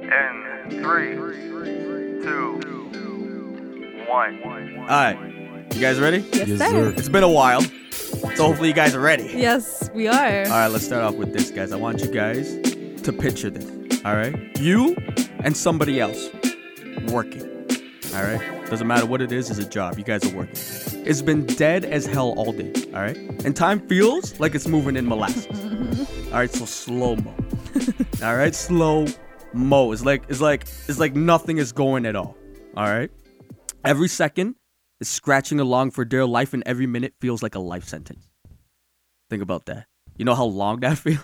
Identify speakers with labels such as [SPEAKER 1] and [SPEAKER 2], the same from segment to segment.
[SPEAKER 1] In three, two, one.
[SPEAKER 2] All right, you guys ready?
[SPEAKER 3] Yes,
[SPEAKER 4] Yes,
[SPEAKER 3] sir.
[SPEAKER 4] sir.
[SPEAKER 2] It's been a while, so hopefully you guys are ready.
[SPEAKER 3] Yes, we are.
[SPEAKER 2] All right, let's start off with this, guys. I want you guys to picture this. All right, you and somebody else working. All right, doesn't matter what it is, it's a job. You guys are working. It's been dead as hell all day. All right, and time feels like it's moving in molasses. all right, so slow mo. all right, slow mo. It's like it's like it's like nothing is going at all. All right, every second is scratching along for dear life, and every minute feels like a life sentence. Think about that. You know how long that feels?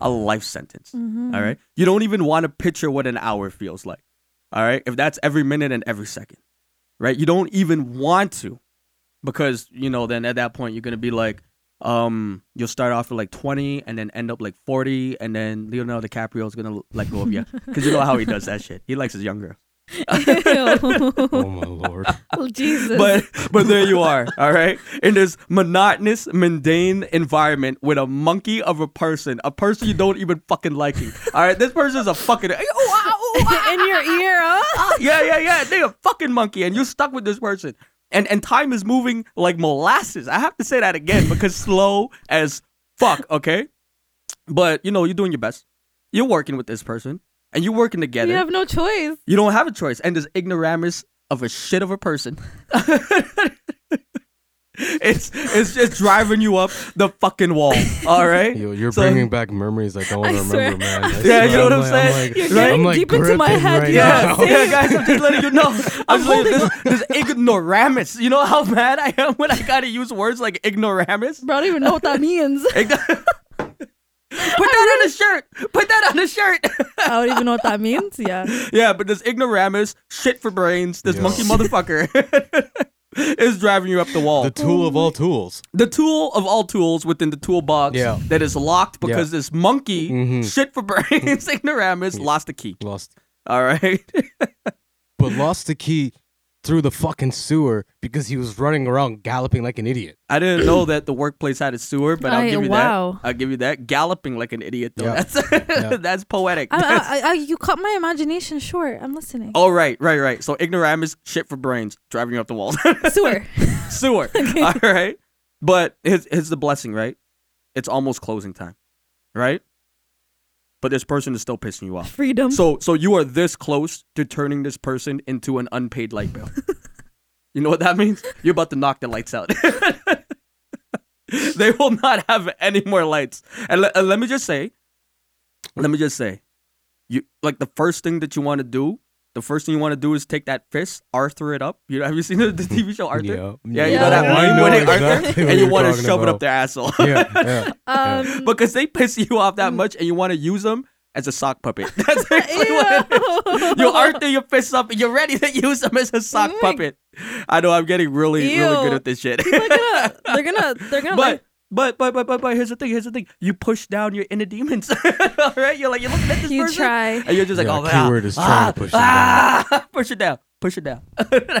[SPEAKER 2] A life sentence. all right. You don't even want to picture what an hour feels like. All right. If that's every minute and every second, right? You don't even want to because, you know, then at that point, you're going to be like, um, you'll start off with like 20 and then end up like 40. And then Leonardo DiCaprio is going to let go of you because you know how he does that shit. He likes his young girl.
[SPEAKER 3] Ew.
[SPEAKER 4] Oh my lord.
[SPEAKER 3] Jesus.
[SPEAKER 2] but but there you are all right in this monotonous mundane environment with a monkey of a person a person you don't even fucking liking all right this person's a fucking oh, ah,
[SPEAKER 3] in your ear, huh?
[SPEAKER 2] yeah yeah yeah they a fucking monkey and you're stuck with this person and and time is moving like molasses i have to say that again because slow as fuck okay but you know you're doing your best you're working with this person and you're working together
[SPEAKER 3] You have no choice.
[SPEAKER 2] you don't have a choice. And this ignoramus of a shit of a person. it's it's just driving you up the fucking wall. All right.
[SPEAKER 4] Yo, you're
[SPEAKER 2] So-
[SPEAKER 4] bringing back memories I don't want to
[SPEAKER 3] I swear.
[SPEAKER 4] remember, man. I
[SPEAKER 2] Yeah, you know what I'm
[SPEAKER 4] like-
[SPEAKER 2] saying?
[SPEAKER 4] like-
[SPEAKER 2] You're
[SPEAKER 4] I'm
[SPEAKER 2] getting
[SPEAKER 4] like
[SPEAKER 3] deep into my
[SPEAKER 4] gripping
[SPEAKER 3] head,
[SPEAKER 4] right
[SPEAKER 2] Yeah,
[SPEAKER 4] now.
[SPEAKER 2] yeah, guys, I'm just letting you know. I'm, just letting you- this, this ignoramus. You know how mad I am when I gotta use words like ignoramus?
[SPEAKER 3] Bro, I don't even know what that means.
[SPEAKER 2] Ign- Put that on a shirt. Put that on a shirt.
[SPEAKER 3] I don't even know what that means. Yeah.
[SPEAKER 2] yeah, but this ignoramus, shit for brains, this
[SPEAKER 4] Yo.
[SPEAKER 2] monkey motherfucker is driving you up the wall.
[SPEAKER 4] The tool of all tools.
[SPEAKER 2] the tool of all tools within the toolbox
[SPEAKER 4] Yeah.
[SPEAKER 2] that is locked because this monkey
[SPEAKER 4] Mhm.
[SPEAKER 2] shit for brains ignoramus lost the key
[SPEAKER 4] Lost,
[SPEAKER 2] all right
[SPEAKER 4] but lost the key through the fucking sewer because he was running around galloping like an idiot.
[SPEAKER 2] i didn't know that the workplace had a sewer but i'll
[SPEAKER 3] I-
[SPEAKER 2] give you
[SPEAKER 3] wow.
[SPEAKER 2] that i'll give you that galloping like an idiot though
[SPEAKER 4] Yeah.
[SPEAKER 2] that's that's poetic
[SPEAKER 3] I,
[SPEAKER 2] That's-
[SPEAKER 3] I, I, I, you caught my imagination short. I'm listening.
[SPEAKER 2] Oh right, right, right. So ignoramus, shit for brains, driving you up the wall,
[SPEAKER 3] Sewer.
[SPEAKER 2] sewer. All right, but here's, here's the blessing, right? It's almost closing time, right? But this person is still pissing you off.
[SPEAKER 3] Freedom.
[SPEAKER 2] So so you are this close to turning this person into an unpaid light bill. you know what that means? You're about to knock the lights out. they will not have any more lights. And, le- and let me just say, let me just say, you like the first thing that you want to do. The first thing you want to do is take that fist, Arthur it up. You know, have you seen the, the TV show Arthur?
[SPEAKER 4] Yeah.
[SPEAKER 2] yeah, you
[SPEAKER 3] Yeah.
[SPEAKER 2] know that
[SPEAKER 3] Oh, I
[SPEAKER 2] one
[SPEAKER 3] know
[SPEAKER 2] winning Arthur,
[SPEAKER 4] exactly what
[SPEAKER 2] and you
[SPEAKER 4] you're
[SPEAKER 2] want to
[SPEAKER 4] talking
[SPEAKER 2] shove it up Uh,
[SPEAKER 4] about.
[SPEAKER 2] their asshole
[SPEAKER 4] yeah, yeah.
[SPEAKER 3] um,
[SPEAKER 2] because they piss you off that much, and you want to use them as a sock puppet. That's actually what it is. You Arthur, your fists up, and you're ready to use them as a sock
[SPEAKER 3] Oh my-
[SPEAKER 2] puppet. I know I'm getting really, really good
[SPEAKER 3] Ew.
[SPEAKER 2] at this shit.
[SPEAKER 3] they're gonna, they're gonna, they're gonna.
[SPEAKER 2] but, but, but, but, but, but, here's the thing. Here's the thing. You push down your inner demons. All right, you're like you're looking at this
[SPEAKER 3] like, you
[SPEAKER 2] person,
[SPEAKER 3] try
[SPEAKER 2] and you're just like,
[SPEAKER 4] Yeah,
[SPEAKER 2] oh, ah,
[SPEAKER 4] keyword is trying
[SPEAKER 2] ah,
[SPEAKER 4] to push them
[SPEAKER 2] ah, push it down, push it down.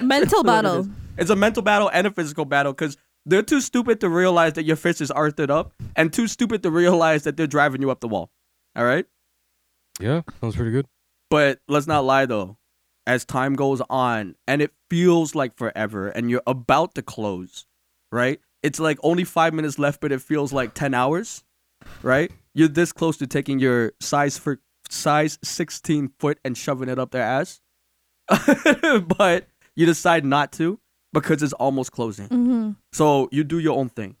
[SPEAKER 3] mental
[SPEAKER 2] That's what it
[SPEAKER 3] battle.
[SPEAKER 2] is. It's a mental battle and a physical battle because they're too stupid to realize that your fist is arthur up, and too stupid to realize that they're driving you up the wall. All right.
[SPEAKER 4] Yeah, that was pretty good.
[SPEAKER 2] But let's not lie though. As time goes on and it feels like forever and you're about to close, right? It's like only five minutes left, but it feels like 10 hours, right? You're this close to taking your size for size 16 foot and shoving it up their ass. but you decide not to because it's almost closing.
[SPEAKER 3] Mm-hmm.
[SPEAKER 2] So you do your own thing.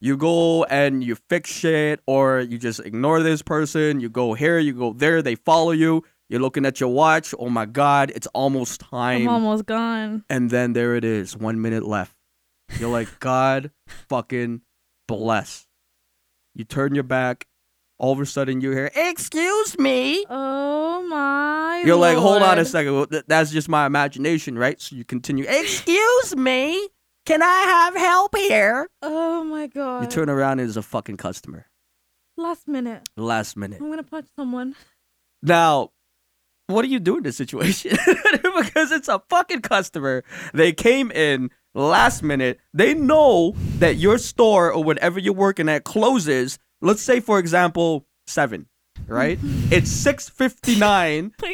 [SPEAKER 2] You go and you fix shit, or you just ignore this person. You go here, you go there. They follow you. You're looking at your watch. Oh my god, it's almost
[SPEAKER 3] I'm
[SPEAKER 2] time.
[SPEAKER 3] almost gone.
[SPEAKER 2] and then there it is, one minute left. You're like, God fucking bless. You turn your back. All of a sudden, you hear, "Excuse me."
[SPEAKER 3] Oh my.
[SPEAKER 2] You're like, hold on a
[SPEAKER 3] Lord.
[SPEAKER 2] second. Well, th- That's just my imagination, right? So you continue. Excuse me. Can I have help here?
[SPEAKER 3] Oh my god.
[SPEAKER 2] You turn around and it's a fucking customer.
[SPEAKER 3] Last minute.
[SPEAKER 2] Last minute.
[SPEAKER 3] I'm gonna punch someone.
[SPEAKER 2] Now, what do you do in this situation? because it's a fucking customer. They came in last minute. They know that your store or whatever you're working at closes, let's say, for example, seven. right? It's 6:59.
[SPEAKER 3] My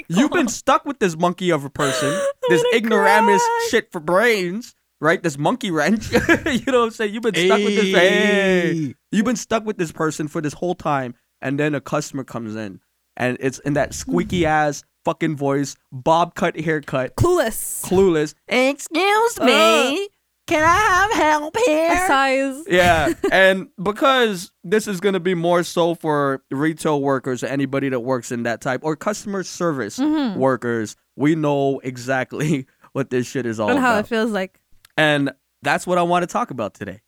[SPEAKER 2] You've been
[SPEAKER 3] God.
[SPEAKER 2] stuck with this monkey of a person, this
[SPEAKER 3] gonna
[SPEAKER 2] ignoramus
[SPEAKER 3] cry.
[SPEAKER 2] shit for brains, right? This monkey wrench. you know what I'm saying? You've been stuck with this. Hey,
[SPEAKER 4] Ayy.
[SPEAKER 2] you've been stuck with this person for this whole time, and then a customer comes in, and it's in that squeaky ass fucking voice, bob cut haircut,
[SPEAKER 3] Clueless.
[SPEAKER 2] clueless. Uh. Excuse me, can I have help here?
[SPEAKER 3] A size.
[SPEAKER 2] yeah, and because this is going to be more so for retail workers, anybody that works in that type, or customer service
[SPEAKER 3] Mm-hmm.
[SPEAKER 2] workers, we know exactly what this shit is all
[SPEAKER 3] And how
[SPEAKER 2] about.
[SPEAKER 3] it feels like.
[SPEAKER 2] And that's what I want to talk about today.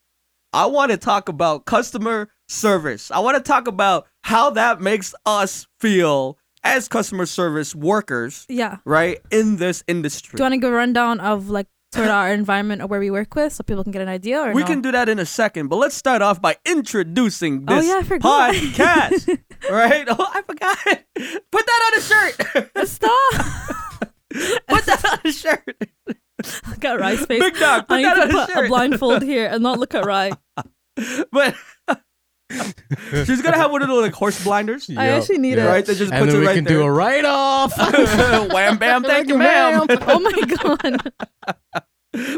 [SPEAKER 2] I want to talk about customer service. I want to talk about how that makes us feel as customer service workers,
[SPEAKER 3] Yeah.
[SPEAKER 2] right, in this industry.
[SPEAKER 3] Do you want to give a rundown of like sort of our environment or where we work with so people can get an idea? Or
[SPEAKER 2] we
[SPEAKER 3] no?
[SPEAKER 2] can do that in a second, but let's start off by introducing
[SPEAKER 3] Oh,
[SPEAKER 2] this
[SPEAKER 3] yeah, I forgot.
[SPEAKER 2] podcast. right? Oh, I forgot. Put that on a shirt.
[SPEAKER 3] Stop.
[SPEAKER 2] Put that on a shirt.
[SPEAKER 3] Got Rye's face.
[SPEAKER 2] Big dog, put that
[SPEAKER 3] I need
[SPEAKER 2] on
[SPEAKER 3] to
[SPEAKER 2] his
[SPEAKER 3] put a
[SPEAKER 2] shirt.
[SPEAKER 3] blindfold here and not look at Rye.
[SPEAKER 2] But she's gonna have one of those like horse blinders.
[SPEAKER 3] I
[SPEAKER 4] Yo.
[SPEAKER 3] actually need
[SPEAKER 2] Yeah.
[SPEAKER 3] it.
[SPEAKER 2] Right? That just
[SPEAKER 4] And
[SPEAKER 2] puts
[SPEAKER 4] then
[SPEAKER 2] it
[SPEAKER 4] we
[SPEAKER 2] right
[SPEAKER 4] can
[SPEAKER 2] there.
[SPEAKER 4] do a write off.
[SPEAKER 2] Wham bam, thank you, ma'am.
[SPEAKER 3] oh my god.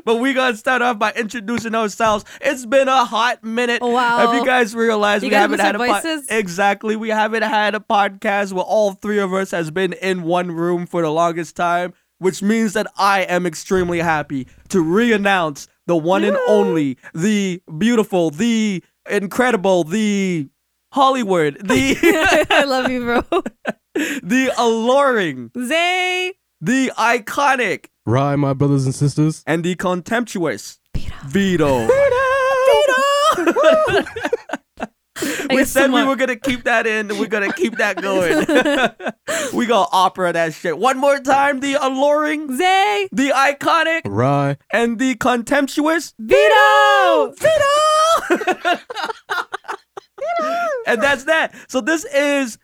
[SPEAKER 2] But we gonna start off by introducing ourselves. It's been a hot minute.
[SPEAKER 3] Oh, Wow.
[SPEAKER 2] Have you guys realized
[SPEAKER 3] You
[SPEAKER 2] we
[SPEAKER 3] guys
[SPEAKER 2] haven't
[SPEAKER 3] miss
[SPEAKER 2] had a
[SPEAKER 3] our
[SPEAKER 2] podcast?
[SPEAKER 3] voices?
[SPEAKER 2] Exactly. We haven't had a podcast where all three of us has been in one room for the longest time, which means that I am extremely happy to re-announce the one and only, the beautiful, the incredible, the Hollywood, the
[SPEAKER 3] I love you, bro.
[SPEAKER 2] the alluring,
[SPEAKER 3] Zay.
[SPEAKER 2] the iconic,
[SPEAKER 4] Right, my brothers and sisters.
[SPEAKER 2] and the contemptuous Vito. we
[SPEAKER 3] guess
[SPEAKER 2] said we
[SPEAKER 3] someone-
[SPEAKER 2] were gonna keep that in. and We're gonna keep that going. we gonna opera that shit one more time. The alluring,
[SPEAKER 3] Zay.
[SPEAKER 2] the iconic,
[SPEAKER 4] Right.
[SPEAKER 2] and the contemptuous.
[SPEAKER 3] Vito.
[SPEAKER 2] Vito. and that's that. So this is.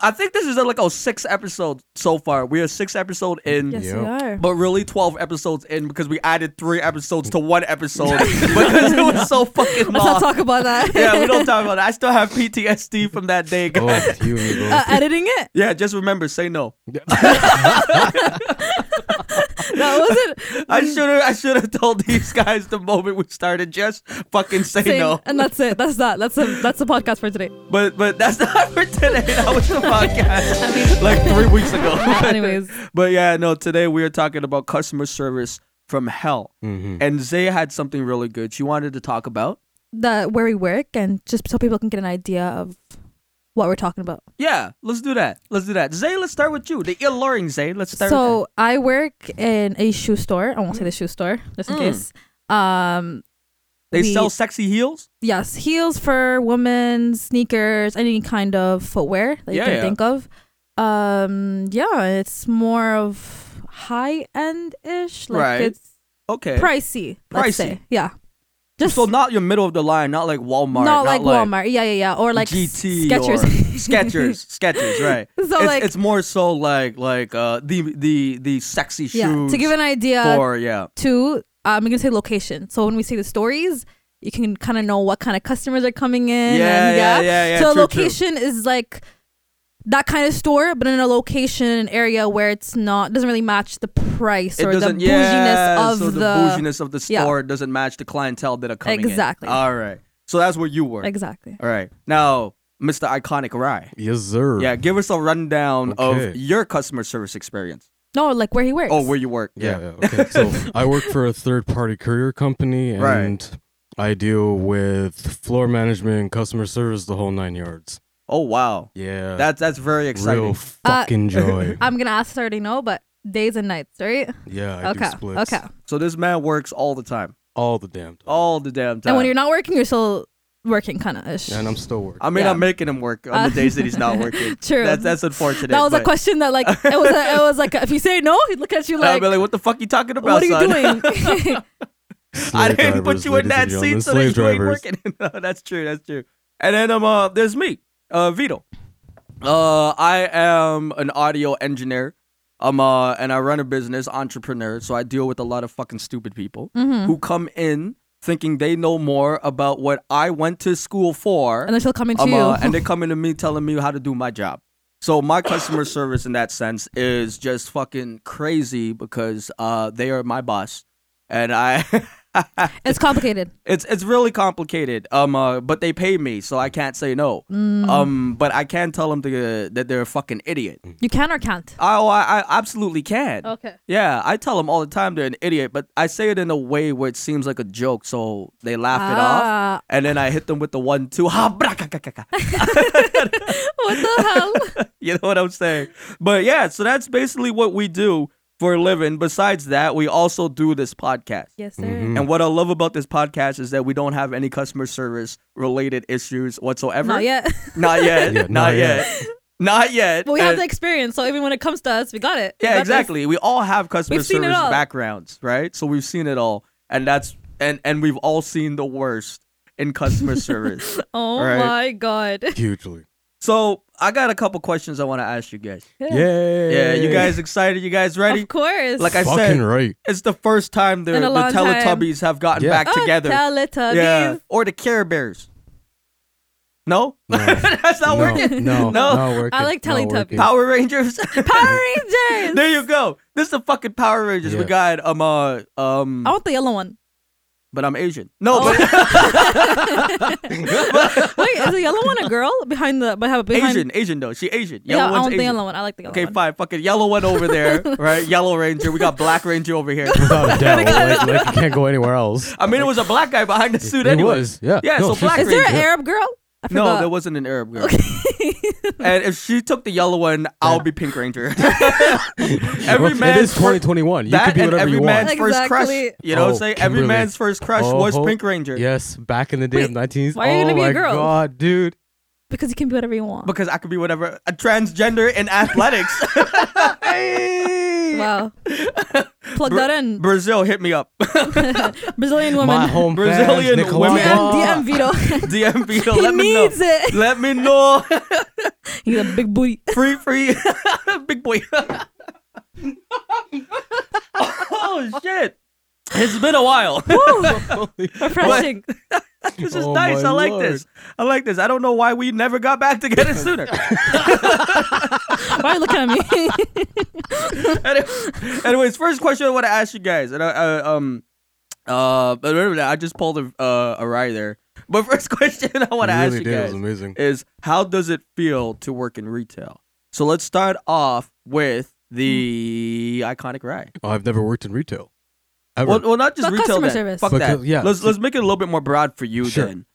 [SPEAKER 2] I think this is uh, like a six episode so far. We are six episode in.
[SPEAKER 3] Yes,
[SPEAKER 4] Yep.
[SPEAKER 3] we are.
[SPEAKER 2] But really, 12 episodes in because we added three episodes to one episode because it was so fucking
[SPEAKER 3] Let's not
[SPEAKER 2] long.
[SPEAKER 3] talk about that.
[SPEAKER 2] Yeah, we don't talk about it. I still have PTSD from that day, guys.
[SPEAKER 4] Oh, you and me both.
[SPEAKER 3] Uh, editing it.
[SPEAKER 2] Yeah, just remember, say no.
[SPEAKER 3] That wasn't.
[SPEAKER 2] I should have. I should have told these guys the moment we started. Just fucking say
[SPEAKER 3] Zay.
[SPEAKER 2] no.
[SPEAKER 3] And that's it. That's that. That's a that's the podcast for today.
[SPEAKER 2] But but that's not for today. That was the podcast like three weeks ago.
[SPEAKER 3] Anyways.
[SPEAKER 2] but yeah, no. Today we are talking about customer service from hell,
[SPEAKER 4] Mhm.
[SPEAKER 2] and Zay had something really good she wanted to talk about.
[SPEAKER 3] The where we work and just so people can get an idea of what we're talking about.
[SPEAKER 2] Yeah, let's do that. Let's do that. Zay, let's start with you. The alluring Zay. Let's start. with
[SPEAKER 3] So I work in a shoe store. I won't say the shoe store just in
[SPEAKER 2] Mm.
[SPEAKER 3] case. Um,
[SPEAKER 2] that. They
[SPEAKER 3] we-
[SPEAKER 2] sell sexy heels.
[SPEAKER 3] yes, heels for women, sneakers, any kind of footwear that you
[SPEAKER 2] Yeah,
[SPEAKER 3] can
[SPEAKER 2] yeah.
[SPEAKER 3] think of. Um, yeah, it's more of high end ish. Like
[SPEAKER 2] Right.
[SPEAKER 3] It's
[SPEAKER 2] Okay.
[SPEAKER 3] pricey. Let's
[SPEAKER 2] Pricey.
[SPEAKER 3] say. Yeah. Just
[SPEAKER 2] So not your middle of the line. Not like Walmart.
[SPEAKER 3] not, like, Walmart. Yeah, yeah, yeah. Or like
[SPEAKER 2] GT
[SPEAKER 3] Skechers.
[SPEAKER 2] or Skechers. Skechers. Right.
[SPEAKER 3] so
[SPEAKER 2] it's,
[SPEAKER 3] like
[SPEAKER 2] it's more so like like uh the the the sexy shoes.
[SPEAKER 3] yeah. To give an idea,
[SPEAKER 2] for yeah.
[SPEAKER 3] Two, I'm gonna say location. So when we see the stories, you can kind of know what kind of customers are coming in.
[SPEAKER 2] Yeah,
[SPEAKER 3] and
[SPEAKER 2] yeah, yeah, yeah,
[SPEAKER 3] So
[SPEAKER 2] true, true.
[SPEAKER 3] location is like that kind of store, but in a location, an area where it's not doesn't really match the price or the bouginess
[SPEAKER 2] yeah,
[SPEAKER 3] of
[SPEAKER 2] so the,
[SPEAKER 3] the,
[SPEAKER 2] bouginess of the
[SPEAKER 3] yeah.
[SPEAKER 2] store doesn't match the clientele that are coming in.
[SPEAKER 3] Exactly.
[SPEAKER 2] All right. So that's where you were.
[SPEAKER 3] exactly.
[SPEAKER 2] All right. Now, Mr. Iconic Rye.
[SPEAKER 4] Yes, sir.
[SPEAKER 2] Yeah, give us a rundown of
[SPEAKER 4] Okay.
[SPEAKER 2] your customer service experience.
[SPEAKER 3] No, like where he works.
[SPEAKER 2] Oh, where you work.
[SPEAKER 4] Yeah. yeah, Okay. So I work for a third party courier company and
[SPEAKER 2] Right.
[SPEAKER 4] I deal with floor management, customer service, the whole nine yards.
[SPEAKER 2] Oh wow.
[SPEAKER 4] Yeah.
[SPEAKER 2] That's that's very exciting.
[SPEAKER 4] real
[SPEAKER 3] Uh,
[SPEAKER 4] fucking joy.
[SPEAKER 3] I'm gonna ask. I already know, but days and nights, right?
[SPEAKER 4] yeah. I
[SPEAKER 3] okay.
[SPEAKER 4] do splits
[SPEAKER 3] Okay.
[SPEAKER 2] So this man works all the time.
[SPEAKER 4] all the damn time.
[SPEAKER 2] All the damn time.
[SPEAKER 3] And when you're not working, you're still working, kind of ish.
[SPEAKER 4] and I'm still working.
[SPEAKER 2] I mean,
[SPEAKER 3] Yeah.
[SPEAKER 2] I'm making him work on the days that he's not working.
[SPEAKER 3] True.
[SPEAKER 2] That's that's unfortunate.
[SPEAKER 3] That was
[SPEAKER 2] but
[SPEAKER 3] a question that like it was a, it was like if you say no, he'd look at you
[SPEAKER 2] I'll
[SPEAKER 3] like,
[SPEAKER 2] be like, what the fuck you talking about,
[SPEAKER 3] what are you
[SPEAKER 2] son?
[SPEAKER 3] doing?
[SPEAKER 2] I
[SPEAKER 4] Slave
[SPEAKER 2] didn't
[SPEAKER 4] drivers,
[SPEAKER 2] put you in
[SPEAKER 4] ladies and
[SPEAKER 2] that
[SPEAKER 4] gentlemen,
[SPEAKER 2] seat so that
[SPEAKER 4] slave
[SPEAKER 2] you ain't
[SPEAKER 4] drivers.
[SPEAKER 2] working. no, that's true. That's true. And then um, uh, there's me, uh, Vito. Uh, I am an audio engineer. Um, uh,
[SPEAKER 3] Mm-hmm.
[SPEAKER 2] and I run a business, entrepreneur. So I deal with a lot of fucking stupid people who come in thinking they know more about what I went to school for.
[SPEAKER 3] And they're still coming to
[SPEAKER 2] um,
[SPEAKER 3] you.
[SPEAKER 2] uh, and they're coming to me telling me how to do my job. So my customer service in that sense is just fucking crazy because uh, they are my boss, and I.
[SPEAKER 3] it's complicated.
[SPEAKER 2] It's it's really complicated. Um, uh, but they pay me, so I can't say no.
[SPEAKER 3] Mm.
[SPEAKER 2] Um, but I can tell them to, that they're a fucking idiot.
[SPEAKER 3] You can or can't.
[SPEAKER 2] Oh, I, I absolutely can.
[SPEAKER 3] Okay.
[SPEAKER 2] Yeah, I tell them all the time they're an idiot, but I say it in a way where it seems like a joke, so they laugh it
[SPEAKER 3] Ah.
[SPEAKER 2] off, and then I hit them with the one two. Ha bra, ka, ka, ka, ka.
[SPEAKER 3] What the hell?
[SPEAKER 2] You know what I'm saying? But yeah, so that's basically what we do for a living. Besides that, we also do this podcast.
[SPEAKER 3] yes, sir.
[SPEAKER 4] Hmm.
[SPEAKER 2] And what I love about this podcast is that we don't have any customer service related issues whatsoever.
[SPEAKER 3] Not yet.
[SPEAKER 2] Not yet.
[SPEAKER 4] Yeah,
[SPEAKER 2] not,
[SPEAKER 4] not
[SPEAKER 2] yet.
[SPEAKER 4] yet.
[SPEAKER 2] Not yet.
[SPEAKER 3] but we have
[SPEAKER 2] And-
[SPEAKER 3] the experience, so even when it comes to us, we got it. We
[SPEAKER 2] Uh, yeah,
[SPEAKER 3] got
[SPEAKER 2] exactly. We all have customer
[SPEAKER 3] We've seen it
[SPEAKER 2] service
[SPEAKER 3] all.
[SPEAKER 2] backgrounds, right? So we've seen it all, and that's and and we've all seen the worst in customer service.
[SPEAKER 3] this. Oh
[SPEAKER 2] All right.
[SPEAKER 3] my god.
[SPEAKER 4] Hugely.
[SPEAKER 2] So I got a couple questions I want to ask you guys.
[SPEAKER 4] Yeah.
[SPEAKER 2] Yeah, you guys excited? You guys ready?
[SPEAKER 3] Of course.
[SPEAKER 2] Like I
[SPEAKER 4] Fucking
[SPEAKER 2] said,
[SPEAKER 4] right.
[SPEAKER 2] it's the first time the,
[SPEAKER 3] Been
[SPEAKER 2] the
[SPEAKER 3] a long time.
[SPEAKER 2] Teletubbies have gotten
[SPEAKER 4] Yeah.
[SPEAKER 2] back
[SPEAKER 3] oh,
[SPEAKER 2] together.
[SPEAKER 3] Teletubbies.
[SPEAKER 2] yeah, or the Care Bears. No,
[SPEAKER 4] No.
[SPEAKER 2] that's not
[SPEAKER 4] no,
[SPEAKER 2] working.
[SPEAKER 4] No,
[SPEAKER 2] No.
[SPEAKER 4] no, working.
[SPEAKER 3] I like
[SPEAKER 4] Not working.
[SPEAKER 3] Teletubbies.
[SPEAKER 2] Power Rangers.
[SPEAKER 3] Power Rangers.
[SPEAKER 2] there you go. This is the fucking Power Rangers. We
[SPEAKER 4] Yeah.
[SPEAKER 2] got um uh, um.
[SPEAKER 3] I want the yellow one.
[SPEAKER 2] but I'm Asian. No,
[SPEAKER 3] Oh. Wait, is the yellow one a girl behind the behind
[SPEAKER 2] but
[SPEAKER 3] behind?
[SPEAKER 2] Asian, Asian though. She Asian.
[SPEAKER 3] Yeah,
[SPEAKER 2] Yellow
[SPEAKER 3] I
[SPEAKER 2] one's
[SPEAKER 3] want
[SPEAKER 2] Asian.
[SPEAKER 3] the yellow one. I like the yellow
[SPEAKER 2] Okay,
[SPEAKER 3] one.
[SPEAKER 2] fine. Fucking yellow one over there, right? Yellow Ranger. We got Black Ranger over here.
[SPEAKER 4] Without a doubt. like, like you can't go anywhere else.
[SPEAKER 2] I mean, it was a black guy behind the suit
[SPEAKER 4] It
[SPEAKER 2] anyway.
[SPEAKER 4] was, yeah.
[SPEAKER 2] Yeah.
[SPEAKER 4] No,
[SPEAKER 2] so
[SPEAKER 4] she's-
[SPEAKER 2] Black
[SPEAKER 3] Is there an
[SPEAKER 2] Ranger.
[SPEAKER 3] Arab girl? I
[SPEAKER 2] no,
[SPEAKER 3] forgot.
[SPEAKER 2] there wasn't an Arab girl. and if she took the yellow one, I'll be Pink Ranger. every
[SPEAKER 4] Well, it
[SPEAKER 2] man's
[SPEAKER 4] is 2021. You
[SPEAKER 2] That
[SPEAKER 4] can be
[SPEAKER 2] and
[SPEAKER 4] whatever
[SPEAKER 2] every
[SPEAKER 4] you
[SPEAKER 2] man's
[SPEAKER 4] want.
[SPEAKER 2] first crush.
[SPEAKER 3] Exactly.
[SPEAKER 2] You know what I'm
[SPEAKER 4] Oh,
[SPEAKER 2] saying? Every
[SPEAKER 4] Kimberly.
[SPEAKER 2] man's first crush was
[SPEAKER 4] Oh,
[SPEAKER 2] Pink Ranger.
[SPEAKER 4] Yes, back in the day of 19s.
[SPEAKER 3] why are you
[SPEAKER 4] oh
[SPEAKER 3] gonna be a
[SPEAKER 4] my
[SPEAKER 3] girl?
[SPEAKER 4] God, dude.
[SPEAKER 3] because you can be whatever you want.
[SPEAKER 2] Because I could be whatever. A transgender in athletics.
[SPEAKER 3] wow. Plug that in.
[SPEAKER 2] Brazil, hit me up.
[SPEAKER 3] Brazilian woman.
[SPEAKER 4] My home
[SPEAKER 2] Brazilian
[SPEAKER 4] fans,
[SPEAKER 2] women.
[SPEAKER 4] Nicaragua.
[SPEAKER 3] DM, DM Vito.
[SPEAKER 2] DM Vito,
[SPEAKER 3] He
[SPEAKER 2] let me
[SPEAKER 3] needs
[SPEAKER 2] know.
[SPEAKER 3] it.
[SPEAKER 2] Let me know.
[SPEAKER 3] He's a big booty.
[SPEAKER 2] free, free. Big boy. oh, shit. It's been a while.
[SPEAKER 3] Refreshing.
[SPEAKER 2] this is
[SPEAKER 4] Oh,
[SPEAKER 2] nice.
[SPEAKER 4] my
[SPEAKER 2] I like
[SPEAKER 4] Lord.
[SPEAKER 2] this. I like this. I don't know why we never got back together sooner.
[SPEAKER 3] Why are you looking at me?
[SPEAKER 2] Any- Anyways, first question I want to ask you guys, and I, I um, uh, but wait a minute, I just pulled a uh, a rye there. But first question I want to ask you
[SPEAKER 4] really did. It was
[SPEAKER 2] guys
[SPEAKER 4] amazing.
[SPEAKER 2] is how does it feel to work in retail? So let's start off with the
[SPEAKER 3] Hmm.
[SPEAKER 2] iconic rye.
[SPEAKER 4] Oh, I've never worked in retail. Ever.
[SPEAKER 2] Well, well, not just
[SPEAKER 3] But
[SPEAKER 2] retail.
[SPEAKER 3] customer
[SPEAKER 2] then.
[SPEAKER 3] service.
[SPEAKER 2] Fuck
[SPEAKER 4] Because-
[SPEAKER 2] that.
[SPEAKER 4] yeah.
[SPEAKER 2] Let's let's make it a little bit more broad for you
[SPEAKER 4] Sure.
[SPEAKER 2] then.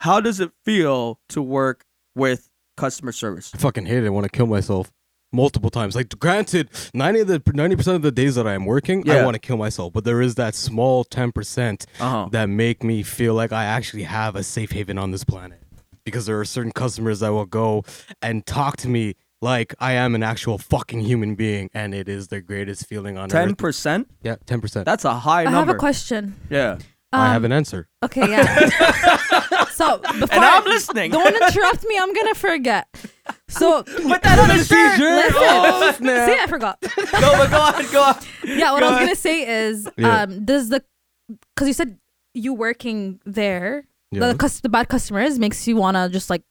[SPEAKER 2] How does it feel to work with customer service?
[SPEAKER 4] I fucking hate it. I want to kill myself multiple times. Like, granted, ninety of the ninety percent of the days that I am working,
[SPEAKER 2] Yeah.
[SPEAKER 4] I want to kill myself. But there is that small ten percent
[SPEAKER 2] Uh-huh.
[SPEAKER 4] that make me feel like I actually have a safe haven on this planet. Because there are certain customers that will go and talk to me like I am an actual fucking human being, and it is the greatest feeling on
[SPEAKER 2] Ten
[SPEAKER 4] earth.
[SPEAKER 2] percent.
[SPEAKER 4] Yeah, ten percent.
[SPEAKER 2] That's a high
[SPEAKER 3] I have
[SPEAKER 2] number.
[SPEAKER 3] a question.
[SPEAKER 2] Yeah.
[SPEAKER 4] I have an answer.
[SPEAKER 3] Okay, yeah. so before
[SPEAKER 2] I'm listening.
[SPEAKER 3] Don't interrupt me. I'm gonna forget. So
[SPEAKER 2] Put that on his shirt.
[SPEAKER 3] listen.
[SPEAKER 2] Oh, snap.
[SPEAKER 3] See, I forgot.
[SPEAKER 2] Go, but go on, go on.
[SPEAKER 3] Yeah, what
[SPEAKER 2] Go
[SPEAKER 3] I was
[SPEAKER 2] on.
[SPEAKER 3] gonna say is,
[SPEAKER 4] Yeah.
[SPEAKER 3] um, does the because you said you working there,
[SPEAKER 4] Yeah.
[SPEAKER 3] the cus- the bad customers makes you wanna just like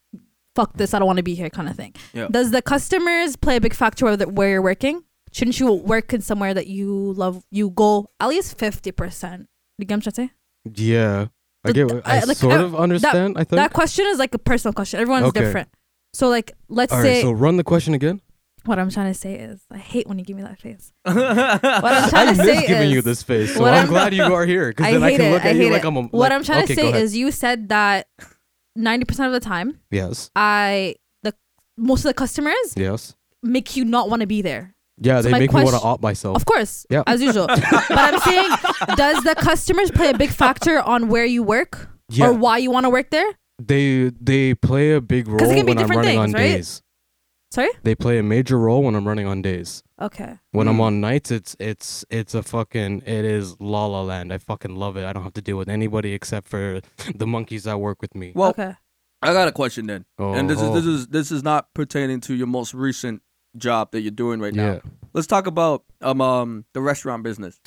[SPEAKER 3] fuck this. I don't want to be here, kind of thing.
[SPEAKER 2] Yeah.
[SPEAKER 3] Does the customers play a big factor whether where you're working? Shouldn't you work in somewhere that you love? You go at least fifty percent. You get what I'm trying to say?
[SPEAKER 4] Yeah, I
[SPEAKER 3] The-
[SPEAKER 4] get. What, I,
[SPEAKER 3] I- like,
[SPEAKER 4] sort
[SPEAKER 3] I-
[SPEAKER 4] of understand. I think.
[SPEAKER 3] That question is like a personal question. Everyone's
[SPEAKER 4] Okay.
[SPEAKER 3] different. So like, let's
[SPEAKER 4] All right,
[SPEAKER 3] say
[SPEAKER 4] so run the question again.
[SPEAKER 3] what I'm trying to say is, I hate when you give me that face. What I'm trying
[SPEAKER 4] I
[SPEAKER 3] to
[SPEAKER 4] miss
[SPEAKER 3] say
[SPEAKER 4] giving
[SPEAKER 3] is,
[SPEAKER 4] you this face, so
[SPEAKER 3] what
[SPEAKER 4] I'm,
[SPEAKER 3] I'm-
[SPEAKER 4] glad you are here because
[SPEAKER 3] I
[SPEAKER 4] then I
[SPEAKER 3] hate
[SPEAKER 4] can
[SPEAKER 3] it.
[SPEAKER 4] look
[SPEAKER 3] I
[SPEAKER 4] at
[SPEAKER 3] hate
[SPEAKER 4] you like
[SPEAKER 3] it.
[SPEAKER 4] I'm. A,
[SPEAKER 3] what
[SPEAKER 4] like-
[SPEAKER 3] I'm trying to
[SPEAKER 4] okay, go
[SPEAKER 3] say
[SPEAKER 4] ahead.
[SPEAKER 3] is, you said that ninety percent of the time,
[SPEAKER 4] yes,
[SPEAKER 3] I the most of the customers
[SPEAKER 4] yes,
[SPEAKER 3] make you not want to be there.
[SPEAKER 4] yeah.
[SPEAKER 3] So
[SPEAKER 4] they
[SPEAKER 3] my
[SPEAKER 4] make me want
[SPEAKER 3] question-
[SPEAKER 4] to opt myself.
[SPEAKER 3] Of course,
[SPEAKER 4] Yeah.
[SPEAKER 3] as usual. but I'm saying, does the customers play a big factor on where you work
[SPEAKER 4] Yeah.
[SPEAKER 3] or why you want to work there?
[SPEAKER 4] They they play a big role
[SPEAKER 3] it can be
[SPEAKER 4] when I'm
[SPEAKER 3] different
[SPEAKER 4] running on
[SPEAKER 3] things, right?
[SPEAKER 4] days.
[SPEAKER 3] Sorry.
[SPEAKER 4] They play a major role when I'm running on days.
[SPEAKER 3] Okay.
[SPEAKER 4] When I'm on nights, it's it's it's a fucking it is la la land. I fucking love it. I don't have to deal with anybody except for the monkeys that work with me.
[SPEAKER 2] well,
[SPEAKER 3] okay.
[SPEAKER 2] I got a question then, and this is
[SPEAKER 4] Oh.
[SPEAKER 2] this is this is not pertaining to your most recent job that you're doing right now.
[SPEAKER 4] Yeah.
[SPEAKER 2] Let's talk about um um the restaurant business.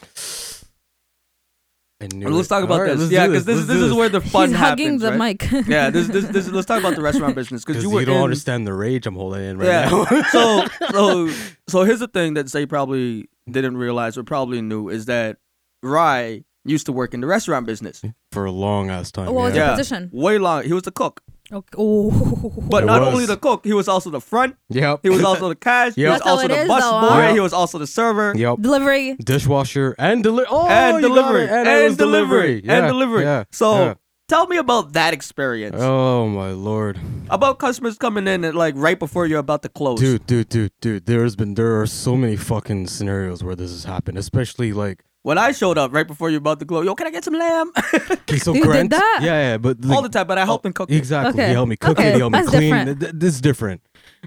[SPEAKER 4] I knew
[SPEAKER 2] Well, let's
[SPEAKER 4] it.
[SPEAKER 2] talk about
[SPEAKER 4] All right,
[SPEAKER 2] this.
[SPEAKER 4] let's
[SPEAKER 2] Yeah,
[SPEAKER 4] do
[SPEAKER 2] because this,
[SPEAKER 4] Let's
[SPEAKER 2] is this
[SPEAKER 4] do
[SPEAKER 2] is where the fun
[SPEAKER 3] He's
[SPEAKER 2] happens,
[SPEAKER 3] hugging the
[SPEAKER 2] right?
[SPEAKER 3] mic.
[SPEAKER 2] Yeah, this, this this let's talk about the restaurant business because
[SPEAKER 4] Because
[SPEAKER 2] you were
[SPEAKER 4] don't
[SPEAKER 2] in-
[SPEAKER 4] understand the rage I'm holding in right
[SPEAKER 2] yeah.
[SPEAKER 4] now.
[SPEAKER 2] so so so here's the thing that Zay probably didn't realize or probably knew is that Rye used to work in the restaurant business.
[SPEAKER 4] For a long ass time.
[SPEAKER 3] What was
[SPEAKER 4] yeah.
[SPEAKER 3] your
[SPEAKER 2] Yeah.
[SPEAKER 3] position?
[SPEAKER 2] Way long. He was the cook,
[SPEAKER 3] Okay. Oh.
[SPEAKER 2] but
[SPEAKER 4] I
[SPEAKER 2] not
[SPEAKER 4] was.
[SPEAKER 2] only the cook, he was also the front.
[SPEAKER 4] Yep.
[SPEAKER 2] He was also the cash. He
[SPEAKER 4] Yep.
[SPEAKER 2] was
[SPEAKER 3] That's how
[SPEAKER 2] also
[SPEAKER 3] it
[SPEAKER 2] the
[SPEAKER 3] is,
[SPEAKER 2] bus
[SPEAKER 3] though,
[SPEAKER 2] boy.
[SPEAKER 3] huh?
[SPEAKER 2] He was also the server.
[SPEAKER 4] Yep.
[SPEAKER 3] Delivery.
[SPEAKER 4] Dishwasher and delivery. Oh,
[SPEAKER 2] and
[SPEAKER 4] you got
[SPEAKER 2] delivery
[SPEAKER 4] it. And, it was
[SPEAKER 2] delivery and
[SPEAKER 4] Yeah,
[SPEAKER 2] delivery.
[SPEAKER 4] yeah,
[SPEAKER 2] so
[SPEAKER 4] yeah.
[SPEAKER 2] tell me about that experience.
[SPEAKER 4] Oh my lord,
[SPEAKER 2] About customers coming in at like right before you're about to close.
[SPEAKER 4] dude, dude, dude, dude. There's been there are so many fucking scenarios where this has happened, especially like
[SPEAKER 2] When I showed up right before you're about to close, yo, can I get some lamb?
[SPEAKER 4] okay, so
[SPEAKER 3] You did
[SPEAKER 4] Grant-
[SPEAKER 3] that?
[SPEAKER 4] Yeah, yeah, but
[SPEAKER 2] All
[SPEAKER 4] like-
[SPEAKER 2] the time, but I
[SPEAKER 4] Oh,
[SPEAKER 2] helped him cook. it.
[SPEAKER 4] Exactly.
[SPEAKER 3] Okay.
[SPEAKER 4] He helped me cook
[SPEAKER 3] Okay,
[SPEAKER 4] it. He helped me
[SPEAKER 3] that's
[SPEAKER 4] clean.
[SPEAKER 3] different.
[SPEAKER 4] Th- th- this is different,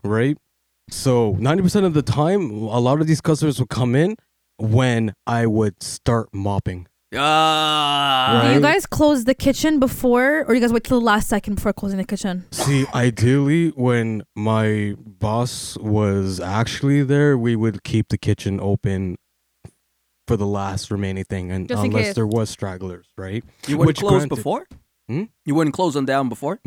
[SPEAKER 4] right? So 90% of the time, a lot of these customers would come in when I would start mopping.
[SPEAKER 2] Ah.
[SPEAKER 3] Do
[SPEAKER 4] Right.
[SPEAKER 3] you guys close the kitchen before, or you guys wait till the last second before closing the kitchen?
[SPEAKER 4] See, ideally, when my boss was actually there, we would keep the kitchen open for the last remaining thing, and
[SPEAKER 3] Just in
[SPEAKER 4] unless
[SPEAKER 3] case.
[SPEAKER 4] there was stragglers, right?
[SPEAKER 2] You wouldn't
[SPEAKER 4] Which
[SPEAKER 2] close
[SPEAKER 4] granted-
[SPEAKER 2] before?
[SPEAKER 4] Hmm?
[SPEAKER 2] You wouldn't close them down before?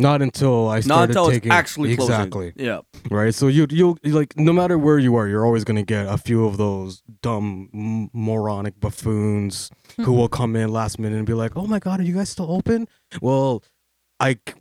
[SPEAKER 4] Not until I
[SPEAKER 2] Not
[SPEAKER 4] started
[SPEAKER 2] until it's
[SPEAKER 4] taking
[SPEAKER 2] actually closing.
[SPEAKER 4] exactly
[SPEAKER 2] Yeah.
[SPEAKER 4] right. So you you like no matter where you are, you're always gonna get a few of those dumb m- moronic buffoons
[SPEAKER 3] Mm-hmm.
[SPEAKER 4] who will come in last minute and be like, "Oh my god, are you guys still open?" Well, I c-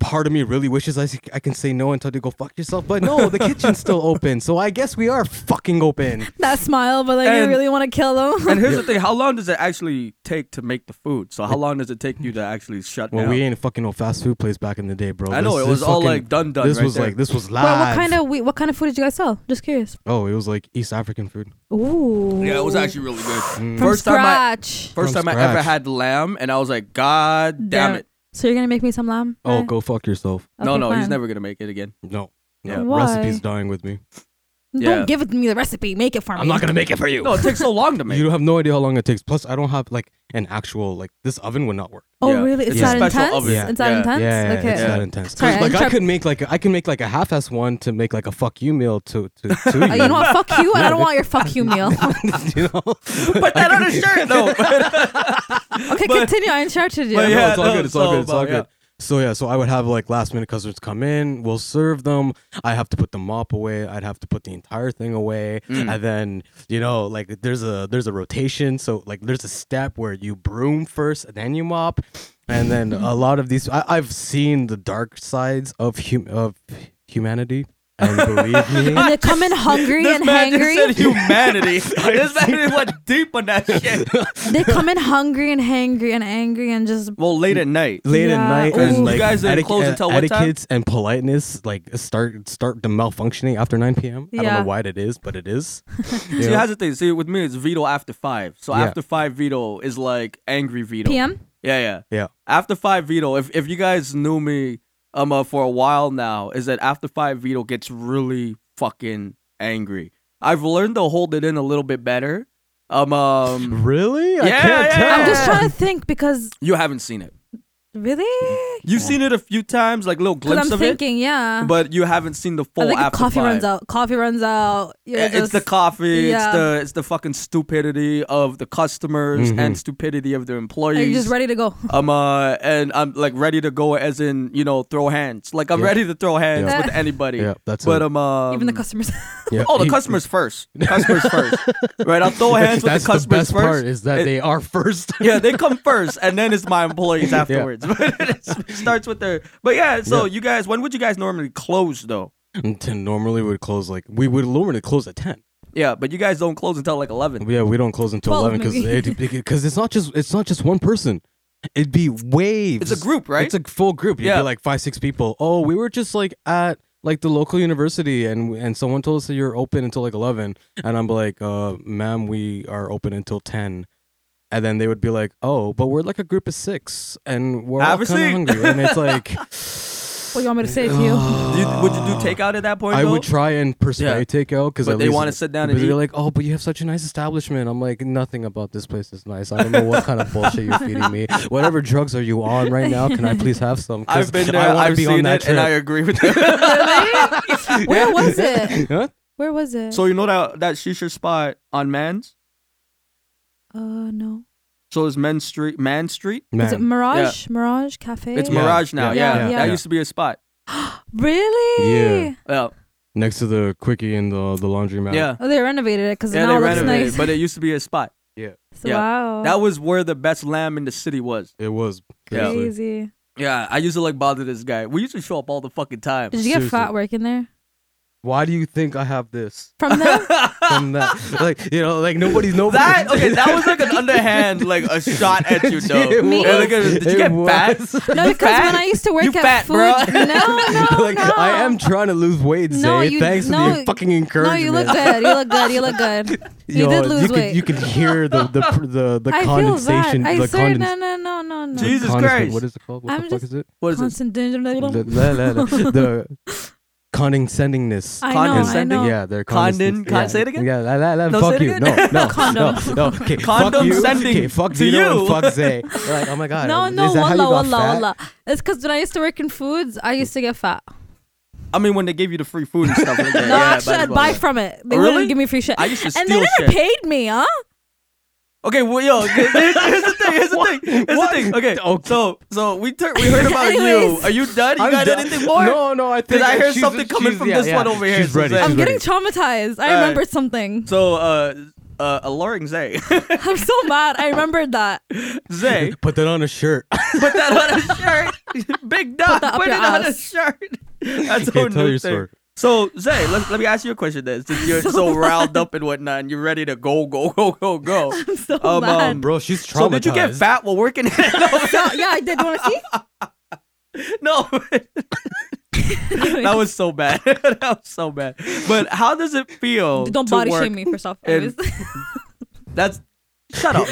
[SPEAKER 4] part of me really wishes I s- I can say no and tell you to go fuck yourself, but no, the kitchen's still open, so I guess we are fucking open.
[SPEAKER 3] That smile, but like
[SPEAKER 2] And-
[SPEAKER 3] you really want to kill them.
[SPEAKER 2] And here's the thing: how long does it actually take to make the food? So how long does it take you to actually shut
[SPEAKER 4] Well,
[SPEAKER 2] down?
[SPEAKER 4] we ain't a fucking no fast food place back in the day, bro.
[SPEAKER 2] I know
[SPEAKER 4] This-
[SPEAKER 2] it
[SPEAKER 4] this
[SPEAKER 2] was all
[SPEAKER 4] fucking-
[SPEAKER 2] like done, done.
[SPEAKER 4] This
[SPEAKER 2] right
[SPEAKER 4] was
[SPEAKER 2] there.
[SPEAKER 4] like this was live.
[SPEAKER 3] Well, what kind of we, what kind of food did you guys sell? Just curious.
[SPEAKER 4] Oh, it was like East African food.
[SPEAKER 3] Ooh.
[SPEAKER 2] yeah, it was actually really good.
[SPEAKER 3] From
[SPEAKER 2] First time I
[SPEAKER 3] scratch.
[SPEAKER 2] first
[SPEAKER 4] From
[SPEAKER 2] time I ever
[SPEAKER 4] scratch.
[SPEAKER 2] had lamb, and I was like, God damn it!
[SPEAKER 3] So you're gonna make me some lamb?
[SPEAKER 4] Oh,
[SPEAKER 3] Right?
[SPEAKER 4] go fuck yourself.
[SPEAKER 2] no,
[SPEAKER 3] Okay,
[SPEAKER 2] no, he's
[SPEAKER 3] fine.
[SPEAKER 2] never gonna make it again.
[SPEAKER 4] No.
[SPEAKER 2] Yeah.
[SPEAKER 4] No,
[SPEAKER 3] Why?
[SPEAKER 4] recipe's dying with me.
[SPEAKER 3] Don't
[SPEAKER 2] Yeah.
[SPEAKER 3] give it me the recipe. Make it for me.
[SPEAKER 4] gonna make it for you.
[SPEAKER 2] No, it takes so long to make.
[SPEAKER 4] You don't have no idea how long it takes. Plus, I don't have like an actual like this oven would not work.
[SPEAKER 3] Oh,
[SPEAKER 2] Yeah.
[SPEAKER 3] really? It's,
[SPEAKER 2] It's a
[SPEAKER 3] that
[SPEAKER 2] special
[SPEAKER 3] intense?
[SPEAKER 2] oven.
[SPEAKER 3] It's that
[SPEAKER 2] Yeah.
[SPEAKER 3] intense?
[SPEAKER 4] Yeah, yeah,
[SPEAKER 3] okay.
[SPEAKER 4] it's
[SPEAKER 2] Yeah.
[SPEAKER 4] that intense.
[SPEAKER 3] Sorry, I
[SPEAKER 4] like I
[SPEAKER 3] interrupt-
[SPEAKER 4] could make like a, I can make like a half-ass one to make like a fuck you meal to to, to
[SPEAKER 3] Uh, you know what? Fuck you, and I don't want your fuck you meal.
[SPEAKER 4] you know.
[SPEAKER 2] Put that on a shirt, though.
[SPEAKER 3] Okay, continue. I interrupted you.
[SPEAKER 2] but
[SPEAKER 4] No,
[SPEAKER 2] yeah,
[SPEAKER 4] it's all
[SPEAKER 2] no,
[SPEAKER 4] good. It's all good. It's all
[SPEAKER 2] about- yeah.
[SPEAKER 4] good. So yeah, so I would have like last minute customers come in. We'll serve them. I have to put the mop away. I'd have to put the entire thing away.
[SPEAKER 2] Mm.
[SPEAKER 4] And then you know, like there's a there's a rotation. So like there's a step where you broom first, and then you mop. And then a lot of these, I, I've seen the dark sides of hum, of humanity. And believe me,
[SPEAKER 3] And they come in hungry
[SPEAKER 2] This
[SPEAKER 3] and
[SPEAKER 2] man just
[SPEAKER 3] hangry.
[SPEAKER 2] said humanity. this man went deep on that shit.
[SPEAKER 3] they come in hungry and hangry and angry and just.
[SPEAKER 2] Well, late at night.
[SPEAKER 4] late
[SPEAKER 3] Yeah.
[SPEAKER 4] at night
[SPEAKER 3] Ooh. You
[SPEAKER 4] and like
[SPEAKER 2] guys didn't close
[SPEAKER 4] uh,
[SPEAKER 2] until what time?
[SPEAKER 4] etiquettes and politeness like start start to malfunctioning after 9 p.m. I
[SPEAKER 3] Yeah.
[SPEAKER 4] don't know why it is, but it is. You
[SPEAKER 2] See,
[SPEAKER 4] know?
[SPEAKER 2] that's the thing. See, with me, it's Vito after five. So
[SPEAKER 4] Yeah.
[SPEAKER 2] after five, Vito is like angry Vito.
[SPEAKER 3] PM?
[SPEAKER 2] Yeah, yeah.
[SPEAKER 4] yeah.
[SPEAKER 2] After five, Vito. If if you guys knew me um uh, for a while now, is that after five, Vito gets really fucking angry. I've learned to hold it in a little bit better. Um, um
[SPEAKER 4] Really? I
[SPEAKER 2] Yeah,
[SPEAKER 4] can't
[SPEAKER 2] yeah,
[SPEAKER 4] tell.
[SPEAKER 3] I'm just
[SPEAKER 2] Yeah.
[SPEAKER 3] trying to think because.
[SPEAKER 2] you haven't seen it.
[SPEAKER 3] Really?
[SPEAKER 2] You've seen it a few times, like little
[SPEAKER 3] Because
[SPEAKER 2] glimpse
[SPEAKER 3] I'm
[SPEAKER 2] of
[SPEAKER 3] thinking, yeah.
[SPEAKER 2] it, but you haven't seen the
[SPEAKER 3] I
[SPEAKER 2] full
[SPEAKER 3] think if
[SPEAKER 2] after
[SPEAKER 3] coffee
[SPEAKER 2] five.
[SPEAKER 3] runs out. Coffee runs out. You're
[SPEAKER 2] Yeah, it's
[SPEAKER 3] just,
[SPEAKER 2] the coffee.
[SPEAKER 3] yeah.
[SPEAKER 2] It's the it's the fucking stupidity of the customers
[SPEAKER 4] Mhm.
[SPEAKER 2] and stupidity of their employees.
[SPEAKER 3] You're just ready to go.
[SPEAKER 2] I'm uh, and I'm like ready to go, as in you know, throw hands. Like I'm
[SPEAKER 4] Yeah.
[SPEAKER 2] ready to throw hands
[SPEAKER 4] Yeah.
[SPEAKER 2] with anybody.
[SPEAKER 4] Yeah, that's
[SPEAKER 2] but
[SPEAKER 4] it.
[SPEAKER 2] um, um,
[SPEAKER 3] Even the customers.
[SPEAKER 4] Yeah.
[SPEAKER 2] Oh, the
[SPEAKER 4] He-
[SPEAKER 2] customers first. Customers first. Right, I'll throw hands with
[SPEAKER 4] That's
[SPEAKER 2] the customers
[SPEAKER 4] best
[SPEAKER 2] first.
[SPEAKER 4] part is that
[SPEAKER 2] It-
[SPEAKER 4] they are first.
[SPEAKER 2] yeah, they come first, and then it's my employees afterwards. But it starts with their. But yeah, so you guys, when would you guys normally close though?
[SPEAKER 4] And to normally would close like we would normally close at 10.
[SPEAKER 2] Yeah, but you guys don't close until like eleven.
[SPEAKER 4] Yeah, we don't close until
[SPEAKER 3] 12
[SPEAKER 4] 11 cuz
[SPEAKER 3] maybe.
[SPEAKER 4] cuz it's not just it's not just one person. It'd be waves.
[SPEAKER 2] It's a group, right?
[SPEAKER 4] It's a full group. You'd
[SPEAKER 2] Yeah.
[SPEAKER 4] be like 5 6 people. Oh, we were just like at like the local university and and someone told us that you're open until like 11 and I'm like, "Uh, ma'am, we are open until 10." And then they would be like, "Oh, but we're like a group of 6 and we're all
[SPEAKER 2] Have a
[SPEAKER 4] kind of
[SPEAKER 2] seat."
[SPEAKER 4] hungry." And it's like
[SPEAKER 3] what do you want me to say to you?
[SPEAKER 2] Do you, would you do takeout at that point?
[SPEAKER 4] Uh, I
[SPEAKER 2] though?
[SPEAKER 4] would try and persuade
[SPEAKER 2] Yeah.
[SPEAKER 4] takeout because
[SPEAKER 2] But they wanna sit down and
[SPEAKER 4] They're
[SPEAKER 2] eat.
[SPEAKER 4] like, "Oh, but you have such a nice establishment." I'm like, "Nothing about this place is nice. I don't know what kind of bullshit you're feeding me. Whatever drugs are you on right now? Can I please have some? 'Cause
[SPEAKER 2] I've been there.
[SPEAKER 4] I wanna
[SPEAKER 2] I've
[SPEAKER 4] be
[SPEAKER 2] seen
[SPEAKER 4] on that
[SPEAKER 2] it, and I
[SPEAKER 4] trip."
[SPEAKER 2] agree with you.
[SPEAKER 3] Where was it?
[SPEAKER 4] Huh?
[SPEAKER 3] Where was it?
[SPEAKER 2] so you know that that shisha spot on Man's.
[SPEAKER 3] uh, no.
[SPEAKER 2] So is Men Street, Man Street?
[SPEAKER 3] Is it
[SPEAKER 4] Man.
[SPEAKER 3] Mirage? Mirage Cafe?
[SPEAKER 2] It's
[SPEAKER 4] Yeah.
[SPEAKER 2] Mirage now. Yeah,
[SPEAKER 3] Yeah,
[SPEAKER 2] yeah,
[SPEAKER 3] yeah.
[SPEAKER 2] that
[SPEAKER 4] Yeah.
[SPEAKER 2] used to be a spot.
[SPEAKER 3] Really?
[SPEAKER 4] Yeah.
[SPEAKER 2] Yeah,
[SPEAKER 4] Next to the quickie and the the laundromat.
[SPEAKER 2] yeah,
[SPEAKER 3] Oh, they renovated it because
[SPEAKER 2] yeah.
[SPEAKER 3] now
[SPEAKER 2] They
[SPEAKER 3] it looks
[SPEAKER 2] renovated,
[SPEAKER 3] nice.
[SPEAKER 2] it, but it used to be a spot. yeah.
[SPEAKER 3] Wow.
[SPEAKER 2] That was where the best lamb in the city was.
[SPEAKER 4] It was
[SPEAKER 2] Yeah.
[SPEAKER 4] seriously.
[SPEAKER 3] crazy.
[SPEAKER 2] Yeah, I used to like bother this guy. We used to show up all the fucking time.
[SPEAKER 3] Did you get
[SPEAKER 4] Seriously.
[SPEAKER 3] fat working there?
[SPEAKER 4] Why do you think I have this
[SPEAKER 3] From them?
[SPEAKER 4] from that? like you know, like nobody's
[SPEAKER 2] Oh,
[SPEAKER 4] nobody.
[SPEAKER 2] That okay? That was like an underhand, like a shot at you, though.
[SPEAKER 4] It
[SPEAKER 3] Me?
[SPEAKER 2] Yeah, like, uh, did you
[SPEAKER 4] It
[SPEAKER 2] get
[SPEAKER 4] was.
[SPEAKER 2] fat?
[SPEAKER 3] no,
[SPEAKER 2] You
[SPEAKER 3] because when I used to work
[SPEAKER 2] You
[SPEAKER 3] at
[SPEAKER 2] fat,
[SPEAKER 3] food,
[SPEAKER 2] bro.
[SPEAKER 3] no, no,
[SPEAKER 4] like
[SPEAKER 3] no.
[SPEAKER 4] I am trying to lose weight,
[SPEAKER 3] No,
[SPEAKER 4] Zay.
[SPEAKER 3] you-
[SPEAKER 4] Thanks
[SPEAKER 3] no,
[SPEAKER 4] for the fucking
[SPEAKER 3] No,
[SPEAKER 4] encouragement.
[SPEAKER 3] you look good. You look good. You look good. You
[SPEAKER 4] Yo,
[SPEAKER 3] did lose
[SPEAKER 4] you
[SPEAKER 3] weight.
[SPEAKER 4] Could, you could hear the the pr- the, the
[SPEAKER 3] I feel that.
[SPEAKER 4] condensation.
[SPEAKER 3] I
[SPEAKER 4] the
[SPEAKER 3] swear,
[SPEAKER 4] condens-
[SPEAKER 3] no, no, no, no, no.
[SPEAKER 2] Jesus
[SPEAKER 4] condensa-
[SPEAKER 2] Christ.
[SPEAKER 4] What is it called? What
[SPEAKER 3] I'm
[SPEAKER 4] the
[SPEAKER 3] just-
[SPEAKER 4] fuck is it?
[SPEAKER 2] What is it?
[SPEAKER 3] Constant danger.
[SPEAKER 4] The, la- la- la- the condescendingness.
[SPEAKER 3] I know, I
[SPEAKER 2] condescending?
[SPEAKER 3] know.
[SPEAKER 4] Yeah, they're
[SPEAKER 2] Condon-
[SPEAKER 4] condescending.
[SPEAKER 2] con- say it again?
[SPEAKER 4] Yeah, la, la, la,
[SPEAKER 2] No, say
[SPEAKER 4] fuck
[SPEAKER 2] it
[SPEAKER 4] you.
[SPEAKER 2] again.
[SPEAKER 4] No, no,
[SPEAKER 3] Condom.
[SPEAKER 4] no, no. Okay, fuck
[SPEAKER 2] Condom
[SPEAKER 4] you.
[SPEAKER 2] sending
[SPEAKER 4] okay, fuck
[SPEAKER 2] to
[SPEAKER 4] Zeno and
[SPEAKER 2] you.
[SPEAKER 4] fuck Zay. They're like, oh my god.
[SPEAKER 3] No,
[SPEAKER 4] is
[SPEAKER 3] no,
[SPEAKER 4] that how
[SPEAKER 3] wallah,
[SPEAKER 4] you got
[SPEAKER 3] wallah,
[SPEAKER 4] fat?
[SPEAKER 3] wallah. It's because when I used to work in foods, I used to get fat.
[SPEAKER 2] I mean, when they gave you the free food and stuff. Like that.
[SPEAKER 3] No,
[SPEAKER 2] yeah,
[SPEAKER 3] actually,
[SPEAKER 2] might as
[SPEAKER 3] I'd
[SPEAKER 2] well,
[SPEAKER 3] buy
[SPEAKER 2] yeah.
[SPEAKER 3] from it. They
[SPEAKER 2] Oh, really?
[SPEAKER 3] wouldn't give me free shit.
[SPEAKER 2] I used to
[SPEAKER 3] and they
[SPEAKER 2] steal
[SPEAKER 3] never
[SPEAKER 2] shit.
[SPEAKER 3] paid me, huh?
[SPEAKER 2] Okay, well, yo, here's the thing. Here's the thing. Here's the thing. Okay,
[SPEAKER 4] Okay.
[SPEAKER 2] so so we tur- we heard about you.
[SPEAKER 3] Anyways.
[SPEAKER 2] Are you done? You
[SPEAKER 4] I'm
[SPEAKER 2] got
[SPEAKER 4] done.
[SPEAKER 2] anything more?
[SPEAKER 4] No, no, I think uh,
[SPEAKER 2] I hear
[SPEAKER 4] she's-
[SPEAKER 2] something coming
[SPEAKER 4] she's-
[SPEAKER 2] from
[SPEAKER 4] yeah,
[SPEAKER 2] this
[SPEAKER 4] yeah,
[SPEAKER 2] one over here,
[SPEAKER 4] She's ready.
[SPEAKER 2] Suzanne.
[SPEAKER 4] she's
[SPEAKER 3] I'm getting
[SPEAKER 4] ready.
[SPEAKER 3] traumatized. I
[SPEAKER 2] Alright.
[SPEAKER 3] remembered something.
[SPEAKER 2] So uh uh alluring Zay.
[SPEAKER 3] I'm so mad. I remembered that.
[SPEAKER 2] Zay,
[SPEAKER 4] Put that on a shirt.
[SPEAKER 2] put that on a shirt. Big dog,
[SPEAKER 3] that up
[SPEAKER 2] put it
[SPEAKER 3] your
[SPEAKER 2] on a
[SPEAKER 3] ass.
[SPEAKER 2] shirt. That's
[SPEAKER 4] Okay,
[SPEAKER 2] whole
[SPEAKER 4] tell
[SPEAKER 2] new
[SPEAKER 4] your
[SPEAKER 2] thing.
[SPEAKER 4] story.
[SPEAKER 2] So Zay, let, let me ask you a question then. Since you're so,
[SPEAKER 3] so
[SPEAKER 2] riled up and whatnot, and you're ready to go, go, go, go, go.
[SPEAKER 3] I'm so
[SPEAKER 2] Um,
[SPEAKER 3] mad.
[SPEAKER 2] um,
[SPEAKER 4] Bro, she's traumatized.
[SPEAKER 2] So did you get fat while working?
[SPEAKER 3] so, yeah, I did. You want to see?
[SPEAKER 2] no, that was so bad. that was so bad. But how does it feel?
[SPEAKER 3] Don't
[SPEAKER 2] to
[SPEAKER 3] body
[SPEAKER 2] work?
[SPEAKER 3] shame me first off.
[SPEAKER 2] in-
[SPEAKER 3] anyways.
[SPEAKER 2] That's shut up.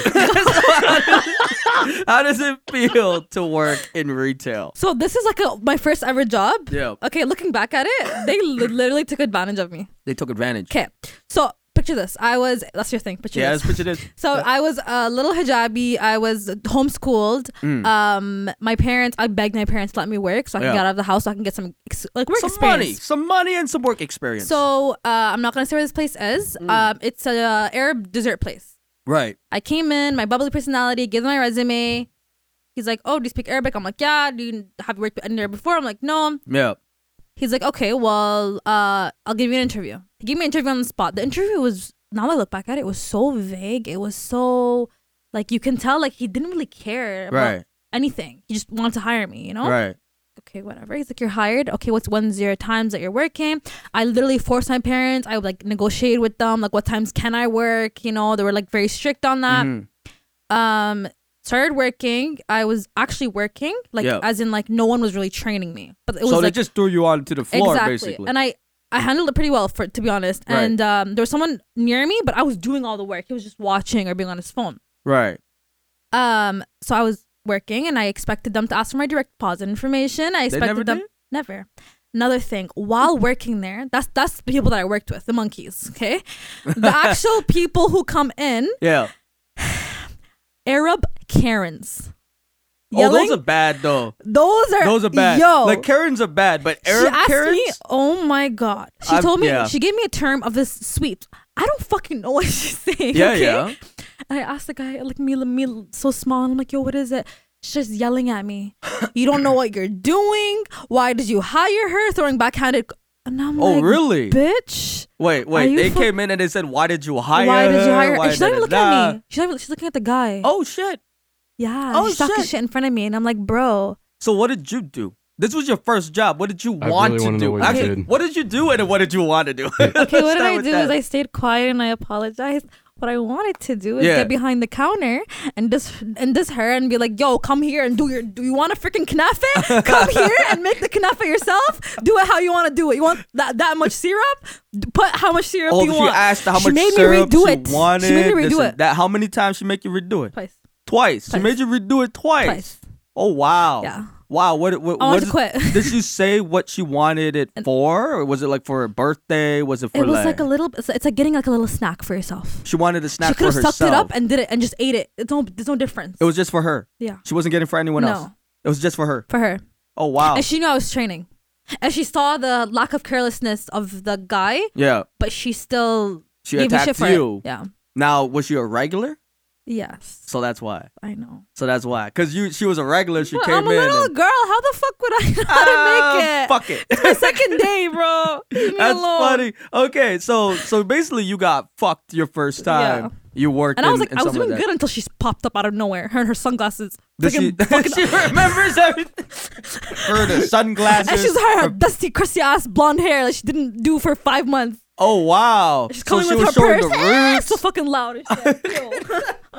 [SPEAKER 2] how does it feel to work in retail?
[SPEAKER 3] so this is like a, my first ever job.
[SPEAKER 2] Yeah,
[SPEAKER 3] Okay, looking back at it, they li- literally took advantage of me.
[SPEAKER 2] they took advantage.
[SPEAKER 3] Okay, so picture this. I was that's your thing. Picture
[SPEAKER 2] Yeah,
[SPEAKER 3] this.
[SPEAKER 2] that's what it is.
[SPEAKER 3] So I was a little hijabi. I was homeschooled. Um, my parents, I begged my parents to let me work so I can
[SPEAKER 2] Mm. Yeah.
[SPEAKER 3] get out of the house so I can get some ex- like work
[SPEAKER 2] Some
[SPEAKER 3] experience.
[SPEAKER 2] money, some money, and some work experience.
[SPEAKER 3] So uh, I'm not gonna say where this place is.
[SPEAKER 2] Mm.
[SPEAKER 3] Um, it's a uh, Arab dessert place.
[SPEAKER 2] right,
[SPEAKER 3] I came in, my bubbly personality, gave him my resume. He's like, "Oh, do you speak Arabic?" I'm like, "Yeah." Do you have you worked in there before? I'm like, "No."
[SPEAKER 2] yeah,
[SPEAKER 3] He's like, "Okay, well, uh, I'll give you an interview." He gave me an interview on the spot. The interview was now that I look back at it, it was so vague. It was so like you can tell like he didn't really care about
[SPEAKER 2] Right.
[SPEAKER 3] anything. He just wanted to hire me, you know?
[SPEAKER 2] right.
[SPEAKER 3] okay, whatever. He's like, you're hired. Okay, what's one zero times that you're working? I literally forced my parents. I like negotiated with them, like what times can I work? You know, they were like very strict on that.
[SPEAKER 2] Mhm.
[SPEAKER 3] Um, started working. I was actually working, like
[SPEAKER 2] Yeah.
[SPEAKER 3] as in like no one was really training me, but it was
[SPEAKER 2] So they
[SPEAKER 3] like
[SPEAKER 2] just threw you onto the floor,
[SPEAKER 3] exactly.
[SPEAKER 2] basically.
[SPEAKER 3] And I I handled it pretty well for to be honest.
[SPEAKER 2] Right.
[SPEAKER 3] And um, there was someone near me, but I was doing all the work. He was just watching or being on his phone.
[SPEAKER 2] right.
[SPEAKER 3] Um, so I was working and I expected them to ask for my direct deposit information. I expected
[SPEAKER 2] never
[SPEAKER 3] them
[SPEAKER 2] did?
[SPEAKER 3] never. Another thing, while working there, that's that's the people that I worked with, the monkeys, okay? The actual people who come in,
[SPEAKER 2] Yeah.
[SPEAKER 3] Arab Karens.
[SPEAKER 2] Oh,
[SPEAKER 3] Yelling,
[SPEAKER 2] those are bad though.
[SPEAKER 3] those, are,
[SPEAKER 2] Those are bad.
[SPEAKER 3] Yo,
[SPEAKER 2] Like Karens are bad, but
[SPEAKER 3] she
[SPEAKER 2] Arab
[SPEAKER 3] asked
[SPEAKER 2] Karens.
[SPEAKER 3] me, oh my god. She
[SPEAKER 2] I'm-
[SPEAKER 3] told me
[SPEAKER 2] yeah.
[SPEAKER 3] she gave me a term of this sweep. I don't fucking know what she's saying.
[SPEAKER 2] yeah,
[SPEAKER 3] okay?
[SPEAKER 2] yeah.
[SPEAKER 3] I asked the guy, like me, me so small. and I'm like, yo, what is it? She's just yelling at me. You don't know what you're doing. Why did you hire her? Throwing backhanded. And I'm
[SPEAKER 2] Oh,
[SPEAKER 3] like,
[SPEAKER 2] really?
[SPEAKER 3] Bitch,
[SPEAKER 2] Wait,
[SPEAKER 3] Are
[SPEAKER 2] wait.
[SPEAKER 3] you
[SPEAKER 2] They
[SPEAKER 3] fu-
[SPEAKER 2] came in and they said, "Why did you hire?
[SPEAKER 3] why did you hire her?
[SPEAKER 2] Why
[SPEAKER 3] And she's not even
[SPEAKER 2] da-
[SPEAKER 3] looking
[SPEAKER 2] da-
[SPEAKER 3] at
[SPEAKER 2] da?"
[SPEAKER 3] me. She's not even. She's looking at the guy.
[SPEAKER 2] Oh shit.
[SPEAKER 3] yeah.
[SPEAKER 2] oh,
[SPEAKER 3] she's talking
[SPEAKER 2] shit.
[SPEAKER 3] shit in front of me, and I'm like, bro,
[SPEAKER 2] So what did you do? This was your first job. What did you
[SPEAKER 4] I
[SPEAKER 2] want
[SPEAKER 4] really
[SPEAKER 2] to
[SPEAKER 4] wanna know
[SPEAKER 2] do?
[SPEAKER 4] what you
[SPEAKER 2] Actually,
[SPEAKER 4] did.
[SPEAKER 2] what did you do and then what did you want to do?
[SPEAKER 3] okay, what did I do? Is I stayed quiet and I apologized. What I wanted to do is
[SPEAKER 2] Yeah.
[SPEAKER 3] get behind the counter and this and this her and be like, "Yo, come here and do your. Do you want a freaking knafe? Come here and make the knafe yourself. Do it how you want to do it. You want that that much syrup? D- Put how much syrup
[SPEAKER 2] Oh,
[SPEAKER 3] you
[SPEAKER 2] she
[SPEAKER 3] want.
[SPEAKER 2] asked how
[SPEAKER 3] She
[SPEAKER 2] much
[SPEAKER 3] made me
[SPEAKER 2] syrup
[SPEAKER 3] redo
[SPEAKER 2] she
[SPEAKER 3] it.
[SPEAKER 2] wanted.
[SPEAKER 3] She made me
[SPEAKER 2] this
[SPEAKER 3] redo
[SPEAKER 2] and
[SPEAKER 3] it
[SPEAKER 2] That how many times she make you redo it?
[SPEAKER 3] twice.
[SPEAKER 2] Twice. She
[SPEAKER 3] Twice.
[SPEAKER 2] made you redo it twice.
[SPEAKER 3] Twice.
[SPEAKER 2] Oh wow.
[SPEAKER 3] Yeah.
[SPEAKER 2] Wow. What? What?
[SPEAKER 3] I
[SPEAKER 2] what
[SPEAKER 3] wanted to
[SPEAKER 2] is-
[SPEAKER 3] quit.
[SPEAKER 2] did she say what she wanted it for? Or was it like for her birthday? Was it for
[SPEAKER 3] It was
[SPEAKER 2] like?
[SPEAKER 3] like a little. It's it's like getting like a little snack for yourself.
[SPEAKER 2] she wanted a snack
[SPEAKER 3] she
[SPEAKER 2] for
[SPEAKER 3] could have
[SPEAKER 2] herself.
[SPEAKER 3] sucked it up and did it and just ate it. It's no. There's no difference.
[SPEAKER 2] it was just for her.
[SPEAKER 3] yeah
[SPEAKER 2] She wasn't getting for anyone
[SPEAKER 3] No.
[SPEAKER 2] else. It was just for her.
[SPEAKER 3] for her.
[SPEAKER 2] Oh wow.
[SPEAKER 3] And she knew I was training. And she saw the lack of carelessness of the guy,
[SPEAKER 2] yeah.
[SPEAKER 3] but she still
[SPEAKER 2] She
[SPEAKER 3] gave me shit
[SPEAKER 2] attacked
[SPEAKER 3] for
[SPEAKER 2] you.
[SPEAKER 3] it. Yeah.
[SPEAKER 2] Now was she a regular?
[SPEAKER 3] Yes,
[SPEAKER 2] So that's why.
[SPEAKER 3] I know.
[SPEAKER 2] So that's why. Cause you, she was a regular. She
[SPEAKER 3] But
[SPEAKER 2] came
[SPEAKER 3] I'm a
[SPEAKER 2] in.
[SPEAKER 3] little
[SPEAKER 2] and,
[SPEAKER 3] girl. How the fuck would I know how to make
[SPEAKER 2] Ah,
[SPEAKER 3] it?
[SPEAKER 2] Fuck it.
[SPEAKER 3] It's my second day, bro. Leave me
[SPEAKER 2] That's
[SPEAKER 3] alone.
[SPEAKER 2] funny. Okay, so so basically, you got fucked your first time.
[SPEAKER 3] Yeah.
[SPEAKER 2] You worked,
[SPEAKER 3] And I was like,
[SPEAKER 2] in
[SPEAKER 3] I was
[SPEAKER 2] some of
[SPEAKER 3] doing
[SPEAKER 2] that.
[SPEAKER 3] good until she's popped up out of nowhere. Her and her sunglasses.
[SPEAKER 2] Does she,
[SPEAKER 3] Freaking fucking-
[SPEAKER 2] she remembers everything. Her the sunglasses.
[SPEAKER 3] and she's her, her dusty, crusty ass blonde hair that she didn't do for five months.
[SPEAKER 2] oh wow!
[SPEAKER 3] She's
[SPEAKER 2] so
[SPEAKER 3] coming
[SPEAKER 2] she
[SPEAKER 3] with
[SPEAKER 2] was
[SPEAKER 3] her
[SPEAKER 2] showing
[SPEAKER 3] purse.
[SPEAKER 2] the
[SPEAKER 3] Ah,
[SPEAKER 2] roots.
[SPEAKER 3] so fucking loud. and shit. Ew.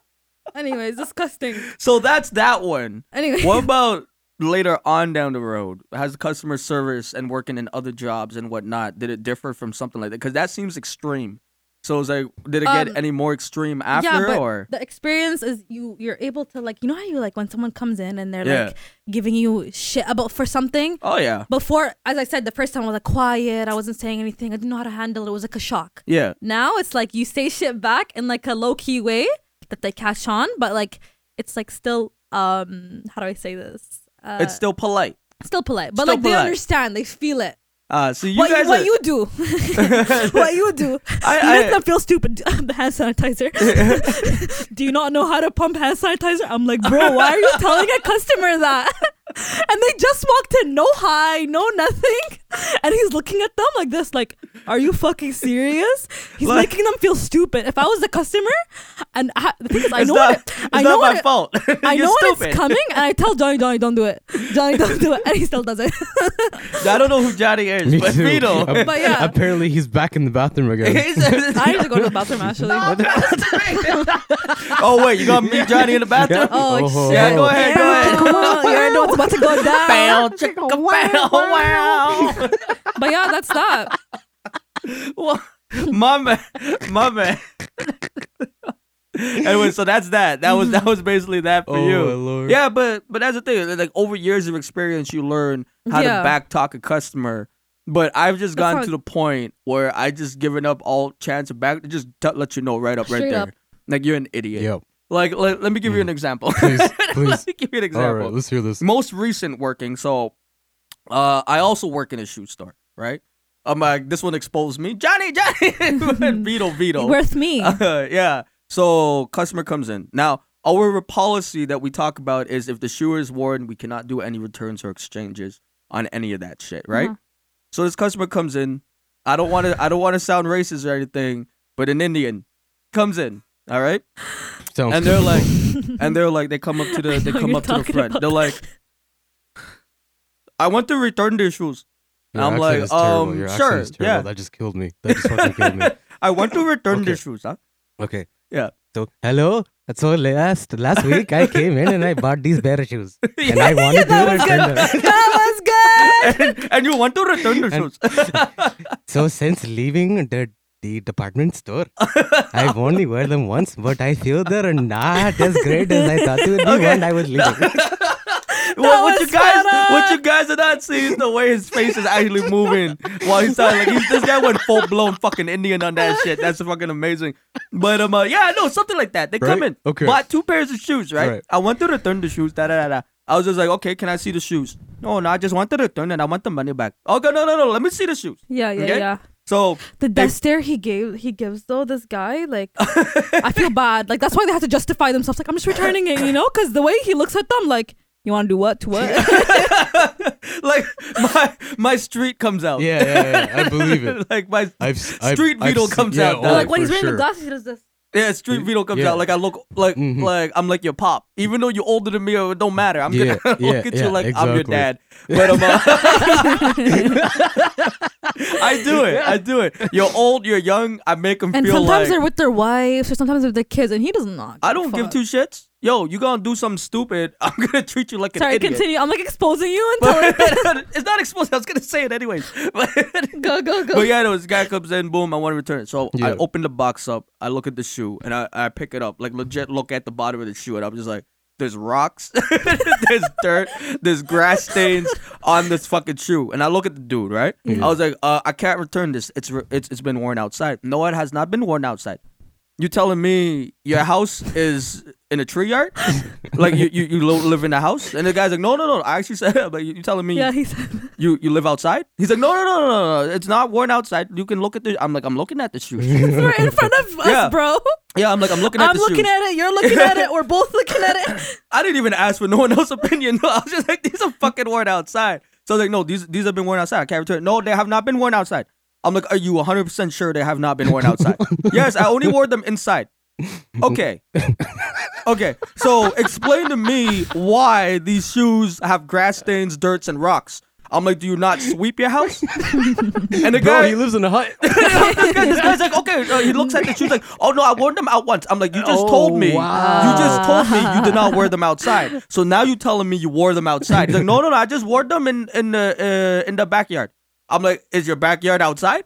[SPEAKER 3] Anyways, disgusting.
[SPEAKER 2] so that's that one.
[SPEAKER 3] Anyway,
[SPEAKER 2] What about later on down the road? Has customer service and working in other jobs and whatnot did it differ from something like that? Because that seems extreme. So it's like, did it get
[SPEAKER 3] Um,
[SPEAKER 2] any more extreme after
[SPEAKER 3] yeah, but
[SPEAKER 2] or?
[SPEAKER 3] the experience is you you're able to like you know how you like when someone comes in and they're
[SPEAKER 2] Yeah.
[SPEAKER 3] like giving you shit about for something.
[SPEAKER 2] Oh yeah,
[SPEAKER 3] Before, as I said, the first time I was like quiet. I wasn't saying anything. I didn't know how to handle it. It was like a shock.
[SPEAKER 2] yeah.
[SPEAKER 3] Now it's like you say shit back in like a low key way that they catch on, but like it's like still um how do I say this? Uh,
[SPEAKER 2] it's still polite.
[SPEAKER 3] still polite, but
[SPEAKER 2] still
[SPEAKER 3] like
[SPEAKER 2] polite.
[SPEAKER 3] they understand, they feel it.
[SPEAKER 2] Uh, so you
[SPEAKER 3] what,
[SPEAKER 2] guys
[SPEAKER 3] you, what
[SPEAKER 2] are-
[SPEAKER 3] you do, what you do,
[SPEAKER 2] I-
[SPEAKER 3] you
[SPEAKER 2] I-
[SPEAKER 3] make them feel stupid. the hand sanitizer. do you not know how to pump hand sanitizer? I'm like, bro, why are you telling a customer that? and they just walked in, no hi, no nothing, and he's looking at them like this, like, are you fucking serious? He's
[SPEAKER 2] Like-
[SPEAKER 3] making them feel stupid. If I was the customer, and I, the thing is, I
[SPEAKER 2] It's
[SPEAKER 3] know
[SPEAKER 2] not,
[SPEAKER 3] what it,
[SPEAKER 2] it's
[SPEAKER 3] I
[SPEAKER 2] not
[SPEAKER 3] know
[SPEAKER 2] my
[SPEAKER 3] what it,
[SPEAKER 2] fault.
[SPEAKER 3] I
[SPEAKER 2] You're
[SPEAKER 3] know when
[SPEAKER 2] stupid.
[SPEAKER 3] it's coming, and I tell Johnny, Johnny, don't do it. Johnny, don't do it, and he still does it.
[SPEAKER 2] I don't know who Johnny is,
[SPEAKER 4] Me
[SPEAKER 2] but
[SPEAKER 4] too.
[SPEAKER 2] Vito.
[SPEAKER 4] Ap-
[SPEAKER 3] But yeah.
[SPEAKER 4] Apparently, he's back in the bathroom again.
[SPEAKER 3] I need to go to the bathroom actually.
[SPEAKER 2] oh wait, you gonna meet Johnny in the bathroom?
[SPEAKER 3] Oh,
[SPEAKER 4] Oh,
[SPEAKER 3] shit.
[SPEAKER 2] Yeah, go ahead, go ahead.
[SPEAKER 3] Come on, you already know what's about to go down.
[SPEAKER 2] Bow, chicka, bow, wow.
[SPEAKER 3] But yeah, that's that.
[SPEAKER 2] Well, my man, my man. anyway, so that's that. That was that was basically that for
[SPEAKER 4] Mm-hmm. Oh,
[SPEAKER 2] you.
[SPEAKER 4] my lord.
[SPEAKER 2] Yeah, but but that's the thing. Like over years of experience, you learn how
[SPEAKER 3] Yeah.
[SPEAKER 2] to back talk a customer. But I've just
[SPEAKER 3] That's
[SPEAKER 2] gotten
[SPEAKER 3] how-
[SPEAKER 2] to the point where I just given up all chance of back. Just t- let you know right up, right
[SPEAKER 3] Straight
[SPEAKER 2] there.
[SPEAKER 3] up.
[SPEAKER 2] Like you're an idiot.
[SPEAKER 4] Yep.
[SPEAKER 2] Like let, let me give you an example.
[SPEAKER 4] Mm. Please, please.
[SPEAKER 2] let me give you an
[SPEAKER 4] All
[SPEAKER 2] example
[SPEAKER 4] right, let's hear this.
[SPEAKER 2] most recent working. So, uh, I also work in a shoe store, right? I'm like, this one exposed me, Johnny, Johnny, Vito, Vito.
[SPEAKER 3] Worth me.
[SPEAKER 2] Uh, yeah. So customer comes in. Now our policy that we talk about is if the shoe is worn, we cannot do any returns or exchanges on any of that shit, right?
[SPEAKER 3] Uh-huh.
[SPEAKER 2] So this customer comes in. I don't want to. I don't want to sound racist or anything, but an Indian comes in. All right
[SPEAKER 4] Sounds
[SPEAKER 2] and they're like and they're like they come up to the they
[SPEAKER 3] know
[SPEAKER 2] come
[SPEAKER 3] you're
[SPEAKER 2] up to the
[SPEAKER 3] talking
[SPEAKER 2] front
[SPEAKER 3] about
[SPEAKER 2] they're like i want to return their shoes
[SPEAKER 4] Your
[SPEAKER 2] I'm
[SPEAKER 4] accent
[SPEAKER 2] like,
[SPEAKER 4] is terrible.
[SPEAKER 2] um,
[SPEAKER 4] Your accent
[SPEAKER 2] sure,
[SPEAKER 4] is terrible.
[SPEAKER 2] yeah.
[SPEAKER 4] That just killed me. That just fucking killed me.
[SPEAKER 2] i want to return their
[SPEAKER 4] Okay.
[SPEAKER 2] shoes huh
[SPEAKER 4] Okay.
[SPEAKER 2] Yeah.
[SPEAKER 4] So hello. So last last week I came in and I bought these bare shoes and I wanted to return them.
[SPEAKER 3] that was
[SPEAKER 2] and, and you want to return their shoes
[SPEAKER 4] And- So since leaving the the department store, I've only wear them once, but I feel they're not as great as I thought they would be when I was leaving.
[SPEAKER 2] what, what you
[SPEAKER 3] was
[SPEAKER 2] guys
[SPEAKER 3] better.
[SPEAKER 2] what you guys are not seeing is the way his face is actually moving while he's talking like he's, this guy went full-blown fucking indian on that shit that's fucking amazing but um uh, yeah no something like that they come
[SPEAKER 4] Right?
[SPEAKER 2] in
[SPEAKER 4] Okay.
[SPEAKER 2] bought two pairs of shoes right,
[SPEAKER 4] Right.
[SPEAKER 2] i want to return the shoes da da da da I was just like, okay, can I see the shoes? No, no, I just want to return and I want the money back. Okay, no, no, no, let me see the shoes.
[SPEAKER 3] good. Yeah, yeah,
[SPEAKER 2] Okay?
[SPEAKER 3] yeah.
[SPEAKER 2] So
[SPEAKER 3] The
[SPEAKER 2] They-
[SPEAKER 3] death stare he gave, he gives though this guy, like, I feel bad. Like that's why they have to justify themselves. Like I'm just returning it, you know, because the way he looks at them, like, you want to do what to what?
[SPEAKER 2] like my my street comes out.
[SPEAKER 4] Yeah, yeah, yeah. I believe it.
[SPEAKER 2] like my
[SPEAKER 4] I've s- I've-
[SPEAKER 2] Street
[SPEAKER 4] I've
[SPEAKER 2] Vito
[SPEAKER 4] seen-
[SPEAKER 2] comes
[SPEAKER 4] yeah,
[SPEAKER 2] out,
[SPEAKER 4] oh,
[SPEAKER 2] dog.
[SPEAKER 3] like when
[SPEAKER 4] for
[SPEAKER 3] he's wearing
[SPEAKER 4] sure.
[SPEAKER 3] the glasses, he does this.
[SPEAKER 2] Yeah, Street Vito comes
[SPEAKER 4] yeah.
[SPEAKER 2] out. Like I look like
[SPEAKER 4] Mhm.
[SPEAKER 2] like I'm like your pop. Even though you're older than me, it don't matter. I'm
[SPEAKER 4] Yeah,
[SPEAKER 2] gonna look
[SPEAKER 4] yeah,
[SPEAKER 2] at
[SPEAKER 4] yeah,
[SPEAKER 2] you like I'm your
[SPEAKER 4] exactly.
[SPEAKER 2] dad. But um, I'm I do it. I do it. You're old. You're young. I make them
[SPEAKER 3] And
[SPEAKER 2] feel like
[SPEAKER 3] sometimes they're with their wives, or sometimes with their kids, and he does not.
[SPEAKER 2] I don't
[SPEAKER 3] fuck.
[SPEAKER 2] give two shits. Yo, you gonna do something stupid? I'm gonna treat you like an
[SPEAKER 3] Sorry,
[SPEAKER 2] idiot.
[SPEAKER 3] continue. I'm like exposing you until like,
[SPEAKER 2] it's not explosive. I was gonna say it anyways. But
[SPEAKER 3] go go go.
[SPEAKER 2] But yeah, no, this guy comes in, boom, I want to return it. So I
[SPEAKER 4] Yeah.
[SPEAKER 2] open the box up, I look at the shoe, and I, I pick it up, like legit look at the bottom of the shoe, and I'm just like, there's rocks, there's dirt, there's grass stains on this fucking shoe. And I look at the dude, right? I was like, uh, I can't return this. It's, re- it's it's been worn outside. No, it has not been worn outside. You telling me your house is in a tree yard? like you, you, you lo- live in a house? And the guy's like, no, no, no. I actually said, that, but you, you telling me
[SPEAKER 3] Yeah, he said.
[SPEAKER 2] you, you live outside? He's like, no, no, no, no, no, no. It's not worn outside. You can look at the. I'm like, I'm looking at the shoes.
[SPEAKER 3] It's right in front of us,
[SPEAKER 2] Yeah.
[SPEAKER 3] bro.
[SPEAKER 2] yeah, I'm like, I'm looking at
[SPEAKER 3] I'm
[SPEAKER 2] the shoes.
[SPEAKER 3] looking at it. You're looking at it. We're both looking at it.
[SPEAKER 2] I didn't even ask for no one else's opinion. No, I was just like, these are fucking worn outside. So I was like, no, these these have been worn outside. I can't return. No, they have not been worn outside. I'm like, are you 100 percent sure they have not been worn outside? yes, I only wore them inside. Okay, okay. So explain to me why these shoes have grass stains, dirts, and rocks. I'm like, do you not sweep your house? and the
[SPEAKER 4] Bro,
[SPEAKER 2] guy,
[SPEAKER 4] he lives in a hut.
[SPEAKER 2] this guy- this guy's like, okay. uh, he looks at the shoes like, oh no, I wore them out once. I'm like, you just
[SPEAKER 4] Oh,
[SPEAKER 2] told me,
[SPEAKER 4] wow.
[SPEAKER 2] you just told me you did not wear them outside. So now you telling me you wore them outside. He's like, no, no, no, I just wore them in in the uh, in the backyard. I'm like, is your backyard outside?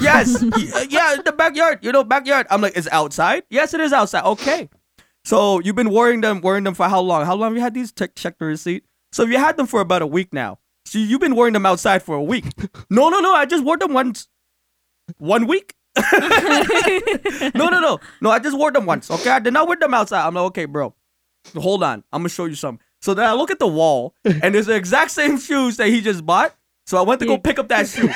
[SPEAKER 2] yes, Y- uh, yeah, in the backyard. You know, backyard. I'm like, is outside? Yes, it is outside. Okay. So you've been wearing them, wearing them for how long? How long have you had these? Check, check the receipt. So you had them for about a week now. So you've been wearing them outside for a week. no, no, no. I just wore them once. One week? No, no, no. No, I just wore them once. Okay, I did not wear them outside. I'm like, okay, bro, hold on. I'm gonna show you some. So then I look at the wall, and it's the exact same shoes that he just bought. So I went to go
[SPEAKER 3] Yeah.
[SPEAKER 2] pick up that shoe.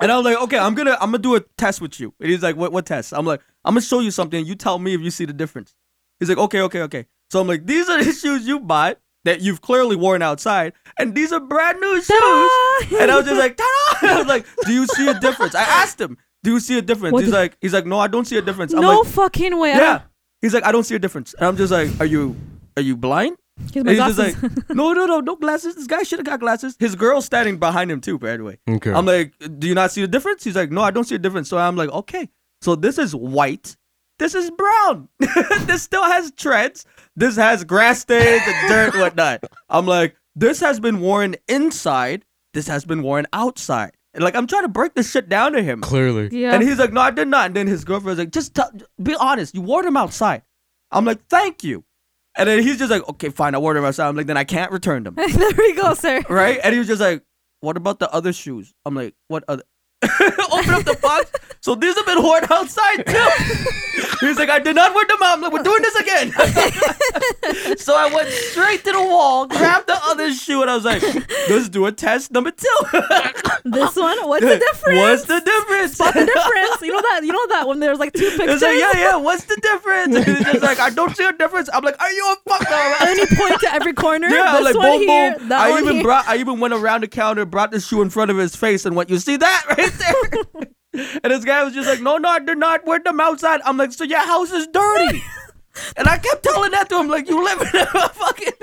[SPEAKER 2] And I was like, okay, I'm gonna I'm gonna do a test with you. And he's like, what what test? I'm like, I'm gonna show you something. You tell me if you see the difference. He's like, okay, okay, okay. So I'm like, these are the shoes you bought that you've clearly worn outside, and these are brand new shoes.
[SPEAKER 3] Ta-da!
[SPEAKER 2] And I was just like, ta-da! I was like, do you see a difference? I asked him, do you see a difference?
[SPEAKER 3] What
[SPEAKER 2] he's
[SPEAKER 3] the-
[SPEAKER 2] like, he's like, no, I don't see a difference. I'm
[SPEAKER 3] no
[SPEAKER 2] like,
[SPEAKER 3] fucking way. I
[SPEAKER 2] yeah. He's like, I don't see a difference. And I'm just like, are you are you blind?
[SPEAKER 3] don't-
[SPEAKER 2] And
[SPEAKER 3] Here's my
[SPEAKER 2] he's just
[SPEAKER 3] glasses.
[SPEAKER 2] like, no, no, no, no glasses. This guy should have got glasses. His girl's standing behind him too, by the way.
[SPEAKER 4] Okay.
[SPEAKER 2] I'm like, do you not see the difference? He's like, no, I don't see a difference. So I'm like, okay. So this is white. This is brown. this still has treads. This has grass stains and dirt, whatnot. I'm like, this has been worn inside. This has been worn outside. And like, I'm trying to break this shit down to him.
[SPEAKER 4] Clearly.
[SPEAKER 3] yeah.
[SPEAKER 2] And he's like, no, I did not. And then his girlfriend's like, just tell, be honest. You wore them outside. I'm like, thank you. And then he's just like, okay, fine. I wore them outside. I'm like, then I can't return them.
[SPEAKER 3] there we go, sir.
[SPEAKER 2] Right? And he was just like, what about the other shoes? I'm like, what other? Open up the box. So these have been worn outside too. He's like, I did not wear them out. I'm like, we're doing this again. so I went straight to the wall, grabbed the other shoe, and I was like, let's do a test number two.
[SPEAKER 3] This one. What's the difference?
[SPEAKER 2] What's the difference?
[SPEAKER 3] Spot the difference. You know that. You know that when there's like two
[SPEAKER 2] It's
[SPEAKER 3] pictures.
[SPEAKER 2] like, yeah, yeah, what's the difference? And he's just like, I don't see a difference. I'm like, are you a fucker?
[SPEAKER 3] Any point to every corner.
[SPEAKER 2] Yeah, I'm
[SPEAKER 3] this
[SPEAKER 2] like
[SPEAKER 3] one
[SPEAKER 2] boom,
[SPEAKER 3] here.
[SPEAKER 2] boom.
[SPEAKER 3] That
[SPEAKER 2] I
[SPEAKER 3] one
[SPEAKER 2] even
[SPEAKER 3] here.
[SPEAKER 2] brought, I even went around the counter, brought the shoe in front of his face, and went, "You see that right there?" and this guy was just like, "No, no, they're not. Wear them outside." I'm like, "So your house is dirty," and I kept telling that to him, like, "You live in a fucking."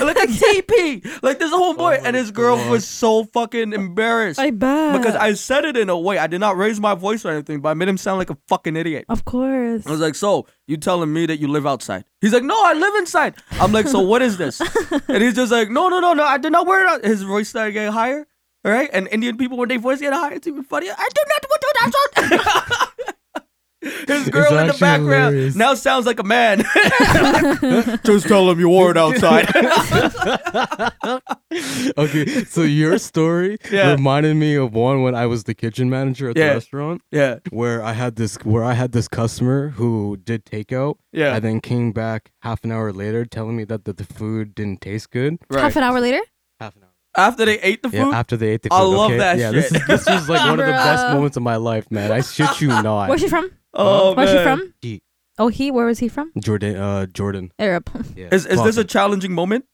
[SPEAKER 2] like a teepee, like this homeboy, and his girl was so fucking embarrassed
[SPEAKER 3] Oh I bet.
[SPEAKER 2] because I said it in a way I did not raise my voice or anything, but I made him sound like a fucking idiot.
[SPEAKER 3] Of course.
[SPEAKER 2] I was like, so you telling me that you live outside? He's like, no, I live inside. I'm like, so what is this? and he's just like, no, no, no, no, I did not wear it. out-" His voice started getting higher. All right, and Indian people when they voice get higher, it's even funnier. I did not want to outside. His girl in the
[SPEAKER 4] actually
[SPEAKER 2] background
[SPEAKER 4] hilarious.
[SPEAKER 2] now sounds like a man. just tell him you wore it outside.
[SPEAKER 4] okay, so your story
[SPEAKER 2] Yeah.
[SPEAKER 4] reminded me of one when I was the kitchen manager at
[SPEAKER 2] Yeah.
[SPEAKER 4] the restaurant
[SPEAKER 2] yeah,
[SPEAKER 4] where I had this where I had this customer who did takeout
[SPEAKER 2] Yeah.
[SPEAKER 4] and then came back half an hour later telling me that the, the food didn't taste good.
[SPEAKER 2] right.
[SPEAKER 3] Half an hour later.
[SPEAKER 4] Half an hour.
[SPEAKER 2] After they ate the food,
[SPEAKER 4] Yeah, after they ate the food.
[SPEAKER 2] I love
[SPEAKER 4] okay?
[SPEAKER 2] that
[SPEAKER 4] yeah,
[SPEAKER 2] shit.
[SPEAKER 4] This, is, this was like one of the best
[SPEAKER 3] Bruh.
[SPEAKER 4] moments of my life, man. I shit you not.
[SPEAKER 3] Where's she from?
[SPEAKER 2] oh
[SPEAKER 3] Where's she
[SPEAKER 2] man.
[SPEAKER 3] from?
[SPEAKER 4] He-
[SPEAKER 3] Oh, he. Where was he from?
[SPEAKER 4] Jordan uh Jordan.
[SPEAKER 3] Arab.
[SPEAKER 4] Yeah.
[SPEAKER 2] Is is this a
[SPEAKER 4] Fuck.
[SPEAKER 2] challenging moment?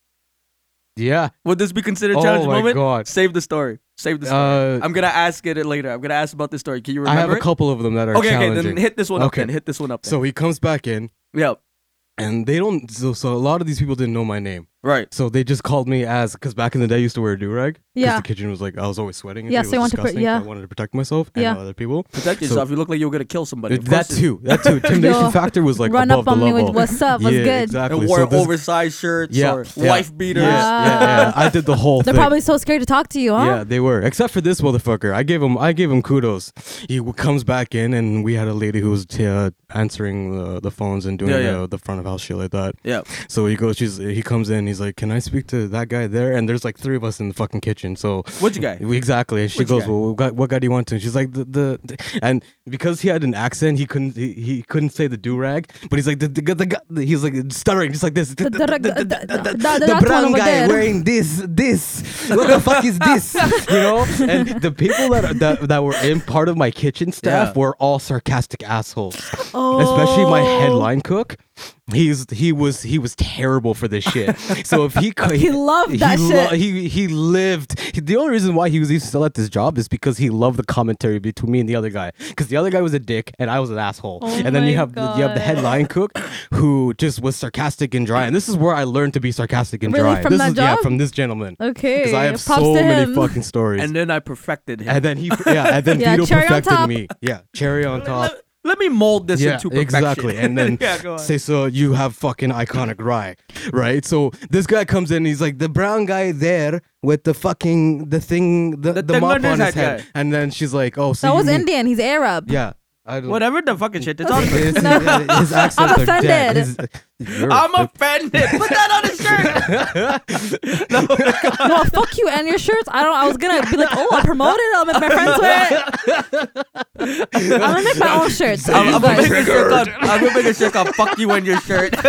[SPEAKER 4] Yeah.
[SPEAKER 2] Would this be considered a
[SPEAKER 4] Oh
[SPEAKER 2] challenging
[SPEAKER 4] my
[SPEAKER 2] moment?
[SPEAKER 4] God.
[SPEAKER 2] Save the story. Save the story.
[SPEAKER 4] Uh,
[SPEAKER 2] I'm gonna ask it later. I'm gonna ask about this story. Can you
[SPEAKER 4] I
[SPEAKER 2] remember?
[SPEAKER 4] have a
[SPEAKER 2] it?
[SPEAKER 4] couple of them that are
[SPEAKER 2] okay,
[SPEAKER 4] challenging.
[SPEAKER 2] okay, then hit this one up.
[SPEAKER 4] Okay.
[SPEAKER 2] Then hit this one up. Then.
[SPEAKER 4] so he comes back in
[SPEAKER 2] yeah,
[SPEAKER 4] and they don't so, so a lot of these people didn't know my name.
[SPEAKER 2] right.
[SPEAKER 4] So they just called me as because back in the day I used to wear a do rag.
[SPEAKER 3] Yeah.
[SPEAKER 4] The kitchen was like I was always sweating. and
[SPEAKER 3] Yeah,
[SPEAKER 4] shit, it
[SPEAKER 3] so you
[SPEAKER 4] was
[SPEAKER 3] want to pr-
[SPEAKER 4] disgusting, so
[SPEAKER 3] yeah.
[SPEAKER 4] I wanted to protect myself and
[SPEAKER 3] Yeah.
[SPEAKER 4] other people.
[SPEAKER 2] Protect
[SPEAKER 4] So-
[SPEAKER 2] yourself. you look like you were gonna kill somebody.
[SPEAKER 4] that
[SPEAKER 2] Versus-
[SPEAKER 4] too. That too. Intimidation
[SPEAKER 3] Yo,
[SPEAKER 4] factor was like
[SPEAKER 3] Run
[SPEAKER 4] above
[SPEAKER 3] up on
[SPEAKER 4] the
[SPEAKER 3] me
[SPEAKER 4] level.
[SPEAKER 3] with what's up. What's
[SPEAKER 4] yeah,
[SPEAKER 3] good.
[SPEAKER 4] Exactly.
[SPEAKER 2] And wore
[SPEAKER 4] so this-
[SPEAKER 2] oversized shirts
[SPEAKER 4] yeah,
[SPEAKER 2] or
[SPEAKER 4] yeah,
[SPEAKER 2] wife beaters.
[SPEAKER 4] Yeah, yeah, yeah. I did the whole
[SPEAKER 3] Ah. They're
[SPEAKER 4] thing.
[SPEAKER 3] probably so scared to talk to you, huh?
[SPEAKER 4] Yeah, they were. Except for this motherfucker. I gave him I gave him kudos. He w- comes back in and we had a lady who was t- uh, answering the, the phones and doing
[SPEAKER 2] Yeah, yeah.
[SPEAKER 4] The, the front of house shit like that.
[SPEAKER 2] Yeah.
[SPEAKER 4] So he goes she's he comes in he's He's like, "Can I speak to that guy there?" And there's like three of us in the fucking kitchen. So
[SPEAKER 2] Which guy?
[SPEAKER 4] We- exactly. And she
[SPEAKER 2] Which
[SPEAKER 4] goes,
[SPEAKER 2] guy?
[SPEAKER 4] "Well, what guy, what guy do you want to?" And she's like, the, "The the-" and because he had an accent, he couldn't he, he couldn't say the do rag. But he's like the the, the, the guy- he's like stuttering just like this. The,
[SPEAKER 3] durag-
[SPEAKER 4] the-
[SPEAKER 3] the-
[SPEAKER 4] the-
[SPEAKER 3] the-
[SPEAKER 4] the-
[SPEAKER 3] the-
[SPEAKER 4] the
[SPEAKER 3] that
[SPEAKER 4] brown
[SPEAKER 3] one over
[SPEAKER 4] guy
[SPEAKER 3] there.
[SPEAKER 4] wearing this this. What the fuck is this? You know? And the people that are, that that were in part of my kitchen staff
[SPEAKER 2] Yeah.
[SPEAKER 4] were all sarcastic assholes especially my headline cook. He's he was he was terrible for this shit. So if he could,
[SPEAKER 3] He loved that shit.
[SPEAKER 4] he he lived. he- the only reason why he was even still at this job is because he loved the commentary between me and the other guy. Because the other guy was a dick and I was an asshole.
[SPEAKER 3] Oh
[SPEAKER 4] and then you
[SPEAKER 3] my
[SPEAKER 4] have the, you have the
[SPEAKER 3] God.
[SPEAKER 4] headline cook who just was sarcastic and dry. And this is where I learned to be sarcastic and
[SPEAKER 3] Really?
[SPEAKER 4] dry.
[SPEAKER 3] From
[SPEAKER 4] this
[SPEAKER 3] that
[SPEAKER 4] is yeah
[SPEAKER 3] job?
[SPEAKER 4] from this gentleman.
[SPEAKER 3] Okay,
[SPEAKER 4] Because I have
[SPEAKER 3] props
[SPEAKER 4] so
[SPEAKER 3] to
[SPEAKER 4] many
[SPEAKER 3] him.
[SPEAKER 4] fucking stories.
[SPEAKER 2] and
[SPEAKER 4] And,
[SPEAKER 2] then I perfected him.
[SPEAKER 4] then he yeah and then
[SPEAKER 3] Yeah,
[SPEAKER 4] Vito
[SPEAKER 3] cherry on
[SPEAKER 4] perfected
[SPEAKER 3] top.
[SPEAKER 4] me. Yeah, cherry on top.
[SPEAKER 2] let, let me mold this into perfection.
[SPEAKER 4] Exactly. And then
[SPEAKER 2] yeah, go on.
[SPEAKER 4] say, so you have fucking iconic rye, right? So this guy comes in, he's like, the brown guy there with the fucking, the thing, the,
[SPEAKER 2] The
[SPEAKER 4] the, mop
[SPEAKER 2] Bangladesh
[SPEAKER 4] on his
[SPEAKER 2] guy.
[SPEAKER 4] head. And then she's like, oh, so
[SPEAKER 3] That
[SPEAKER 4] you
[SPEAKER 3] was
[SPEAKER 4] mean-
[SPEAKER 3] Indian. He's Arab.
[SPEAKER 4] Yeah. I don't
[SPEAKER 2] whatever the fucking shit. It's on.
[SPEAKER 4] It's, uh, his accents are dead. His, you're
[SPEAKER 2] I'm offended. Put that on his shirt.
[SPEAKER 3] No, Oh, fuck you and your shirts. I don't. I was gonna be like, oh, I'll promote it. I'll make my friends wear it. I'm gonna make my own shirts.
[SPEAKER 2] I'm,
[SPEAKER 3] You
[SPEAKER 2] I'm gonna
[SPEAKER 3] guys.
[SPEAKER 2] make a shirt called. I'm gonna make a shirt called "Fuck You" and your shirt.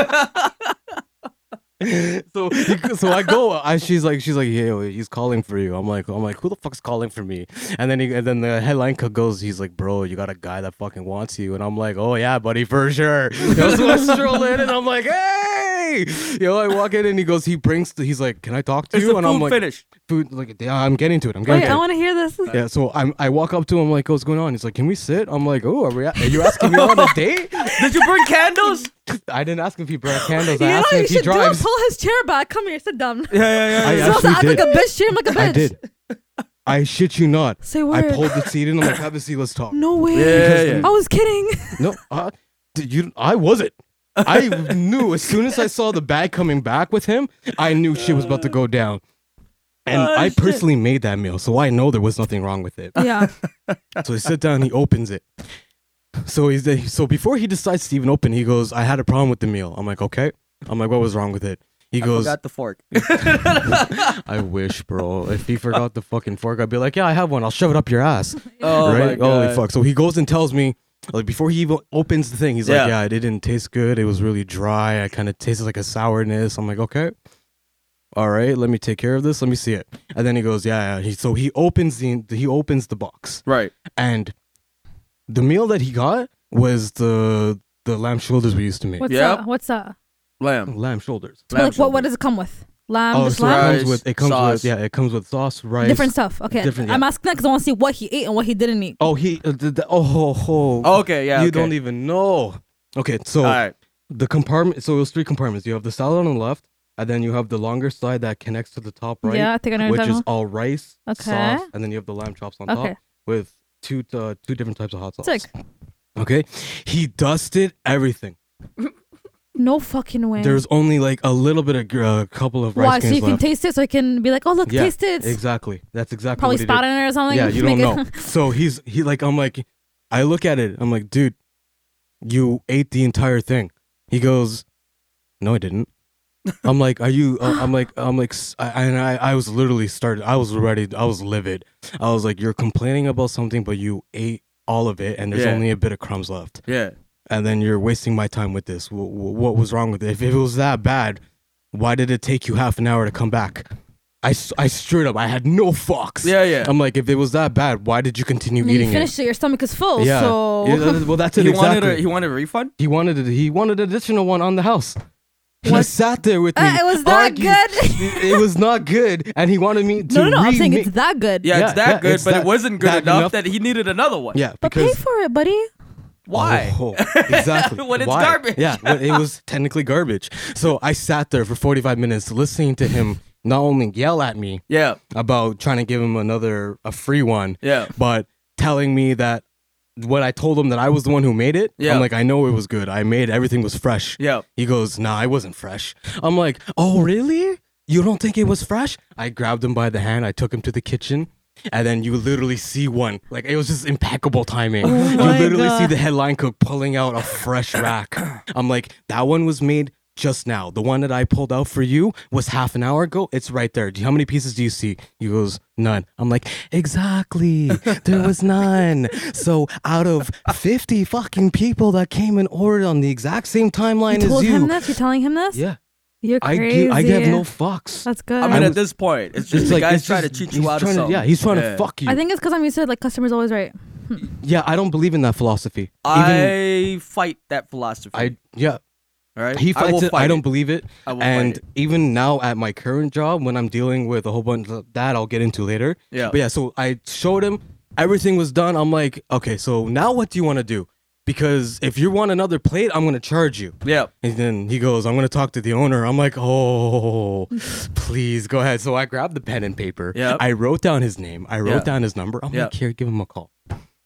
[SPEAKER 4] so he- so I go. I, she's like she's like yeah, he's calling for you. I'm like I'm like who the fuck's calling for me? And then he, and then the headline cook goes. He's like bro, you got a guy that fucking wants you. And I'm like oh yeah, buddy for sure. so I stroll in and I'm like hey, you know I walk in and he goes he brings he's like can I talk to
[SPEAKER 2] It's
[SPEAKER 4] you?
[SPEAKER 2] a
[SPEAKER 4] and I'm
[SPEAKER 2] food
[SPEAKER 4] like
[SPEAKER 2] finish.
[SPEAKER 4] food like yeah, I'm getting to it. I'm getting
[SPEAKER 3] Wait,
[SPEAKER 4] to
[SPEAKER 3] I
[SPEAKER 4] it.
[SPEAKER 3] want to hear this.
[SPEAKER 4] Yeah, so I'm, I walk up to him like, "What's going on?" He's like, "Can we sit?" I'm like, "Oh, are, we at, are you asking me on a date?"
[SPEAKER 2] Did you bring candles?
[SPEAKER 4] I didn't ask if he brought candles.
[SPEAKER 3] You
[SPEAKER 4] I
[SPEAKER 3] know
[SPEAKER 4] asked
[SPEAKER 3] what
[SPEAKER 4] him
[SPEAKER 3] you
[SPEAKER 4] if he
[SPEAKER 3] should do?
[SPEAKER 4] drives.
[SPEAKER 3] Pull his chair back. Come here. Sit down.
[SPEAKER 2] Yeah, yeah,
[SPEAKER 4] I
[SPEAKER 2] yeah.
[SPEAKER 3] Syl's
[SPEAKER 4] actually
[SPEAKER 3] act like
[SPEAKER 4] did.
[SPEAKER 3] a bitch. Treat him like a bitch.
[SPEAKER 4] I did. I shit you not.
[SPEAKER 3] Say
[SPEAKER 4] I
[SPEAKER 3] word.
[SPEAKER 4] pulled the seat in. I'm like, have a seat. Let's talk.
[SPEAKER 3] No way.
[SPEAKER 2] Yeah, yeah,
[SPEAKER 3] I was kidding.
[SPEAKER 4] No, uh, did you? I wasn't. I knew as soon as I saw the bag coming back with him, I knew shit was about to go down. And
[SPEAKER 2] Oh,
[SPEAKER 4] I
[SPEAKER 2] shit.
[SPEAKER 4] personally made that meal, so I know there was nothing wrong with it.
[SPEAKER 3] yeah.
[SPEAKER 4] So he sit down, he opens it. So he's the, so before he decides to even open, he goes, "I had a problem with the meal." I'm like, "Okay." I'm like, "What was wrong with it?" He
[SPEAKER 2] I
[SPEAKER 4] goes,
[SPEAKER 2] forgot the fork.
[SPEAKER 4] "I wish, bro. If he forgot the fucking fork, I'd be like, yeah, I have one. I'll shove it up your ass.'"
[SPEAKER 2] Oh my
[SPEAKER 4] right? Holy
[SPEAKER 2] god.
[SPEAKER 4] fuck. So he goes and tells me, like, before he even opens the thing, he's
[SPEAKER 2] Yeah.
[SPEAKER 4] like, yeah, it didn't taste good. It was really dry. I kind of tasted like a sourness. I'm like, okay. All right, let me take care of this. Let me see it. And then he goes, yeah. yeah. He, so he opens the he opens the box,
[SPEAKER 2] Right.
[SPEAKER 4] and the meal that he got was the the lamb shoulders we used to make.
[SPEAKER 3] What's
[SPEAKER 2] Yeah.
[SPEAKER 3] that? What's that?
[SPEAKER 2] Lamb.
[SPEAKER 4] Lamb shoulders.
[SPEAKER 3] So
[SPEAKER 2] Lamb
[SPEAKER 3] like, what,
[SPEAKER 2] shoulder.
[SPEAKER 3] what does it come with? Lamb, just
[SPEAKER 4] so it
[SPEAKER 3] lamb?
[SPEAKER 2] rice,
[SPEAKER 4] comes with it comes
[SPEAKER 2] sauce.
[SPEAKER 4] with yeah, it comes with sauce, Oh, rice.
[SPEAKER 3] Um, Different stuff. Okay.
[SPEAKER 4] different, yeah.
[SPEAKER 3] I'm asking that because I want to see what he ate and what he didn't eat.
[SPEAKER 4] Oh, he uh, the, the, oh, ho, ho.
[SPEAKER 2] Oh, okay, yeah.
[SPEAKER 4] you
[SPEAKER 2] okay.
[SPEAKER 4] don't even know. Okay, so
[SPEAKER 2] All right.
[SPEAKER 4] the compartment so it was three compartments you have the salad on the left and then you have the longer side that connects to the top right
[SPEAKER 3] Yeah, I think I know what
[SPEAKER 4] which
[SPEAKER 3] you're
[SPEAKER 4] is
[SPEAKER 3] talking
[SPEAKER 4] all rice
[SPEAKER 3] Okay.
[SPEAKER 4] sauce and then you have the lamb chops on
[SPEAKER 3] Okay.
[SPEAKER 4] top with two uh, two different types of hot sauce
[SPEAKER 3] Sick.
[SPEAKER 4] okay he dusted everything
[SPEAKER 3] No fucking way.
[SPEAKER 4] there's only like a little bit of gr- a couple of rice
[SPEAKER 3] Why? So
[SPEAKER 4] grains
[SPEAKER 3] you can
[SPEAKER 4] left.
[SPEAKER 3] taste it, so I can be like, oh look,
[SPEAKER 4] yeah,
[SPEAKER 3] taste it. It's
[SPEAKER 4] exactly that's exactly
[SPEAKER 3] Probably
[SPEAKER 4] what he did.
[SPEAKER 3] spot in it or something.
[SPEAKER 4] yeah you
[SPEAKER 3] Make
[SPEAKER 4] don't
[SPEAKER 3] it-
[SPEAKER 4] know so he's he like i'm like i look at it i'm like dude you ate the entire thing he goes no i didn't i'm like are you uh, i'm like i'm like s- I, and I, I was literally started i was ready i was livid i was like you're complaining about something but you ate all of it and there's
[SPEAKER 2] Yeah.
[SPEAKER 4] only a bit of crumbs left
[SPEAKER 2] Yeah.
[SPEAKER 4] and then you're wasting my time with this what, what was wrong with it if it was that bad why did it take you half an hour to come back i, s- I straight up i had no fucks
[SPEAKER 2] Yeah, yeah.
[SPEAKER 4] I'm like, if it was that bad, why did you continue
[SPEAKER 3] and then
[SPEAKER 4] eating
[SPEAKER 3] you finish it. your stomach is
[SPEAKER 4] it?
[SPEAKER 3] full.
[SPEAKER 4] Yeah.
[SPEAKER 3] So
[SPEAKER 4] Yeah, that- well, that's it.
[SPEAKER 2] He
[SPEAKER 4] exactly.
[SPEAKER 2] wanted a he wanted a refund?
[SPEAKER 4] he wanted it. He wanted an additional one on the house. He sat there with me.
[SPEAKER 3] Uh, it was not
[SPEAKER 4] argued-
[SPEAKER 3] good.
[SPEAKER 4] it it was not good, and he wanted me to.
[SPEAKER 3] no, no, no. I'm saying
[SPEAKER 4] remake-
[SPEAKER 3] it's that good.
[SPEAKER 2] Yeah, it's
[SPEAKER 4] Yeah,
[SPEAKER 2] that
[SPEAKER 4] yeah,
[SPEAKER 2] good,
[SPEAKER 4] it's
[SPEAKER 2] but it
[SPEAKER 4] that-
[SPEAKER 2] wasn't good
[SPEAKER 4] that
[SPEAKER 2] enough,
[SPEAKER 4] enough.
[SPEAKER 2] that he needed another one.
[SPEAKER 4] Yeah,
[SPEAKER 3] But pay
[SPEAKER 4] because
[SPEAKER 3] for it, buddy.
[SPEAKER 2] Why?
[SPEAKER 4] Oh, exactly.
[SPEAKER 2] When it's
[SPEAKER 4] Why?
[SPEAKER 2] garbage.
[SPEAKER 4] Yeah, when it was technically garbage. So I sat there for 45 minutes listening to him not only yell at me
[SPEAKER 2] Yeah.
[SPEAKER 4] about trying to give him another a free one,
[SPEAKER 2] Yeah.
[SPEAKER 4] but telling me that when I told him that I was the one who made it,
[SPEAKER 2] Yeah.
[SPEAKER 4] I'm like, I know it was good. I made everything was fresh.
[SPEAKER 2] Yeah.
[SPEAKER 4] He goes, Nah, I wasn't fresh. I'm like, Oh, really? You don't think it was fresh? I grabbed him by the hand. I took him to the kitchen. And then you literally see one. Like, it was just impeccable timing. you
[SPEAKER 3] Oh my
[SPEAKER 4] literally see
[SPEAKER 3] God.
[SPEAKER 4] the headline cook pulling out a fresh rack. I'm like, That one was made just now. The one that I pulled out for you was half an hour ago. It's right there. Do you- How many pieces do you see? He goes, none. I'm like, exactly. There was none. So out of 50 fucking people that came and ordered on the exact same timeline
[SPEAKER 3] you told
[SPEAKER 4] as you.
[SPEAKER 3] him this? You're telling him this?
[SPEAKER 4] Yeah.
[SPEAKER 3] You're
[SPEAKER 4] I
[SPEAKER 3] crazy.
[SPEAKER 4] give, I give no fucks.
[SPEAKER 3] That's good.
[SPEAKER 2] I
[SPEAKER 3] I,
[SPEAKER 2] mean,
[SPEAKER 4] I
[SPEAKER 2] at
[SPEAKER 4] was-
[SPEAKER 2] this point, it's just the
[SPEAKER 4] like,
[SPEAKER 2] guy's
[SPEAKER 4] it's
[SPEAKER 2] trying
[SPEAKER 4] just-
[SPEAKER 2] to cheat
[SPEAKER 4] he's
[SPEAKER 2] you out of
[SPEAKER 4] trying to-
[SPEAKER 2] something.
[SPEAKER 4] Yeah, he's trying
[SPEAKER 2] Yeah.
[SPEAKER 4] to fuck you.
[SPEAKER 3] think it's because I'm used to it. Like customer's always right.
[SPEAKER 4] yeah, I don't believe in that philosophy. Even,
[SPEAKER 2] I fight that philosophy.
[SPEAKER 4] I yeah,
[SPEAKER 2] all right,
[SPEAKER 4] he
[SPEAKER 2] I
[SPEAKER 4] fights
[SPEAKER 2] will
[SPEAKER 4] it.
[SPEAKER 2] fight
[SPEAKER 4] I don't
[SPEAKER 2] it.
[SPEAKER 4] believe it.
[SPEAKER 2] I will fight
[SPEAKER 4] and
[SPEAKER 2] it.
[SPEAKER 4] even now at my current job, when I'm dealing with a whole bunch of that, I'll get into later.
[SPEAKER 2] Yeah.
[SPEAKER 4] But yeah, so I showed him everything was done. I'm like, okay, so now what do you want to do? Because if you want another plate, I'm gonna charge you.
[SPEAKER 2] Yeah.
[SPEAKER 4] And then he goes, I'm going to talk to the owner. I'm like, oh, please go ahead. So I grabbed the pen and paper.
[SPEAKER 2] Yep.
[SPEAKER 4] I wrote down his name. I wrote
[SPEAKER 2] Yeah.
[SPEAKER 4] down his number. I'm
[SPEAKER 2] Yep.
[SPEAKER 4] like, here, give him a call.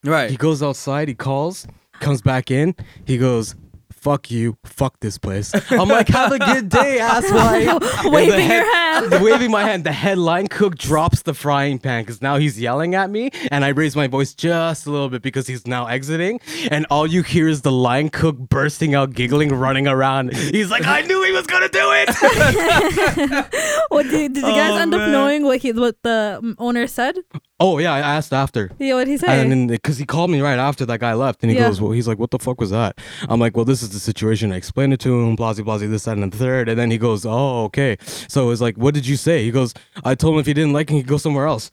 [SPEAKER 2] Right.
[SPEAKER 4] He goes outside. He calls, comes back in. He goes, fuck you. Fuck this place. I'm like, have a good day, asswipe. And
[SPEAKER 3] Waving
[SPEAKER 4] the head-
[SPEAKER 3] your hand.
[SPEAKER 4] Waving my hand. The headline cook drops the frying pan because now he's yelling at me. And I raise my voice just a little bit because he's now exiting. And all you hear is the line cook bursting out, giggling, running around. He's like, I knew he was going to do it.
[SPEAKER 3] What did, did you guys
[SPEAKER 2] Oh,
[SPEAKER 3] end up
[SPEAKER 2] man.
[SPEAKER 3] knowing what he what the um, owner said?
[SPEAKER 4] oh, yeah. I asked after.
[SPEAKER 3] Yeah, what he said.
[SPEAKER 4] And then, because he called me right after that guy left, and he
[SPEAKER 3] Yeah.
[SPEAKER 4] goes, "Well, he's like, what the fuck was that?" I'm like, "Well, this is the situation." I explained it to him, blasey, blasey, this, that, and the third, and then he goes, "Oh, okay." So it's like, "What did you say?" He goes, "I told him if he didn't like him, he'd go somewhere else."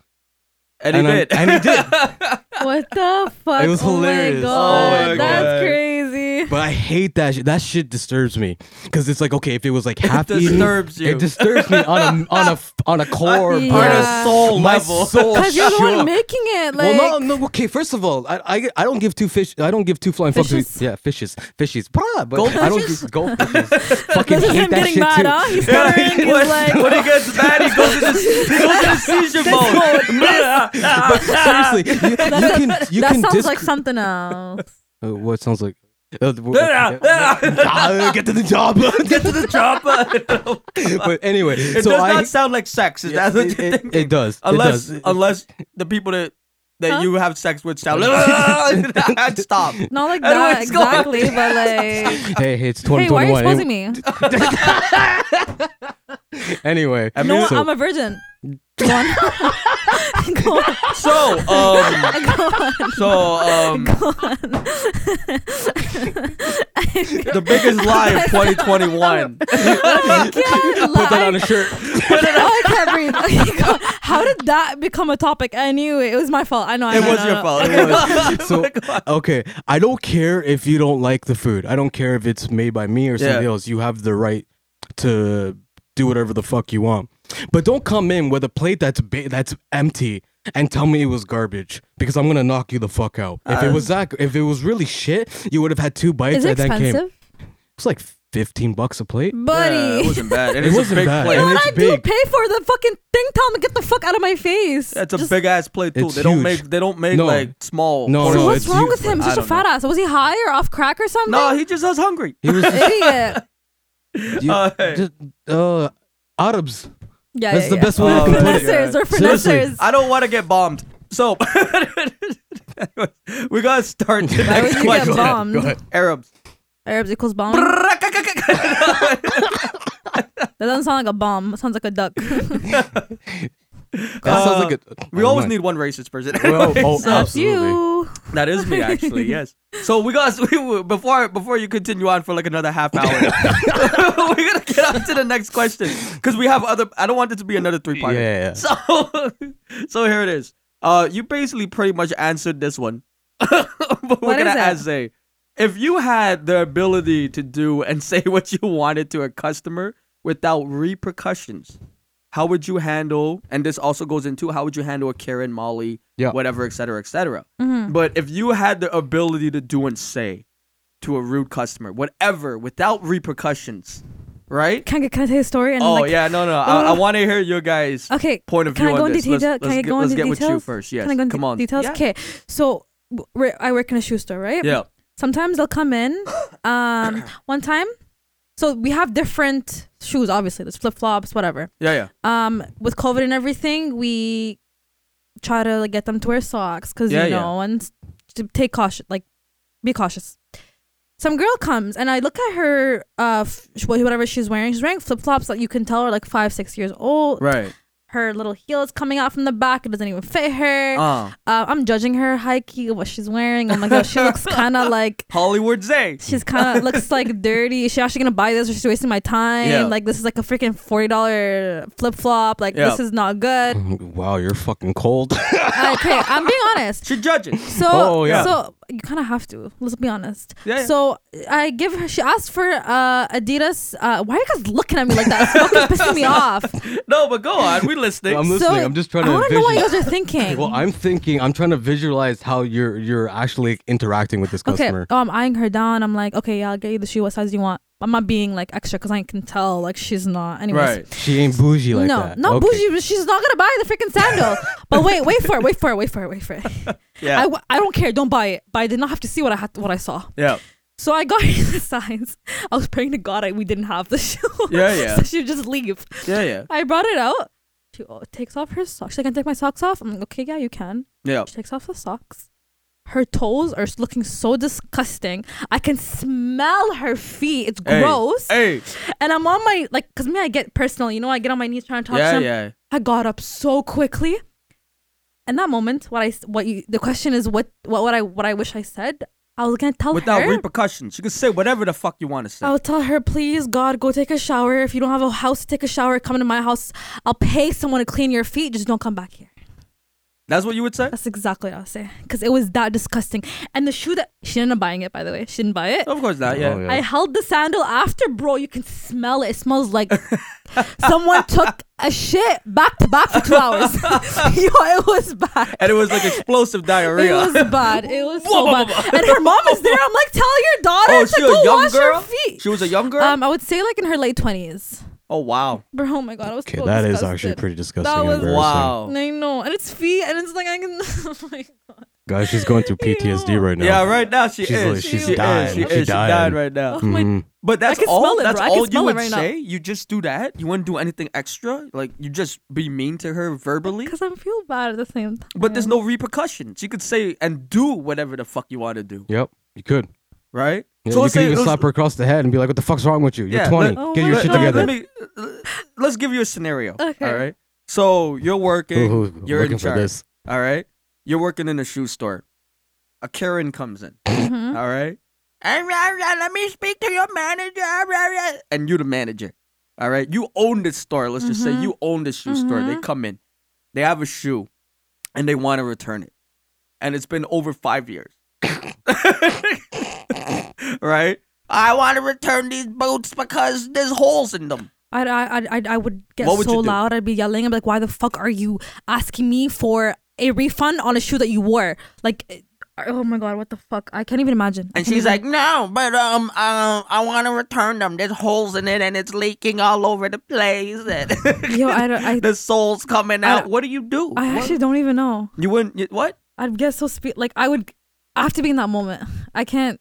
[SPEAKER 2] and he
[SPEAKER 4] and I-
[SPEAKER 2] did.
[SPEAKER 4] and he did.
[SPEAKER 3] what the fuck?
[SPEAKER 4] It was hilarious.
[SPEAKER 3] Oh my god,
[SPEAKER 2] Oh my
[SPEAKER 3] that's
[SPEAKER 2] God.
[SPEAKER 3] crazy.
[SPEAKER 4] But I hate that shit. That shit disturbs me because it's like, okay, if it was like half eaten,
[SPEAKER 2] disturbs you.
[SPEAKER 4] It disturbs me on a on a on a core
[SPEAKER 3] Yeah. On
[SPEAKER 4] part of
[SPEAKER 3] a
[SPEAKER 2] soul
[SPEAKER 4] my
[SPEAKER 2] level.
[SPEAKER 4] soul.
[SPEAKER 3] Because you're the one
[SPEAKER 4] shook.
[SPEAKER 3] making it. Like,
[SPEAKER 4] well, no, no. Okay, first of all, I, I, I don't give two fish. I don't give two flying fucks.
[SPEAKER 3] Fishes?
[SPEAKER 4] To, yeah, fishes, fishes. Blah, but I don't give goldfishes. Fucking
[SPEAKER 3] this is
[SPEAKER 4] hate
[SPEAKER 3] him
[SPEAKER 4] that
[SPEAKER 3] getting
[SPEAKER 4] shit
[SPEAKER 3] mad,
[SPEAKER 4] too.
[SPEAKER 3] huh? He's
[SPEAKER 2] Yeah,
[SPEAKER 3] stuttering. He's
[SPEAKER 2] what,
[SPEAKER 3] like,
[SPEAKER 2] when he gets mad, he goes into, he goes into seizure mode.
[SPEAKER 4] But seriously, you,
[SPEAKER 3] That,
[SPEAKER 4] you can
[SPEAKER 3] that-
[SPEAKER 4] you
[SPEAKER 3] that
[SPEAKER 4] can
[SPEAKER 3] sounds
[SPEAKER 4] disc-
[SPEAKER 3] like something else.
[SPEAKER 4] Uh, what sounds like. Uh, w-
[SPEAKER 2] Yeah, yeah.
[SPEAKER 4] Ah, get to the job.
[SPEAKER 2] Get to the chopper.
[SPEAKER 4] but anyway,
[SPEAKER 2] It
[SPEAKER 4] so
[SPEAKER 2] does
[SPEAKER 4] I
[SPEAKER 2] not sound like sex. Is that what
[SPEAKER 4] it,
[SPEAKER 2] you're
[SPEAKER 4] it-
[SPEAKER 2] thinking?
[SPEAKER 4] it does.
[SPEAKER 2] unless
[SPEAKER 4] it does.
[SPEAKER 2] unless the people that that
[SPEAKER 3] Huh?
[SPEAKER 2] you have sex with sound I'd stop.
[SPEAKER 3] Not like
[SPEAKER 2] I don't know
[SPEAKER 3] that
[SPEAKER 2] what's going on.
[SPEAKER 3] exactly, but like,
[SPEAKER 4] hey, hey, it's
[SPEAKER 3] hey, why are you
[SPEAKER 4] 2021.
[SPEAKER 3] exposing me?
[SPEAKER 4] anyway,
[SPEAKER 2] I mean,
[SPEAKER 3] No,
[SPEAKER 4] so-
[SPEAKER 3] I'm a virgin. Go on. Go on.
[SPEAKER 2] So um so um the biggest lie of 2021.
[SPEAKER 3] I can't
[SPEAKER 4] put that
[SPEAKER 3] lie.
[SPEAKER 4] on a shirt.
[SPEAKER 3] Oh, I can't breathe. Okay, go on. How did that become a topic anyway? It was my fault. I know. I
[SPEAKER 2] It
[SPEAKER 3] know,
[SPEAKER 2] was
[SPEAKER 3] I know,
[SPEAKER 2] your
[SPEAKER 3] I know.
[SPEAKER 2] fault. It was.
[SPEAKER 4] so okay i don't care if you don't like the food i don't care if it's made by me or somebody
[SPEAKER 2] Yeah.
[SPEAKER 4] else you have the right to do whatever the fuck you want but don't come in with a plate that's ba- that's empty and tell me it was garbage because i'm gonna knock you the fuck out if
[SPEAKER 2] Uh.
[SPEAKER 4] it was that if it was really shit you would have had two bites
[SPEAKER 3] Is it
[SPEAKER 4] and then came
[SPEAKER 3] expensive,
[SPEAKER 4] it's like 15 bucks a plate
[SPEAKER 3] buddy?
[SPEAKER 2] Yeah, it wasn't bad. And
[SPEAKER 4] It
[SPEAKER 2] it's
[SPEAKER 4] wasn't
[SPEAKER 2] a big
[SPEAKER 4] bad.
[SPEAKER 2] plate.
[SPEAKER 4] It
[SPEAKER 3] What
[SPEAKER 4] it's
[SPEAKER 3] I do
[SPEAKER 4] big.
[SPEAKER 3] pay for the fucking thing? Tell me, get the fuck out of my face.
[SPEAKER 2] That's a
[SPEAKER 3] Just-
[SPEAKER 2] big ass plate too.
[SPEAKER 4] It's
[SPEAKER 2] They don't
[SPEAKER 4] huge.
[SPEAKER 2] make they don't make
[SPEAKER 4] No.
[SPEAKER 2] like small.
[SPEAKER 3] So
[SPEAKER 4] No,
[SPEAKER 2] portions.
[SPEAKER 4] no,
[SPEAKER 3] what's
[SPEAKER 4] it's
[SPEAKER 3] wrong
[SPEAKER 4] huge,
[SPEAKER 3] with him?
[SPEAKER 2] but I
[SPEAKER 3] Such a
[SPEAKER 2] don't know.
[SPEAKER 3] fat ass. Was he high or off crack or something?
[SPEAKER 2] No, he just was hungry.
[SPEAKER 4] he was
[SPEAKER 3] idiot.
[SPEAKER 4] you-
[SPEAKER 2] Uh, hey.
[SPEAKER 4] just, uh arabs
[SPEAKER 3] Yeah,
[SPEAKER 4] That's
[SPEAKER 3] yeah,
[SPEAKER 4] the
[SPEAKER 3] yeah.
[SPEAKER 4] best way
[SPEAKER 2] to Oh, put it.
[SPEAKER 3] Finessers
[SPEAKER 2] yeah.
[SPEAKER 3] or
[SPEAKER 4] Seriously.
[SPEAKER 3] finessers.
[SPEAKER 2] I don't want to get bombed. So we gotta start the
[SPEAKER 4] Oh
[SPEAKER 3] Why would
[SPEAKER 2] next
[SPEAKER 3] you get
[SPEAKER 2] question.
[SPEAKER 3] bombed?
[SPEAKER 2] Arabs.
[SPEAKER 3] Arabs equals bomb. that doesn't sound like a bomb. It sounds like a duck.
[SPEAKER 4] that sounds like a,
[SPEAKER 2] Uh,
[SPEAKER 4] oh
[SPEAKER 2] We always need one racist person.
[SPEAKER 4] well, oh,
[SPEAKER 3] That's
[SPEAKER 4] absolutely
[SPEAKER 3] you.
[SPEAKER 2] that is me, actually. Yes. So we got we, before before you continue on for like another half hour. we're gonna get on to the next question because we have other. I don't want it to be another three part.
[SPEAKER 4] yeah
[SPEAKER 2] So so here it is. Uh, you basically pretty much answered this one. but we're
[SPEAKER 3] What is
[SPEAKER 2] gonna
[SPEAKER 3] it?
[SPEAKER 2] essay. If you had the ability to do and say what you wanted to a customer without repercussions, how would you handle? And this also goes into how would you handle a Karen, Molly,
[SPEAKER 4] Yeah.
[SPEAKER 2] whatever, et cetera, et cetera.
[SPEAKER 3] Mhm.
[SPEAKER 2] But if you had the ability to do and say to a rude customer whatever without repercussions, right?
[SPEAKER 3] Can I, can I tell you a story? And
[SPEAKER 2] oh
[SPEAKER 3] like, uh-huh.
[SPEAKER 2] yeah, no, no. I, I want to hear your guys'
[SPEAKER 3] Okay.
[SPEAKER 2] point of
[SPEAKER 3] Can
[SPEAKER 2] view
[SPEAKER 3] I go
[SPEAKER 2] on
[SPEAKER 3] into
[SPEAKER 2] this. Let's,
[SPEAKER 3] detail?
[SPEAKER 2] let's
[SPEAKER 3] Can I
[SPEAKER 2] get,
[SPEAKER 3] go
[SPEAKER 2] let's
[SPEAKER 3] into
[SPEAKER 2] get
[SPEAKER 3] details?
[SPEAKER 2] with you first. Yes,
[SPEAKER 3] Can I go into
[SPEAKER 2] come on.
[SPEAKER 3] details?
[SPEAKER 2] Yeah.
[SPEAKER 3] Okay. So w- we're- I work in a shoe store, right?
[SPEAKER 2] Yeah.
[SPEAKER 3] Sometimes they'll come in. Um, one time, so we have different shoes. Obviously, there's flip flops, whatever.
[SPEAKER 2] Yeah. Yeah.
[SPEAKER 3] Um, with COVID and everything, we try to like, get them to wear socks because
[SPEAKER 2] Yeah,
[SPEAKER 3] you
[SPEAKER 2] yeah.
[SPEAKER 3] know, and s- to take caution, like be cautious. some girl comes and I look at her, uh, f- whatever she's wearing. She's wearing flip flops that you can tell are like five, six years old.
[SPEAKER 2] Right.
[SPEAKER 3] Her little heel is coming out from the back. It doesn't even fit her.
[SPEAKER 2] Uh,
[SPEAKER 3] Uh, I'm judging her high key what she's wearing. I'm like, oh, she looks kind of like
[SPEAKER 2] Hollywood Zay.
[SPEAKER 3] she's kind of looks like dirty. Is she actually gonna buy this or she's wasting my time?
[SPEAKER 2] Yeah.
[SPEAKER 3] Like this is like a freaking forty dollar flip flop. Like
[SPEAKER 2] Yeah.
[SPEAKER 3] this is not good. Uh,
[SPEAKER 4] Wow, you're fucking cold.
[SPEAKER 3] okay, I'm being honest.
[SPEAKER 2] She judges.
[SPEAKER 3] So,
[SPEAKER 4] Oh, yeah.
[SPEAKER 3] so you kind of have to. Let's be honest.
[SPEAKER 2] Yeah, yeah.
[SPEAKER 3] So I give her. She asked for uh, Adidas. Uh, why are you guys looking at me like that? It's fucking pissing me off.
[SPEAKER 2] No, but go on. We listening.
[SPEAKER 4] I'm listening. I'm just trying
[SPEAKER 3] I
[SPEAKER 4] to
[SPEAKER 3] wanna know what you
[SPEAKER 4] envision-
[SPEAKER 3] guys are thinking.
[SPEAKER 4] well, I'm thinking. I'm trying to visualize how you're you're actually interacting with this
[SPEAKER 3] okay.
[SPEAKER 4] customer.
[SPEAKER 3] Oh, I'm eyeing her down. I'm like, okay, yeah, I'll get you the shoe. What size do you want? I'm not being like extra because I can tell like she's not. Anyways.
[SPEAKER 2] right.
[SPEAKER 4] She ain't bougie like
[SPEAKER 3] no,
[SPEAKER 4] that.
[SPEAKER 3] no
[SPEAKER 4] Okay.
[SPEAKER 3] bougie. but She's not gonna buy the freaking sandal. but wait, wait for it, wait for it, wait for it, wait for it. I,
[SPEAKER 2] Yeah.
[SPEAKER 3] w- I don't care. Don't buy it. But I did not have to see what I had, what I saw.
[SPEAKER 2] yeah.
[SPEAKER 3] So I got her the signs. I was praying to God I, we didn't have the shoe.
[SPEAKER 2] Yeah, yeah.
[SPEAKER 3] so she would just leave.
[SPEAKER 2] Yeah. Yeah.
[SPEAKER 3] I brought it out. She oh, takes off her socks. She's like, "Can I take my socks off?" I'm like, "Okay, yeah, you can."
[SPEAKER 2] Yeah.
[SPEAKER 3] She takes off the socks. Her toes are looking so disgusting. I can smell her feet. It's
[SPEAKER 2] Hey.
[SPEAKER 3] gross.
[SPEAKER 2] Hey.
[SPEAKER 3] And I'm on my like, cause me, I get personal. You know, I get on my knees trying to touch
[SPEAKER 2] Yeah.
[SPEAKER 3] them.
[SPEAKER 2] Yeah.
[SPEAKER 3] I got up so quickly. In that moment, what I s- what you the question is what what what I what I wish I said. I was gonna tell
[SPEAKER 2] Without
[SPEAKER 3] her.
[SPEAKER 2] repercussions, you can say whatever the fuck you want to say.
[SPEAKER 3] I'll tell her, please, God, go take a shower. If you don't have a house to take a shower, come to my house. I'll pay someone to clean your feet. Just don't come back here.
[SPEAKER 2] That's what you would say.
[SPEAKER 3] That's exactly what I'll say. Because it was that disgusting. And the shoe that she ended up buying it, by the way. She didn't buy it.
[SPEAKER 2] Of course not. Yeah.
[SPEAKER 4] Oh, yeah.
[SPEAKER 3] I held the sandal after, bro. You can smell it. It smells like someone took a shit back to back for two hours. Yo, it was bad.
[SPEAKER 2] And it was like explosive diarrhea.
[SPEAKER 3] It was bad. It was so
[SPEAKER 2] Whoa.
[SPEAKER 3] bad. And her mom is there. I'm like, tell your daughter
[SPEAKER 2] oh,
[SPEAKER 3] to
[SPEAKER 2] she
[SPEAKER 3] go
[SPEAKER 2] a young
[SPEAKER 3] wash
[SPEAKER 2] girl.
[SPEAKER 3] her feet.
[SPEAKER 2] She was a young girl.
[SPEAKER 3] Um, I would say like in her late twenties.
[SPEAKER 2] oh wow.
[SPEAKER 3] Bro, oh my god, I was
[SPEAKER 4] Okay,
[SPEAKER 3] so
[SPEAKER 4] that is
[SPEAKER 3] disgusted.
[SPEAKER 4] actually pretty disgusting.
[SPEAKER 3] That
[SPEAKER 4] and
[SPEAKER 3] was-
[SPEAKER 4] embarrassing.
[SPEAKER 2] Wow.
[SPEAKER 3] I know, and it's feet, and it's like I can. oh my god.
[SPEAKER 4] Guys, she's going through PTSD
[SPEAKER 3] Ew.
[SPEAKER 4] right now.
[SPEAKER 2] Yeah, right now she
[SPEAKER 4] She's
[SPEAKER 2] is.
[SPEAKER 4] like-
[SPEAKER 3] she's
[SPEAKER 2] she Is.
[SPEAKER 4] dying.
[SPEAKER 2] She,
[SPEAKER 4] She
[SPEAKER 2] is. She
[SPEAKER 4] dying.
[SPEAKER 2] died right now.
[SPEAKER 3] Oh my.
[SPEAKER 2] But that's
[SPEAKER 3] I can
[SPEAKER 2] all.
[SPEAKER 3] smell it,
[SPEAKER 2] that's
[SPEAKER 3] bro. I can
[SPEAKER 2] all you
[SPEAKER 3] smell it
[SPEAKER 2] would
[SPEAKER 3] right now.
[SPEAKER 2] say. You just do that. You wouldn't do anything extra. Like you just be mean to her verbally.
[SPEAKER 3] Because I feel bad at the same time.
[SPEAKER 2] But there's no repercussions. You could say and do whatever the fuck you want to do.
[SPEAKER 4] Yep. You could.
[SPEAKER 2] Right.
[SPEAKER 4] Yeah,
[SPEAKER 2] so
[SPEAKER 4] you
[SPEAKER 2] let's
[SPEAKER 4] could
[SPEAKER 2] say
[SPEAKER 4] even
[SPEAKER 2] let's-
[SPEAKER 4] slap her across the head and be like, "What the fuck's wrong with you? You're
[SPEAKER 2] Yeah,
[SPEAKER 4] 20.
[SPEAKER 2] let-
[SPEAKER 3] Oh
[SPEAKER 4] Get
[SPEAKER 3] my
[SPEAKER 4] your
[SPEAKER 2] let-
[SPEAKER 4] shit
[SPEAKER 2] let me-
[SPEAKER 4] together."
[SPEAKER 2] Let me, let's give you a scenario.
[SPEAKER 3] Okay.
[SPEAKER 2] All right. So you're working.
[SPEAKER 4] Ooh, I'm
[SPEAKER 2] you're in
[SPEAKER 4] looking for
[SPEAKER 2] charge.
[SPEAKER 4] this.
[SPEAKER 2] All right. You're working in a shoe store. A Karen comes in.
[SPEAKER 3] Mhm.
[SPEAKER 2] All right. Mm-hmm. And rah, rah, let me speak to your manager. Uh, rah, rah. And you the manager. All right. You own this store. Let's just say
[SPEAKER 3] Mhm.
[SPEAKER 2] you own this shoe store. They
[SPEAKER 3] Mhm.
[SPEAKER 2] come in. They have a shoe and they want to return it. And it's been over five years. right? I want to return these boots because there's holes in them.
[SPEAKER 3] I, I, I, I would get
[SPEAKER 2] What would
[SPEAKER 3] so
[SPEAKER 2] you do?
[SPEAKER 3] loud. I'd be yelling. I'd be like, why the fuck are you asking me for a refund on a shoe that you wore? Like, it- oh my god, what the fuck? I can't even imagine. I
[SPEAKER 2] And
[SPEAKER 3] can't
[SPEAKER 2] she's
[SPEAKER 3] even-
[SPEAKER 2] like, no, but um, um I want to return them. There's holes in it and it's leaking all over the place. And
[SPEAKER 3] yo, I, don't- I,
[SPEAKER 2] the soul's coming
[SPEAKER 3] I-
[SPEAKER 2] out. what do you do?
[SPEAKER 3] I
[SPEAKER 2] What-
[SPEAKER 3] actually don't even know.
[SPEAKER 2] You wouldn't. You, what?
[SPEAKER 3] I'd get so spe- like I would. I have to be in that moment. I can't.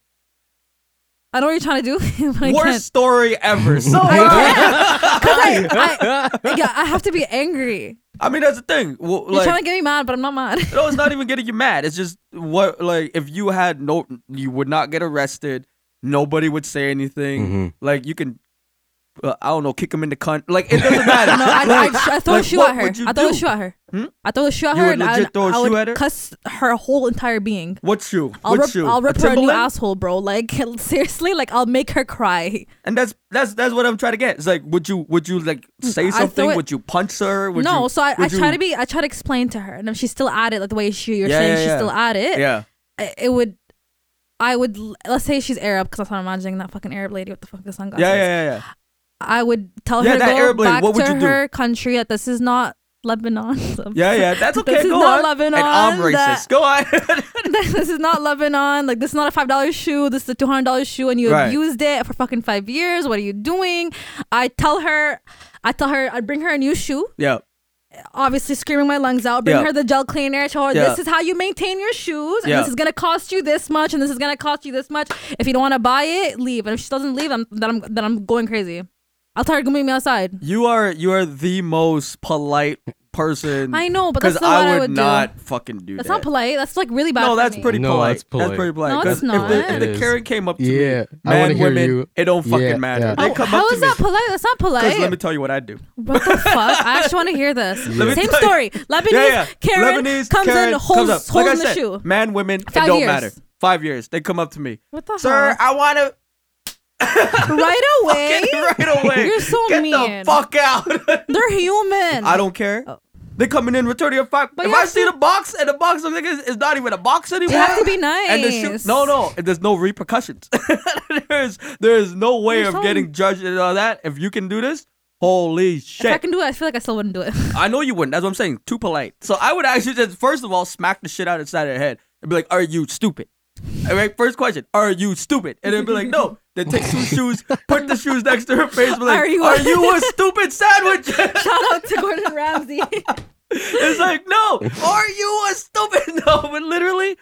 [SPEAKER 3] I know what you're trying to do. but I
[SPEAKER 2] Worst
[SPEAKER 3] can't.
[SPEAKER 2] story ever. So
[SPEAKER 3] I, I, yeah, I have to be angry.
[SPEAKER 2] I mean, that's the thing. Well,
[SPEAKER 3] You're trying
[SPEAKER 2] like,
[SPEAKER 3] to get me mad, but I'm not mad.
[SPEAKER 2] no, it's not even getting you mad. It's just what, like, if you had no, you would not get arrested. Nobody would say anything.
[SPEAKER 4] Mhm.
[SPEAKER 2] Like, you can, uh, I don't know, kick him in the cunt. Like, it doesn't matter.
[SPEAKER 3] No, I,
[SPEAKER 2] like,
[SPEAKER 3] I, I throw
[SPEAKER 2] like,
[SPEAKER 3] a shoe
[SPEAKER 2] what
[SPEAKER 3] at her. I
[SPEAKER 2] would you
[SPEAKER 3] throw a
[SPEAKER 2] do?
[SPEAKER 3] shoe at her.
[SPEAKER 2] Hmm?
[SPEAKER 3] I throw a shoe at
[SPEAKER 2] You
[SPEAKER 3] her,
[SPEAKER 2] would
[SPEAKER 3] and I,
[SPEAKER 2] legit
[SPEAKER 3] would-
[SPEAKER 2] throw a
[SPEAKER 3] I
[SPEAKER 2] shoe
[SPEAKER 3] would
[SPEAKER 2] at her?
[SPEAKER 3] cuss her whole entire being.
[SPEAKER 2] what shoe?
[SPEAKER 3] I'll
[SPEAKER 2] what
[SPEAKER 3] rip,
[SPEAKER 2] shoe?
[SPEAKER 3] I'll
[SPEAKER 2] A
[SPEAKER 3] rip her a new
[SPEAKER 2] Timberland?
[SPEAKER 3] asshole, bro. Like seriously, like I'll make her cry.
[SPEAKER 2] And that's that's that's what I'm trying to get. It's like, would you would you like say
[SPEAKER 3] Mm, I throw
[SPEAKER 2] something?
[SPEAKER 3] it-
[SPEAKER 2] Would you punch her? Would
[SPEAKER 3] no,
[SPEAKER 2] you,
[SPEAKER 3] so I, I
[SPEAKER 2] would you-
[SPEAKER 3] try to be, I try to explain to her, and if she's still at it, like the way she you're
[SPEAKER 2] Yeah,
[SPEAKER 3] saying,
[SPEAKER 2] yeah,
[SPEAKER 3] she's
[SPEAKER 2] yeah.
[SPEAKER 3] still at it.
[SPEAKER 2] Yeah.
[SPEAKER 3] I- it would, I would. l- Let's say she's Arab, because that's what I'm imagining that fucking Arab lady with the fucking sunglasses.
[SPEAKER 2] Yeah, yeah, yeah, yeah.
[SPEAKER 3] I would tell
[SPEAKER 2] Yeah,
[SPEAKER 3] her to
[SPEAKER 2] that
[SPEAKER 3] go
[SPEAKER 2] Arab lady,
[SPEAKER 3] back
[SPEAKER 2] what would
[SPEAKER 3] to
[SPEAKER 2] you do?
[SPEAKER 3] her country. That this is not Lebanon.
[SPEAKER 2] Yeah, yeah, that's okay.
[SPEAKER 3] This is
[SPEAKER 2] go
[SPEAKER 3] not
[SPEAKER 2] on.
[SPEAKER 3] Lebanon,
[SPEAKER 2] And I'm
[SPEAKER 3] that-
[SPEAKER 2] racist. Go on.
[SPEAKER 3] this is not Lebanon. Like this is not a five dollar shoe. This is a two hundred dollar shoe, and you
[SPEAKER 2] Right.
[SPEAKER 3] abused it for fucking five years. What are you doing? I tell her, I tell her, I bring her a new shoe.
[SPEAKER 2] yeah.
[SPEAKER 3] Obviously, screaming my lungs out. Bring
[SPEAKER 2] Yeah.
[SPEAKER 3] her the gel cleaner. Tell her
[SPEAKER 2] Yeah.
[SPEAKER 3] this is how you maintain your shoes, and
[SPEAKER 2] Yeah.
[SPEAKER 3] this is gonna cost you this much, and this is gonna cost you this much. If you don't want to buy it, leave. And if she doesn't leave, I'm then I'm then I'm going crazy. I'll tell her to meet me outside.
[SPEAKER 2] You are you are the most polite person.
[SPEAKER 3] I know, but
[SPEAKER 2] 'cause
[SPEAKER 3] that's not what I
[SPEAKER 2] would
[SPEAKER 3] would do.
[SPEAKER 2] not fucking do
[SPEAKER 3] That's
[SPEAKER 2] that.
[SPEAKER 3] not polite. That's like really bad.
[SPEAKER 2] no,
[SPEAKER 3] for
[SPEAKER 2] that's
[SPEAKER 3] me.
[SPEAKER 2] pretty
[SPEAKER 4] No,
[SPEAKER 2] polite.
[SPEAKER 4] that's polite.
[SPEAKER 2] pretty polite.
[SPEAKER 3] No,
[SPEAKER 2] 'Cause
[SPEAKER 3] it's
[SPEAKER 2] If
[SPEAKER 3] not.
[SPEAKER 2] the, if
[SPEAKER 4] It
[SPEAKER 2] the
[SPEAKER 4] is.
[SPEAKER 2] Karen came up to
[SPEAKER 4] Yeah,
[SPEAKER 2] me,
[SPEAKER 4] I wanna
[SPEAKER 2] man,
[SPEAKER 4] hear
[SPEAKER 2] women,
[SPEAKER 4] you.
[SPEAKER 2] it don't fucking
[SPEAKER 4] Yeah,
[SPEAKER 2] matter.
[SPEAKER 4] yeah.
[SPEAKER 2] They
[SPEAKER 3] Oh,
[SPEAKER 2] come
[SPEAKER 3] how
[SPEAKER 2] up to
[SPEAKER 3] is
[SPEAKER 2] me.
[SPEAKER 3] that polite? That's not
[SPEAKER 2] Because
[SPEAKER 3] polite.
[SPEAKER 2] let me tell you what I do.
[SPEAKER 3] what the fuck? I actually want to hear this.
[SPEAKER 2] Let me
[SPEAKER 3] Same
[SPEAKER 2] tell you-
[SPEAKER 3] story. Lebanese
[SPEAKER 2] yeah, yeah.
[SPEAKER 3] Karen
[SPEAKER 2] Lebanese
[SPEAKER 3] comes
[SPEAKER 2] Karen
[SPEAKER 3] in,
[SPEAKER 2] comes
[SPEAKER 3] holds,
[SPEAKER 2] up.
[SPEAKER 3] holds
[SPEAKER 2] like I
[SPEAKER 3] the
[SPEAKER 2] said,
[SPEAKER 3] shoe.
[SPEAKER 2] man, women, it
[SPEAKER 3] Five
[SPEAKER 2] don't
[SPEAKER 3] years.
[SPEAKER 2] matter. Five years, they come up to me.
[SPEAKER 3] What the
[SPEAKER 2] Sir,
[SPEAKER 3] hell?
[SPEAKER 2] I want to
[SPEAKER 3] right away.
[SPEAKER 2] get right away.
[SPEAKER 3] You're so
[SPEAKER 2] get the
[SPEAKER 3] mean.
[SPEAKER 2] fuck out.
[SPEAKER 3] They're human.
[SPEAKER 2] I don't care. They coming in returning your five.
[SPEAKER 3] oh. But
[SPEAKER 2] if
[SPEAKER 3] you
[SPEAKER 2] I
[SPEAKER 3] have
[SPEAKER 2] see
[SPEAKER 3] to-
[SPEAKER 2] the box and the box of niggas is not even a box anymore.
[SPEAKER 3] have to be
[SPEAKER 2] And the shoe-
[SPEAKER 3] nice.
[SPEAKER 2] no, no, and there's no repercussions. there's there's no way
[SPEAKER 3] You're
[SPEAKER 2] of
[SPEAKER 3] so-
[SPEAKER 2] getting judged and all that. If you can do this, holy shit!
[SPEAKER 3] If I can do it, I feel like I still wouldn't do it.
[SPEAKER 2] I know you wouldn't. That's what I'm saying. Too polite. So I would actually just first of all smack the shit out of the side of their head and be like, "Are you stupid?" All right. First question: Are you stupid? And then be like, "No." Then take two shoes, put the shoes next to her face, be like, "Are
[SPEAKER 3] Are
[SPEAKER 2] you,
[SPEAKER 3] you-
[SPEAKER 2] a stupid sandwich?"
[SPEAKER 3] Shout out to Gordon Ramsay.
[SPEAKER 2] it's like, "No, are you a stupid?" No, but literally,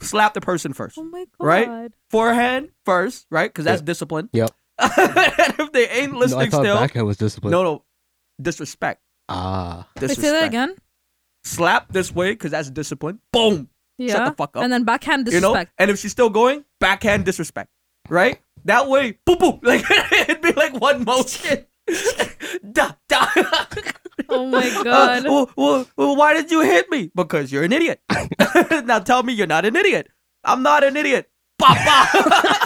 [SPEAKER 2] slap the person first,
[SPEAKER 3] oh my god.
[SPEAKER 2] right? Forehand first, right? Because that's discipline.
[SPEAKER 4] Yep.
[SPEAKER 2] and if they ain't
[SPEAKER 4] No, I
[SPEAKER 2] listening
[SPEAKER 4] thought
[SPEAKER 2] still,
[SPEAKER 4] backhand was discipline.
[SPEAKER 2] no, no, disrespect,
[SPEAKER 4] Ah.
[SPEAKER 3] Wait,
[SPEAKER 2] disrespect.
[SPEAKER 3] say that again.
[SPEAKER 2] slap this way because that's discipline. Boom.
[SPEAKER 3] Yeah.
[SPEAKER 2] the fuck up.
[SPEAKER 3] And then backhand
[SPEAKER 2] You know?
[SPEAKER 3] disrespect.
[SPEAKER 2] And if she's still going, backhand disrespect. Right? That way, boop boop. Like it'd be like one motion. da da.
[SPEAKER 3] Oh my
[SPEAKER 2] Uh,
[SPEAKER 3] god.
[SPEAKER 2] well, well, well, why did you hit me? Because you're an idiot. now tell me you're not an idiot. I'm not an idiot. Bah, bah.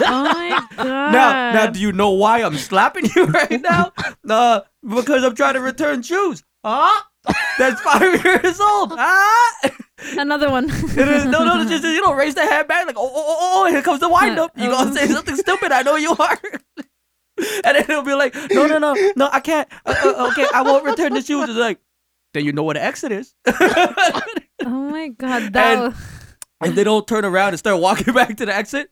[SPEAKER 3] Oh my god.
[SPEAKER 2] now, now, do you know why I'm slapping you right now? Uh, because I'm trying to return shoes. Huh? That's five years old. Huh?
[SPEAKER 3] Another one.
[SPEAKER 2] It is- no, no, it's just you know, raise the hand back like, oh, oh, oh, oh, here comes the wind up. You gonna
[SPEAKER 3] Oh.
[SPEAKER 2] say something stupid? I know you are. And then he'll be like, no, no, no, no, I can't. Uh, uh, okay, I won't return the shoes. It's like, then you know what an exit is.
[SPEAKER 3] oh my god. That
[SPEAKER 2] And-
[SPEAKER 3] was-
[SPEAKER 2] if they don't turn around and start walking back to the exit,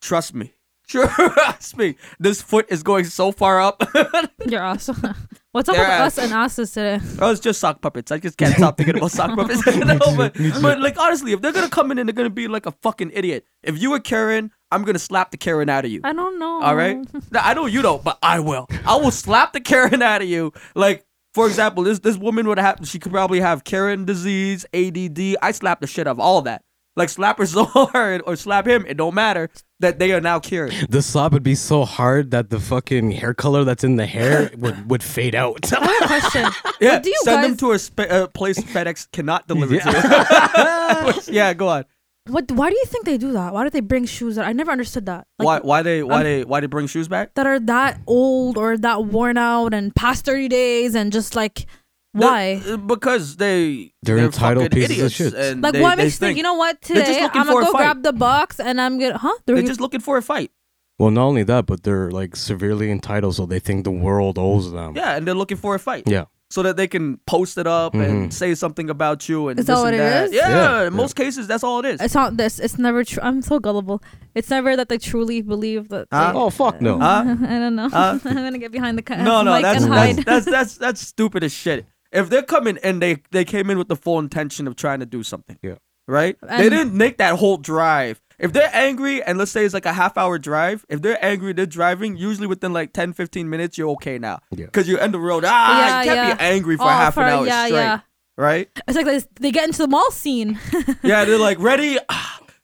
[SPEAKER 2] trust me, trust me, this foot is going so far up. oh,
[SPEAKER 3] you're awesome. What's up
[SPEAKER 2] Their
[SPEAKER 3] with
[SPEAKER 2] ass.
[SPEAKER 3] us and asses today?
[SPEAKER 2] Oh, it's just sock puppets. I just can't stop thinking about sock puppets. no, but, but like honestly, if they're gonna come in and they're gonna be like a fucking idiot, if you were Karen, I'm gonna slap the Karen out of you.
[SPEAKER 3] I don't know.
[SPEAKER 2] All right. Now, I know you don't, but I will. I will slap the Karen out of you. Like, for example, this this woman would have she could probably have Karen disease, ADD. I slap the shit out of all that. Like slap her so hard or slap him, it don't matter that they are now cured.
[SPEAKER 4] The slap would be so hard that the fucking hair color that's in the hair would, would fade out.
[SPEAKER 3] Question.
[SPEAKER 2] Yeah,
[SPEAKER 3] do you
[SPEAKER 2] send them
[SPEAKER 3] guys-
[SPEAKER 2] to a spe- uh, place FedEx cannot deliver to. yeah, go on.
[SPEAKER 3] What? Why do you think they do that? Why do they bring shoes? That, I never understood that. Like, um,
[SPEAKER 2] why why they why they why they bring shoes back?
[SPEAKER 3] that are that old or that worn out and past 30 days and just like why
[SPEAKER 2] They're- because they
[SPEAKER 4] They're entitled
[SPEAKER 2] fucking
[SPEAKER 4] pieces of
[SPEAKER 2] idiots
[SPEAKER 4] shit.
[SPEAKER 2] and
[SPEAKER 3] like
[SPEAKER 2] they-
[SPEAKER 3] what
[SPEAKER 2] they
[SPEAKER 3] makes you think you know what
[SPEAKER 2] They're just
[SPEAKER 3] today
[SPEAKER 2] looking
[SPEAKER 3] i'm
[SPEAKER 2] for a
[SPEAKER 3] gonna go
[SPEAKER 2] fight.
[SPEAKER 3] grab the box and i'm gonna huh They're
[SPEAKER 2] They're
[SPEAKER 3] gonna-
[SPEAKER 2] just looking for a fight.
[SPEAKER 4] well, not only that, but they're like severely entitled, so they think the world owes them.
[SPEAKER 2] Yeah, and they're looking for a fight.
[SPEAKER 4] Yeah.
[SPEAKER 2] so that they can post it up and say something about you and
[SPEAKER 3] Is
[SPEAKER 2] this
[SPEAKER 3] that what
[SPEAKER 2] and
[SPEAKER 3] it
[SPEAKER 2] that.
[SPEAKER 3] is?
[SPEAKER 2] Yeah,
[SPEAKER 4] Mm-hmm. Yeah.
[SPEAKER 2] in most cases that's all it is.
[SPEAKER 3] it's not this it's never true i'm so gullible it's never that they truly believe that they-
[SPEAKER 2] Huh?
[SPEAKER 4] Oh, fuck no.
[SPEAKER 2] Huh?
[SPEAKER 3] i don't know
[SPEAKER 2] Huh?
[SPEAKER 3] i'm gonna get behind the ca-
[SPEAKER 2] no, no,
[SPEAKER 3] mic
[SPEAKER 2] that's
[SPEAKER 3] and
[SPEAKER 2] that's,
[SPEAKER 3] hide
[SPEAKER 2] that's that's that's stupid as shit. If they're coming and they they came in with the full intention of trying to do something,
[SPEAKER 4] Yeah.
[SPEAKER 2] right? they
[SPEAKER 3] And-
[SPEAKER 2] didn't make that whole drive. If they're angry and let's say it's like a half hour drive, if they're angry, they're driving. Usually within like 10, 15 minutes, you're okay now
[SPEAKER 4] Yeah.
[SPEAKER 2] because you're in the road. Ah, you
[SPEAKER 3] Yeah,
[SPEAKER 2] can't be
[SPEAKER 3] yeah.
[SPEAKER 2] angry for
[SPEAKER 3] Oh,
[SPEAKER 2] half an
[SPEAKER 3] for-
[SPEAKER 2] hour
[SPEAKER 3] yeah,
[SPEAKER 2] straight,
[SPEAKER 3] yeah.
[SPEAKER 2] right?
[SPEAKER 3] it's like they, they get into the mall scene
[SPEAKER 2] yeah, they're like ready.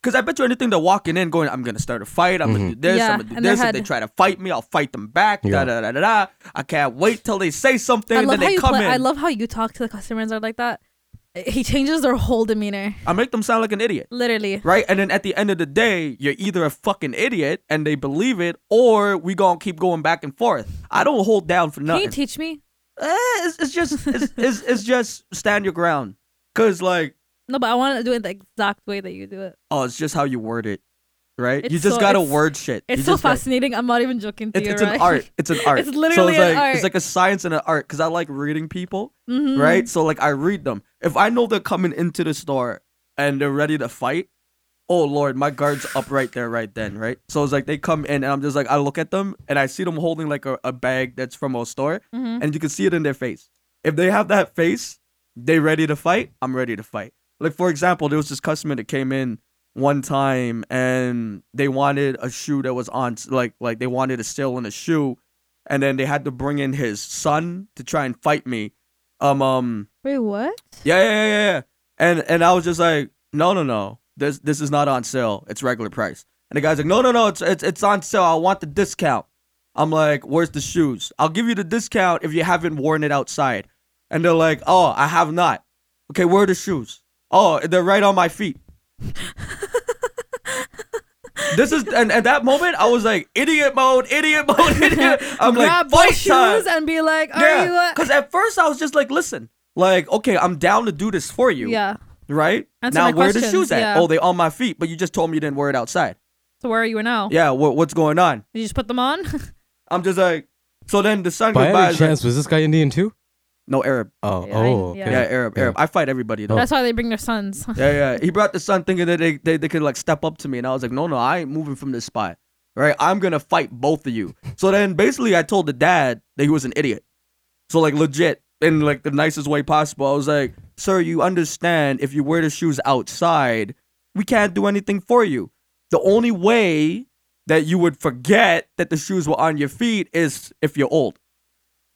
[SPEAKER 2] Because I bet you anything they're walking in going, I'm gonna start a fight. I'm gonna do this.
[SPEAKER 3] Yeah,
[SPEAKER 2] I'm gonna do
[SPEAKER 3] in their
[SPEAKER 2] this. If
[SPEAKER 3] head.
[SPEAKER 2] they try to fight me, I'll fight them back. Da
[SPEAKER 4] Yeah.
[SPEAKER 2] da da da da. I can't wait till they say something.
[SPEAKER 3] I
[SPEAKER 2] And
[SPEAKER 3] love
[SPEAKER 2] then
[SPEAKER 3] how
[SPEAKER 2] they
[SPEAKER 3] you
[SPEAKER 2] come
[SPEAKER 3] play,
[SPEAKER 2] in.
[SPEAKER 3] i love how you talk to the customers are like that he changes their whole demeanor
[SPEAKER 2] I make them sound like an idiot,
[SPEAKER 3] literally
[SPEAKER 2] right? And then at the end of the day, you're either a fucking idiot and they believe it, or we gonna keep going back and forth. I don't hold down for
[SPEAKER 3] can
[SPEAKER 2] nothing.
[SPEAKER 3] you teach me
[SPEAKER 2] Eh, it's, it's just it's, it's, it's just stand your ground. Cause like
[SPEAKER 3] no but i want to do it the exact way that you do it
[SPEAKER 2] oh, it's just how you word it, right?
[SPEAKER 3] It's
[SPEAKER 2] you just
[SPEAKER 3] so-
[SPEAKER 2] gotta
[SPEAKER 3] it's-
[SPEAKER 2] word shit.
[SPEAKER 3] It's
[SPEAKER 2] You
[SPEAKER 3] so
[SPEAKER 2] just gotta-
[SPEAKER 3] fascinating. I'm not even joking. To
[SPEAKER 2] it's,
[SPEAKER 3] you,
[SPEAKER 2] it's an
[SPEAKER 3] right?
[SPEAKER 2] art. It's an art.
[SPEAKER 3] It's
[SPEAKER 2] so
[SPEAKER 3] literally
[SPEAKER 2] it's
[SPEAKER 3] an
[SPEAKER 2] like it's
[SPEAKER 3] art.
[SPEAKER 2] like a science and an art because I like reading people,
[SPEAKER 3] Mhm.
[SPEAKER 2] right? So like I read them. If I know they're coming into the store and they're ready to fight, oh lord, my guard's up right there, right then, right? So it's like they come in and I'm just like I look at them and I see them holding like a, a bag that's from a store
[SPEAKER 3] Mhm.
[SPEAKER 2] and you can see it in their face. If they have that face, they ready to fight. I'm ready to fight. Like for example, there was this customer that came in one time and they wanted a shoe that was on like like they wanted a sale on a shoe, and then they had to bring in his son to try and fight me. Um, um,
[SPEAKER 3] Wait, what?
[SPEAKER 2] yeah, yeah, yeah, yeah, yeah. And and I was just like, no, no, no. This this is not on sale. It's regular price. And the guy's like, no, no, no. It's it's it's on sale. I want the discount. I'm like, where's the shoes? I'll give you the discount if you haven't worn it outside. And they're like, oh, I have not. Okay, where are the shoes? Oh, they're right on my feet. this is and at that moment I was like, idiot mode, idiot mode, idiot. I'm
[SPEAKER 3] Grab
[SPEAKER 2] like, fight
[SPEAKER 3] both
[SPEAKER 2] time.
[SPEAKER 3] shoes and be like, are you? uh,
[SPEAKER 2] Yeah,
[SPEAKER 3] A-
[SPEAKER 2] because at first I was just like, listen, like, okay, I'm down to do this for you.
[SPEAKER 3] yeah.
[SPEAKER 2] Right?
[SPEAKER 3] Answer
[SPEAKER 2] now,
[SPEAKER 3] my
[SPEAKER 2] where the
[SPEAKER 3] questions,
[SPEAKER 2] shoes at?
[SPEAKER 3] yeah.
[SPEAKER 2] Oh, they on my feet, but you just told me you didn't wear it outside.
[SPEAKER 3] So where are you now?
[SPEAKER 2] Yeah, what, what's going on?
[SPEAKER 3] Did you just put them on?
[SPEAKER 2] I'm just like, so then the sun
[SPEAKER 4] By
[SPEAKER 2] goes by.
[SPEAKER 4] any
[SPEAKER 2] it's like-
[SPEAKER 4] chance, was this guy Indian too?
[SPEAKER 2] no, Arab.
[SPEAKER 4] Oh,
[SPEAKER 3] Yeah, I-
[SPEAKER 4] oh,
[SPEAKER 3] yeah.
[SPEAKER 4] okay.
[SPEAKER 2] Yeah, Arab,
[SPEAKER 4] Yeah.
[SPEAKER 2] Arab. I fight everybody though.
[SPEAKER 3] That's why they bring their sons.
[SPEAKER 2] Yeah, yeah. He brought the son thinking that they, they, they could like step up to me. And I was like, no, no, I ain't moving from this spot. Right? I'm going to fight both of you. So then basically, I told the dad that he was an idiot. So, like, legit, in like the nicest way possible, I was like, sir, you understand if you wear the shoes outside, we can't do anything for you. The only way that you would forget that the shoes were on your feet is if you're old.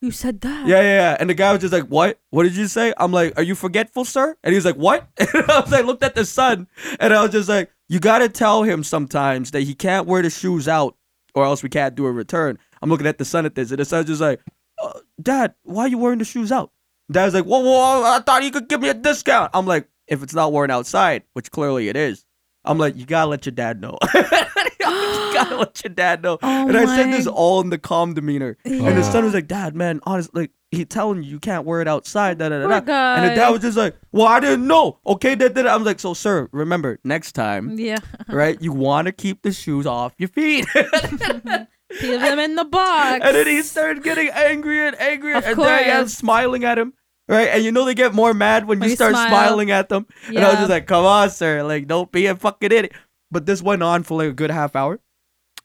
[SPEAKER 3] You said that.
[SPEAKER 2] Yeah, yeah, yeah. And the guy was just like, "What? What did you say?" I'm like, "Are you forgetful, sir?" And he was like, "What?" And I was like, looked at the sun, and I was just like, "You gotta tell him sometimes that he can't wear the shoes out, or else we can't do a return." I'm looking at the sun at this, and the sun's just like, uh, "Dad, why are you wearing the shoes out?" Dad's like, "Whoa, whoa, whoa, I thought you could give me a discount." I'm like, "If it's not worn outside, which clearly it is." I'm like, you gotta let your dad know. you gotta let your dad know.
[SPEAKER 3] Oh
[SPEAKER 2] and I said
[SPEAKER 3] my
[SPEAKER 2] this all in the calm demeanor. And his
[SPEAKER 4] Yeah.
[SPEAKER 2] son was like, Dad, man, honest, like he telling you you can't wear it outside, da da da.
[SPEAKER 3] Poor
[SPEAKER 2] da." And the
[SPEAKER 3] guy.
[SPEAKER 2] dad was just like, Well, I didn't know. Okay, da da. da." I was like, So, sir, remember next time,
[SPEAKER 3] Yeah.
[SPEAKER 2] right? You want to keep the shoes off your feet.
[SPEAKER 3] Leave them in the box.
[SPEAKER 2] and then he started getting angrier and angrier,
[SPEAKER 3] Of
[SPEAKER 2] and there I am
[SPEAKER 3] course.
[SPEAKER 2] smiling at him. Right, and you know they get more mad when,
[SPEAKER 3] When
[SPEAKER 2] you
[SPEAKER 3] you
[SPEAKER 2] start
[SPEAKER 3] smile.
[SPEAKER 2] smiling at them. And I was
[SPEAKER 3] Yeah.
[SPEAKER 2] just like, "Come on, sir! Like, don't be a fucking idiot." But this went on for like a good half hour,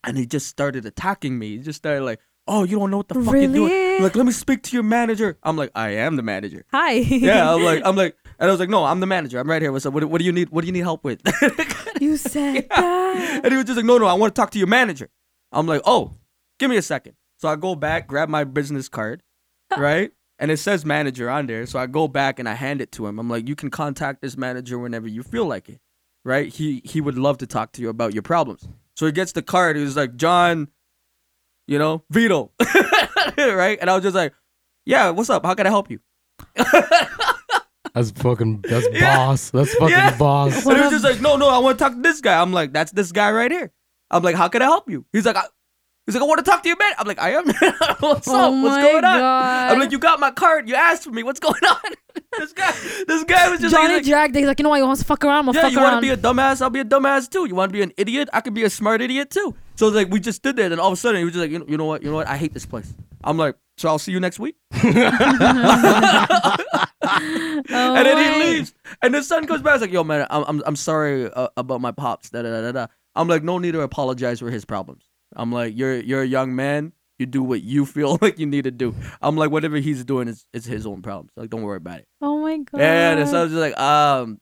[SPEAKER 2] and he just started attacking me. He just started like, "Oh, you don't know what the fuck you're doing."
[SPEAKER 3] Really?
[SPEAKER 2] Like, let me speak to your manager. I'm like, "I am the manager."
[SPEAKER 3] Hi.
[SPEAKER 2] Yeah, I'm like, I'm like, and I was like, "No, I'm the manager. I'm right here. What's up? What, do- what do you need? What do you need help with?"
[SPEAKER 3] you said that.
[SPEAKER 2] And he was just like, no, no, I want to talk to your manager. I'm like, oh, give me a second. So I go back, grab my business card, right? And it says manager on there. So I go back and I hand it to him. I'm like, you can contact this manager whenever you feel like it, right? He he would love to talk to you about your problems. So he gets the card. He was like, John, you know, Vito, right? And I was just like, yeah, what's up? How can I help you?
[SPEAKER 4] That's fucking. That's
[SPEAKER 2] Yeah.
[SPEAKER 4] boss. That's fucking
[SPEAKER 2] Yeah.
[SPEAKER 4] boss.
[SPEAKER 2] So he was just like, no, no, I want to talk to this guy. I'm like, that's this guy right here. I'm like, how can I help you? He's like, I, he's like, I want to talk to you, man. I'm like, I am. What's
[SPEAKER 3] Oh
[SPEAKER 2] up? What's
[SPEAKER 3] my
[SPEAKER 2] going on?
[SPEAKER 3] God.
[SPEAKER 2] I'm like, you got my card. You asked for me. What's going on? this guy, this guy was just
[SPEAKER 3] Johnny
[SPEAKER 2] like, he's like,
[SPEAKER 3] dragged. it. He's like, you know what? You want to fuck around? I'm gonna
[SPEAKER 2] yeah,
[SPEAKER 3] fuck
[SPEAKER 2] you want to
[SPEAKER 3] around.
[SPEAKER 2] be a dumbass? I'll be a dumbass too. You want to be an idiot? I could be a smart idiot too. So like, we just did that, and all of a sudden, he was just like, you know, you know what? You know what? I hate this place. I'm like, so I'll see you next week.
[SPEAKER 3] Oh
[SPEAKER 2] and then
[SPEAKER 3] my-
[SPEAKER 2] he leaves. And the son comes back. He's like, "Yo, man, I'm I'm, I'm sorry uh, about my pops." Da da da da da. I'm like, "No need to apologize for his problems." I'm like, "You're you're a young man. You do what you feel like you need to do." I'm like, "Whatever he's doing is is his own problems. Like, don't worry about it."
[SPEAKER 3] Oh my god.
[SPEAKER 2] Yeah, and the son's just like, "Um,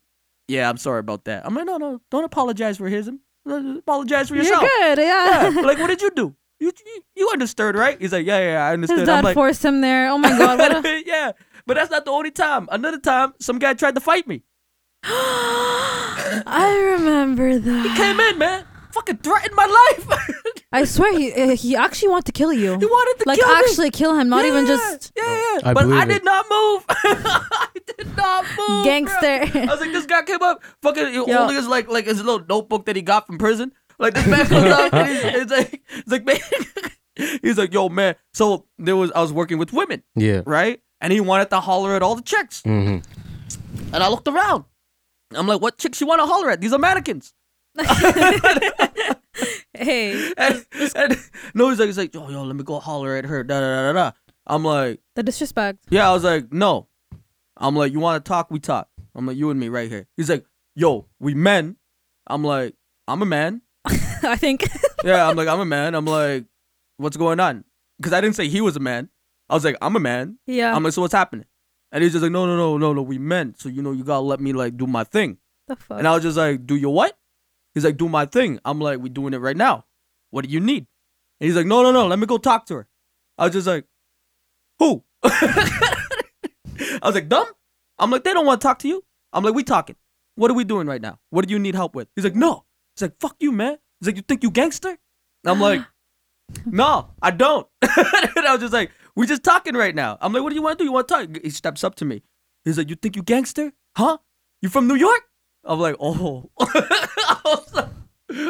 [SPEAKER 2] yeah, I'm sorry about that." I'm like, "No, no, don't apologize for his. Apologize for
[SPEAKER 3] You're
[SPEAKER 2] yourself."
[SPEAKER 3] good. Yeah.
[SPEAKER 2] Yeah, like, what did you do? You you, you understood, right? He's like, "Yeah, yeah, yeah, I understood."
[SPEAKER 3] His
[SPEAKER 2] I'm
[SPEAKER 3] dad
[SPEAKER 2] like,
[SPEAKER 3] forced him there. Oh my god. What a-
[SPEAKER 2] yeah, but that's not the only time. Another time, some guy tried to fight me.
[SPEAKER 3] I remember that.
[SPEAKER 2] Came in, man. Fucking threatened my life.
[SPEAKER 3] I swear he uh, he actually wanted to kill you.
[SPEAKER 2] he wanted to
[SPEAKER 3] like
[SPEAKER 2] kill me.
[SPEAKER 3] actually kill him, not
[SPEAKER 2] Yeah,
[SPEAKER 3] even
[SPEAKER 2] yeah,
[SPEAKER 3] just
[SPEAKER 2] yeah. yeah.
[SPEAKER 4] Oh, I
[SPEAKER 2] but I
[SPEAKER 4] believe
[SPEAKER 2] did
[SPEAKER 4] it.
[SPEAKER 2] not move. I did not move.
[SPEAKER 3] Gangster.
[SPEAKER 2] bro. I was like, this guy came up, fucking he
[SPEAKER 3] Yo.
[SPEAKER 2] holding his like like his little notebook that he got from prison. Like this man comes up and he's, he's like, he's like, man. He's like, yo, man. So there was, I was working with women,
[SPEAKER 4] yeah.
[SPEAKER 2] right? And he wanted to holler at all the chicks.
[SPEAKER 4] hmm
[SPEAKER 2] And I looked around. I'm like, what chicks you want to holler at? These are mannequins.
[SPEAKER 3] hey
[SPEAKER 2] And, and no, he's like, he's like, yo, yo, let me go holler at her. Da da da da. da. I'm like,
[SPEAKER 3] the disrespect.
[SPEAKER 2] yeah. I was like, no. I'm like, you want to talk? We talk. I'm like, you and me right here. He's like, yo, we men. I'm like, I'm a man.
[SPEAKER 3] I think
[SPEAKER 2] Yeah, I'm like, I'm a man. I'm like, what's going on? Because I didn't say he was a man. I was like, I'm a man.
[SPEAKER 3] yeah.
[SPEAKER 2] I'm like, so what's happening? And he's just like, no, no, no, no, no, we men. So you know, you gotta let me like do my thing.
[SPEAKER 3] the fuck.
[SPEAKER 2] And I was just like, do your what? He's like, do my thing. I'm like, we doing it right now. What do you need? And he's like, no, no, no, let me go talk to her. I was just like, who? I I was like, dumb? I'm like, they don't want to talk to you. I'm like, we talking. What are we doing right now? What do you need help with? He's like, no. He's like, fuck you, man. He's like, you think you gangster? And I'm like, no, I don't. and I was just like, we just talking right now. I'm like, what do you want to do? You want to talk? He steps up to me. He's like, you think you gangster? Huh? You from New York? I'm like, oh. I was like,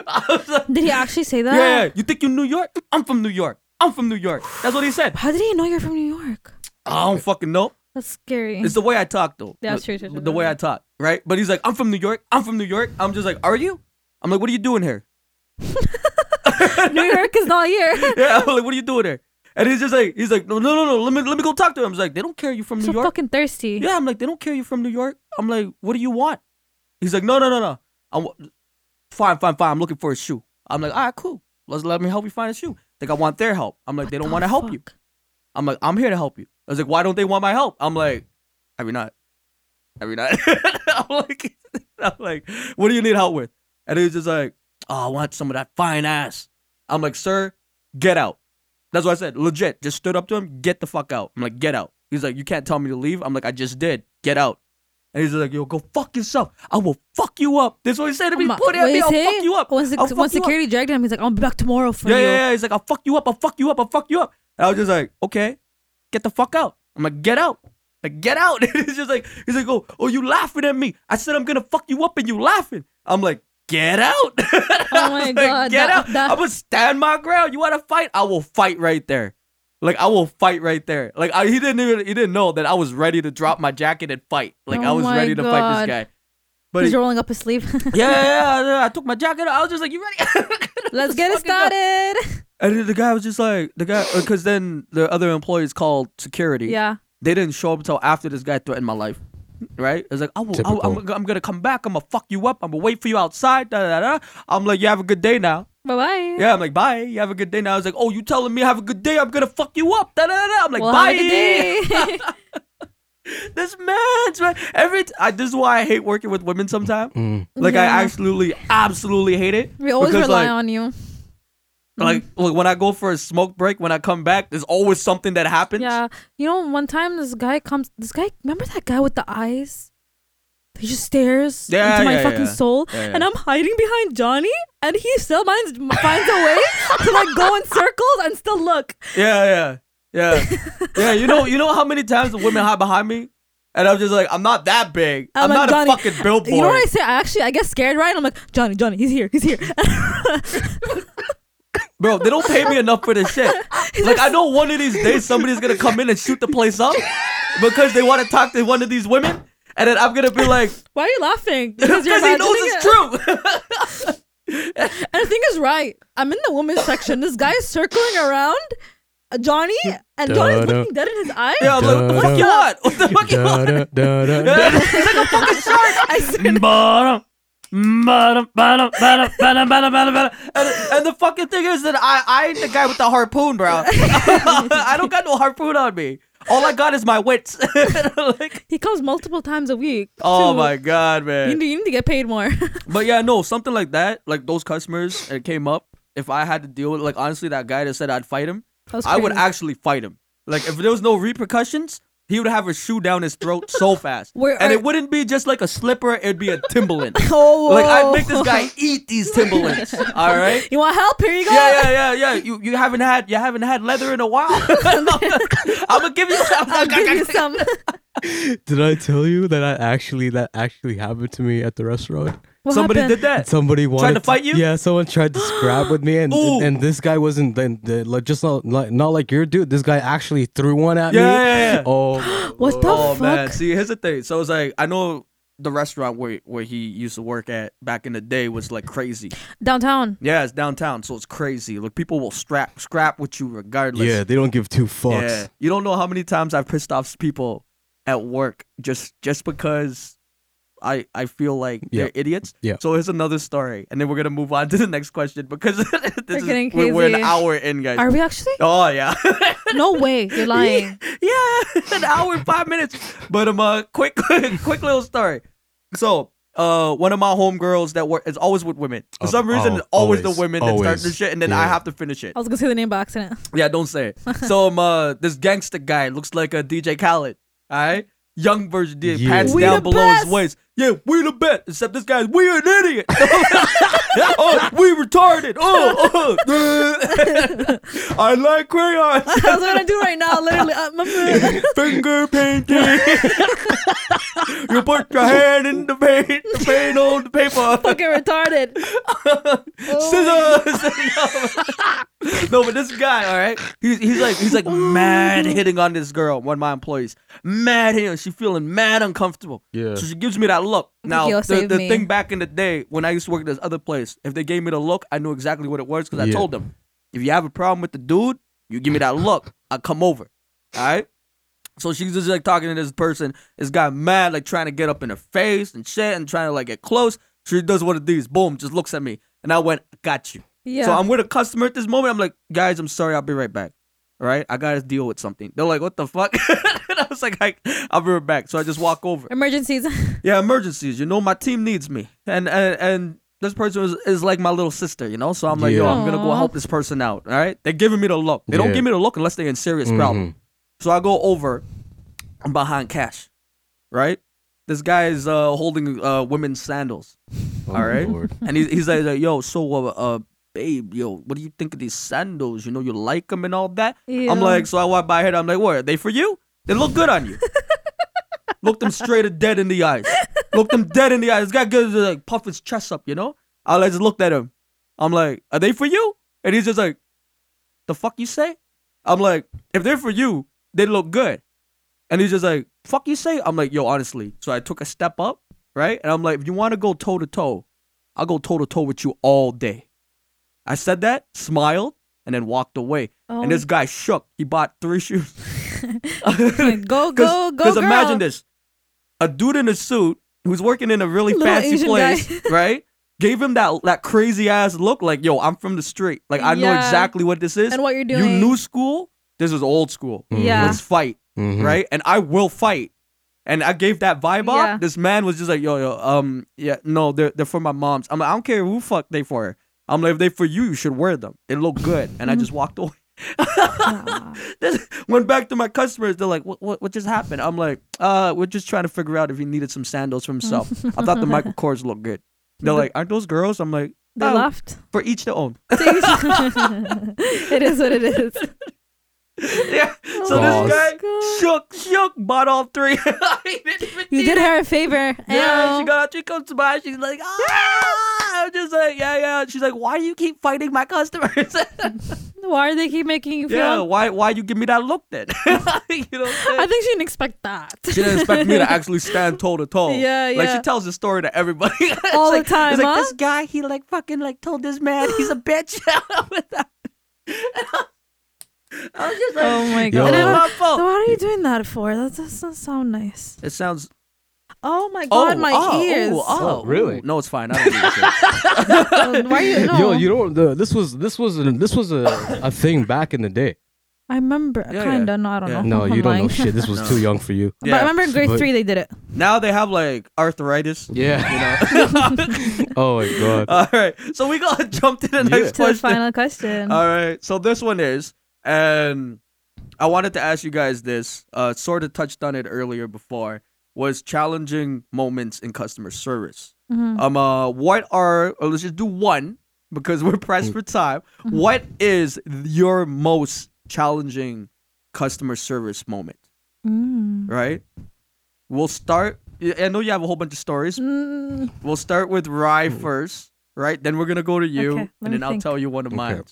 [SPEAKER 2] I was like,
[SPEAKER 3] Did he actually say that?
[SPEAKER 2] yeah, yeah, you think you New York? I'm from New York. I'm from New York. That's what he said.
[SPEAKER 3] How did he know you're from New York?
[SPEAKER 2] I don't fucking know.
[SPEAKER 3] That's scary.
[SPEAKER 2] It's the way I talk, though.
[SPEAKER 3] Yeah,
[SPEAKER 2] The-
[SPEAKER 3] true, true, true,
[SPEAKER 2] The way I talk, right? But he's like, I'm from New York. I'm from New York. I'm just like, are you? I'm like, what are you doing here?
[SPEAKER 3] New York is not here.
[SPEAKER 2] Yeah, I'm like, what are you doing here? And he's just like, he's like, no, no, no, no. Let me, let me go talk to him. I was like, they don't care you from New
[SPEAKER 3] so
[SPEAKER 2] York.
[SPEAKER 3] fucking thirsty.
[SPEAKER 2] Yeah, I'm like, they don't care you from New York. I'm like, what do you want? He's like, no, no, no, no. I'm fine, fine, fine. I'm looking for a shoe. I'm like, all right, cool. Let's let me help you find a shoe. Like, I want their help. I'm like, they don't want to help you. I'm like, I'm here to help you. I was like, why don't they want my help? I'm like, have you not? Have you not? I'm like, I'm like, what do you need help with? And he was just like, oh, I want some of that fine ass. I'm like, sir, get out. That's what I said. Legit. Just stood up to him, get the fuck out. I'm like, get out. He's like, you can't tell me to leave. I'm like, I just did. Get out. And he's like, yo, go fuck yourself. I will fuck you up. That's what he
[SPEAKER 3] Oh
[SPEAKER 2] said to me. Put it at me. I'll fuck you up.
[SPEAKER 3] Once,
[SPEAKER 2] I'll fuck you up."
[SPEAKER 3] security dragged him, he's like, I'll be back tomorrow for
[SPEAKER 2] yeah,
[SPEAKER 3] you.
[SPEAKER 2] yeah, yeah. He's like, I'll fuck you up. I'll fuck you up. I'll fuck you up. And I was just like, okay, get the fuck out. I'm like, get out. Like, get out. And he's just like, he's like, oh, oh, you laughing at me. I said, I'm going to fuck you up and you laughing. I'm like, get out. oh
[SPEAKER 3] my God,
[SPEAKER 2] Get
[SPEAKER 3] that-
[SPEAKER 2] out.
[SPEAKER 3] that-
[SPEAKER 2] I'm going to stand my ground. You want to fight? I will fight right there. Like I will fight right there. Like I, he didn't even he didn't know that I was ready to drop my jacket and fight. Like I
[SPEAKER 3] Oh
[SPEAKER 2] was
[SPEAKER 3] my
[SPEAKER 2] ready to fight
[SPEAKER 3] God.
[SPEAKER 2] this guy. But
[SPEAKER 3] He's
[SPEAKER 2] he-
[SPEAKER 3] rolling up his sleeve.
[SPEAKER 2] yeah, yeah, yeah, yeah. I took my jacket. off. I was just like, "You ready?"
[SPEAKER 3] Let's get it
[SPEAKER 2] fucking go.
[SPEAKER 3] started.
[SPEAKER 2] And then the guy was just like, the guy, because then the other employees called security.
[SPEAKER 3] Yeah.
[SPEAKER 2] They didn't show up until after this guy threatened my life. Right? It's like, I will, I will, I'm,
[SPEAKER 4] Typical.
[SPEAKER 2] I'm going to come back. I'm going to fuck you up. I'm going to wait for you outside. Da, da, da. da. I'm like, you have a good day now.
[SPEAKER 3] Bye bye.
[SPEAKER 2] Yeah, I'm like, bye. You have a good day now. I was like, oh, you telling me have a good day? I'm going to fuck you up. Da, da, da, da. I'm like,
[SPEAKER 3] Well,
[SPEAKER 2] bye.
[SPEAKER 3] have a good day.
[SPEAKER 2] this man's right. Every t- I, this is why I hate working with women sometimes. Like,
[SPEAKER 3] Yeah.
[SPEAKER 2] I absolutely, absolutely hate it.
[SPEAKER 3] we always
[SPEAKER 2] because,
[SPEAKER 3] rely
[SPEAKER 2] like,
[SPEAKER 3] on you.
[SPEAKER 2] Like,
[SPEAKER 3] Mm-hmm.
[SPEAKER 2] look, when I go for a smoke break, when I come back, there's always something that happens.
[SPEAKER 3] Yeah. You know, one time this guy comes, this guy, remember that guy with the eyes? He just stares
[SPEAKER 2] Yeah,
[SPEAKER 3] into my
[SPEAKER 2] yeah,
[SPEAKER 3] fucking
[SPEAKER 2] yeah.
[SPEAKER 3] soul,
[SPEAKER 2] Yeah, yeah.
[SPEAKER 3] and I'm hiding behind Johnny, and he still finds finds a way to like go in circles and still look.
[SPEAKER 2] Yeah, yeah, yeah, yeah. You know, you know how many times the women hide behind me, and I'm just like, I'm not that big. I'm,
[SPEAKER 3] like,
[SPEAKER 2] not
[SPEAKER 3] Johnny.
[SPEAKER 2] a fucking billboard.
[SPEAKER 3] You know what I say? I actually I get scared, right? And I'm like, Johnny, Johnny, he's here, he's here.
[SPEAKER 2] Bro, they don't pay me enough for this shit. like, I know one of these days somebody's gonna come in and shoot the place up because they want to talk to one of these women, and then I'm gonna be like,
[SPEAKER 3] Why are you laughing?
[SPEAKER 2] because he knows
[SPEAKER 3] imagining
[SPEAKER 2] it's
[SPEAKER 3] it.
[SPEAKER 2] true.
[SPEAKER 3] And the thing is, right? I'm in the women's section. This guy is circling around uh, Johnny, and Johnny's
[SPEAKER 4] Da-da.
[SPEAKER 3] looking dead in his eye.
[SPEAKER 2] yeah, I'm like, what the fuck you
[SPEAKER 3] Duh.
[SPEAKER 2] want? What the fuck you want? It's like a fucking shark.
[SPEAKER 3] I swear to
[SPEAKER 2] bottom. Bottom, bottom, bottom, bottom, bottom, bottom, bottom. And, and the fucking thing is that I, I ain't the guy with the harpoon, bro. I don't got no harpoon on me. All I got is my wits. Like,
[SPEAKER 3] He comes multiple times a week.
[SPEAKER 2] oh
[SPEAKER 3] too.
[SPEAKER 2] my god,
[SPEAKER 3] You
[SPEAKER 2] man.
[SPEAKER 3] need, you need to get paid more.
[SPEAKER 2] But yeah, no, something like that. Like those customers that came up. If I had to deal with, like, honestly, that guy that said I'd fight him,
[SPEAKER 3] was
[SPEAKER 2] I would
[SPEAKER 3] crazy.
[SPEAKER 2] actually fight him. Like, if there was no repercussions, he would have a shoe down his throat so fast,
[SPEAKER 3] Where
[SPEAKER 2] and
[SPEAKER 3] are-
[SPEAKER 2] it wouldn't be just like a slipper; it'd be a Timberland.
[SPEAKER 3] oh,
[SPEAKER 2] Like I make this guy eat these Timberlands. All right.
[SPEAKER 3] You want help? Here you go.
[SPEAKER 2] Yeah, yeah, yeah, yeah. You you haven't had you haven't had leather in a while. I'm gonna give you some.
[SPEAKER 3] I'll give you some.
[SPEAKER 4] Did I tell you that I actually that actually happened to me at the restaurant?
[SPEAKER 3] What
[SPEAKER 2] Somebody
[SPEAKER 3] happened?
[SPEAKER 2] did that.
[SPEAKER 4] Somebody wanted
[SPEAKER 2] to fight you?
[SPEAKER 4] Yeah, someone tried to scrap with me, and
[SPEAKER 2] Ooh.
[SPEAKER 4] and, this guy wasn't then the, like just not like, not like your dude. This guy actually threw one at me.
[SPEAKER 2] Yeah, yeah, yeah.
[SPEAKER 4] Oh, my
[SPEAKER 3] What the
[SPEAKER 2] Oh
[SPEAKER 3] fuck?
[SPEAKER 2] man, see, here's the thing. So it's like I know the restaurant where where he used to work at back in the day was like crazy.
[SPEAKER 3] Downtown.
[SPEAKER 2] Yeah, it's downtown, so it's crazy. Like people will strap scrap with you regardless.
[SPEAKER 4] Yeah, they don't give two fucks.
[SPEAKER 2] Yeah. You don't know how many times I've pissed off people at work just just because I I feel like they're
[SPEAKER 4] Yeah.
[SPEAKER 2] idiots.
[SPEAKER 4] Yeah.
[SPEAKER 2] So here's another story, and then we're gonna move on to the next question because this
[SPEAKER 3] We're
[SPEAKER 2] is,
[SPEAKER 3] getting
[SPEAKER 2] we're, we're an
[SPEAKER 3] crazy.
[SPEAKER 2] hour in, guys.
[SPEAKER 3] Are we actually?
[SPEAKER 2] Oh yeah,
[SPEAKER 3] No way. You're lying.
[SPEAKER 2] yeah, an hour and five minutes. But um, uh, quick, quick, quick little story. So, uh, one of my homegirls that work is always with women. For
[SPEAKER 4] Oh,
[SPEAKER 2] some reason,
[SPEAKER 4] oh,
[SPEAKER 2] it's always,
[SPEAKER 4] always,
[SPEAKER 2] the women that start
[SPEAKER 4] always.
[SPEAKER 2] the shit, and then I
[SPEAKER 4] Yeah.
[SPEAKER 2] have to finish it.
[SPEAKER 3] I was gonna say the name by accident.
[SPEAKER 2] Yeah, don't say it. so um, uh, this gangster guy looks like a DJ Khaled. All right. Young version did.
[SPEAKER 4] Yeah.
[SPEAKER 2] Pants
[SPEAKER 3] We
[SPEAKER 2] down
[SPEAKER 3] the
[SPEAKER 2] below
[SPEAKER 3] best.
[SPEAKER 2] his waist. Yeah, we the best. Except this guy's we an idiot. oh, we retarded. Oh, oh. I like crayons.
[SPEAKER 3] That's what I do right now, literally. Uh, my-
[SPEAKER 2] Finger painting. you put your hand in the paint, the paint on the paper.
[SPEAKER 3] fucking retarded.
[SPEAKER 2] Scissors. no, but this guy, all right, he's, he's like he's like mad hitting on this girl, one of my employees. Mad hitting, she feeling mad uncomfortable.
[SPEAKER 4] Yeah.
[SPEAKER 2] So she gives me that look. Now
[SPEAKER 3] Yo,
[SPEAKER 2] the,
[SPEAKER 3] save
[SPEAKER 2] the
[SPEAKER 3] me.
[SPEAKER 2] thing back in the day when I used to work at this other place, if they gave me the look, I knew exactly what it was because I
[SPEAKER 4] Yeah.
[SPEAKER 2] told them, if you have a problem with the dude, you give me that look, I come over. All right. So she's just like talking to this person. This guy mad, like trying to get up in her face and shit, and trying to like get close. She does one of these. Boom, just looks at me, and I went, I "Got you."
[SPEAKER 3] Yeah.
[SPEAKER 2] So I'm with a customer at this moment. I'm like, guys, I'm sorry, I'll be right back. All right, I gotta deal with something. They're like, "What the fuck?" and I was like, I, "I'll be right back." So I just walk over.
[SPEAKER 3] Emergencies.
[SPEAKER 2] Yeah, emergencies. You know, my team needs me, and and, and this person is, is like my little sister. You know, so I'm like, yo,
[SPEAKER 4] Yeah.
[SPEAKER 2] I'm gonna go
[SPEAKER 3] Aw.
[SPEAKER 2] help this person out. All right, they're giving me the look. They don't
[SPEAKER 4] Yeah.
[SPEAKER 2] give me the look unless they're in serious problem. So I go over. I'm behind cash, right? This guy is uh, holding uh, women's sandals,
[SPEAKER 4] Oh,
[SPEAKER 2] all right, and he's, he's like, like, yo, so uh, uh, babe, yo, what do you think of these sandals? You know, you like them and all that.
[SPEAKER 3] Yeah.
[SPEAKER 2] I'm like, so I walk by here. I'm like, what? Are they for you? They look good on you. Look them straight and dead in the eyes. Look them dead in the eyes. This guy goes to like puff his chest up, you know? I like, just looked at him. I'm like, are they for you? And he's just like, the fuck you say? I'm like, if they're for you, they look good. And he's just like, fuck you say? I'm like, yo, honestly. So I took a step up, right? And I'm like, if you want to go toe to toe, I'll go toe to toe with you all day. I said that, smiled, and then walked away.
[SPEAKER 3] Oh.
[SPEAKER 2] And this guy shook. He bought three shoes.
[SPEAKER 3] go, go, go.
[SPEAKER 2] Because
[SPEAKER 3] girl.
[SPEAKER 2] imagine this: a dude in a suit who's working in a really
[SPEAKER 3] Little
[SPEAKER 2] fancy
[SPEAKER 3] Asian
[SPEAKER 2] place,
[SPEAKER 3] guy.
[SPEAKER 2] right? Gave him that that crazy ass look, like yo, I'm from the street. Like I know
[SPEAKER 3] Yeah.
[SPEAKER 2] exactly what this is.
[SPEAKER 3] And what you're
[SPEAKER 2] You
[SPEAKER 3] doing.
[SPEAKER 2] new school. This is old school.
[SPEAKER 3] Yeah.
[SPEAKER 2] Let's fight,
[SPEAKER 4] Mhm.
[SPEAKER 2] right? And I will fight. And I gave that vibe off.
[SPEAKER 3] Yeah.
[SPEAKER 2] This man was just like, yo, yo, um, yeah, no, they're they're for my mom's. I'm like, I don't care who fuck they for. I'm like, if they for you, you should wear them. It look good. And I just
[SPEAKER 3] Mm-hmm.
[SPEAKER 2] walked away. This- went back to my customers. They're like, what, what, what just happened? I'm like, uh, we're just trying to figure out if he needed some sandals for himself. I thought the Michael Kors looked good. They're like, aren't those girls? I'm like,
[SPEAKER 3] They
[SPEAKER 2] "Oh,
[SPEAKER 3] left.
[SPEAKER 2] for each their own.
[SPEAKER 3] it is what it is.
[SPEAKER 2] yeah. So
[SPEAKER 4] Boss.
[SPEAKER 2] this guy
[SPEAKER 3] God.
[SPEAKER 2] shook, shook, bought all three. He didn't even
[SPEAKER 3] You
[SPEAKER 2] need
[SPEAKER 3] did
[SPEAKER 2] it.
[SPEAKER 3] her a favor.
[SPEAKER 2] Yeah,
[SPEAKER 3] Ew.
[SPEAKER 2] she got she comes by, she's like, ah! I'm just like, yeah, yeah. She's like, why do you keep fighting my customers?
[SPEAKER 3] Why do they keep making you feel?
[SPEAKER 2] yeah, why why you give me that look then? you know what I'm saying?
[SPEAKER 3] I think she didn't expect that.
[SPEAKER 2] She didn't expect me to actually stand toe to toe.
[SPEAKER 3] Yeah,
[SPEAKER 2] Like
[SPEAKER 3] yeah.
[SPEAKER 2] she tells the story to everybody It's
[SPEAKER 3] All the
[SPEAKER 2] like-
[SPEAKER 3] time,
[SPEAKER 2] It's like
[SPEAKER 3] huh?
[SPEAKER 2] this guy, he like fucking like told this man he's a bitch. I was just like,
[SPEAKER 3] Oh my
[SPEAKER 4] Yo.
[SPEAKER 2] it
[SPEAKER 3] god. And I
[SPEAKER 2] ain't
[SPEAKER 3] don't-
[SPEAKER 2] my
[SPEAKER 3] So
[SPEAKER 2] fault.
[SPEAKER 3] what are you doing that for? That doesn't sound nice.
[SPEAKER 2] It sounds.
[SPEAKER 3] Oh my god,
[SPEAKER 2] oh,
[SPEAKER 3] my
[SPEAKER 2] oh,
[SPEAKER 3] ears.
[SPEAKER 2] Oh, oh,
[SPEAKER 4] really?
[SPEAKER 2] ooh. No, it's fine. I don't give a shit.
[SPEAKER 3] Uh, Why are you? No.
[SPEAKER 4] Yo, you know the, this was this was an, this was a, a thing back in the day.
[SPEAKER 3] I remember,
[SPEAKER 2] Yeah,
[SPEAKER 3] kinda.
[SPEAKER 2] yeah.
[SPEAKER 3] No, I don't
[SPEAKER 2] Yeah.
[SPEAKER 3] know.
[SPEAKER 4] No,
[SPEAKER 3] I'm
[SPEAKER 4] you don't know
[SPEAKER 3] lying.
[SPEAKER 4] shit. This was
[SPEAKER 2] No.
[SPEAKER 4] too young for you.
[SPEAKER 3] But
[SPEAKER 2] Yeah.
[SPEAKER 3] I remember in grade
[SPEAKER 4] But-
[SPEAKER 3] three they did it.
[SPEAKER 2] Now they have like arthritis.
[SPEAKER 4] Yeah. oh my god.
[SPEAKER 2] All right. So we gotta jump to the Uh,
[SPEAKER 4] Yeah.
[SPEAKER 2] next
[SPEAKER 3] To the
[SPEAKER 2] question.
[SPEAKER 3] final question.
[SPEAKER 2] All right. So this one is, and I wanted to ask you guys this. Uh, sort of touched on it earlier before. Was challenging moments in customer service.
[SPEAKER 3] Mhm.
[SPEAKER 2] Um, uh, what are? Or let's just do one because we're pressed for time.
[SPEAKER 3] Mm-hmm.
[SPEAKER 2] What is your most challenging customer service moment?
[SPEAKER 3] Mm.
[SPEAKER 2] Right. We'll start. I know you have a whole bunch of stories.
[SPEAKER 3] Mm.
[SPEAKER 2] We'll start with Rye
[SPEAKER 4] Hmm.
[SPEAKER 2] first, right? Then we're gonna go to you,
[SPEAKER 3] Okay, let
[SPEAKER 2] and
[SPEAKER 3] me
[SPEAKER 2] then I'll
[SPEAKER 3] think.
[SPEAKER 2] tell you one of
[SPEAKER 4] Okay.
[SPEAKER 2] mine.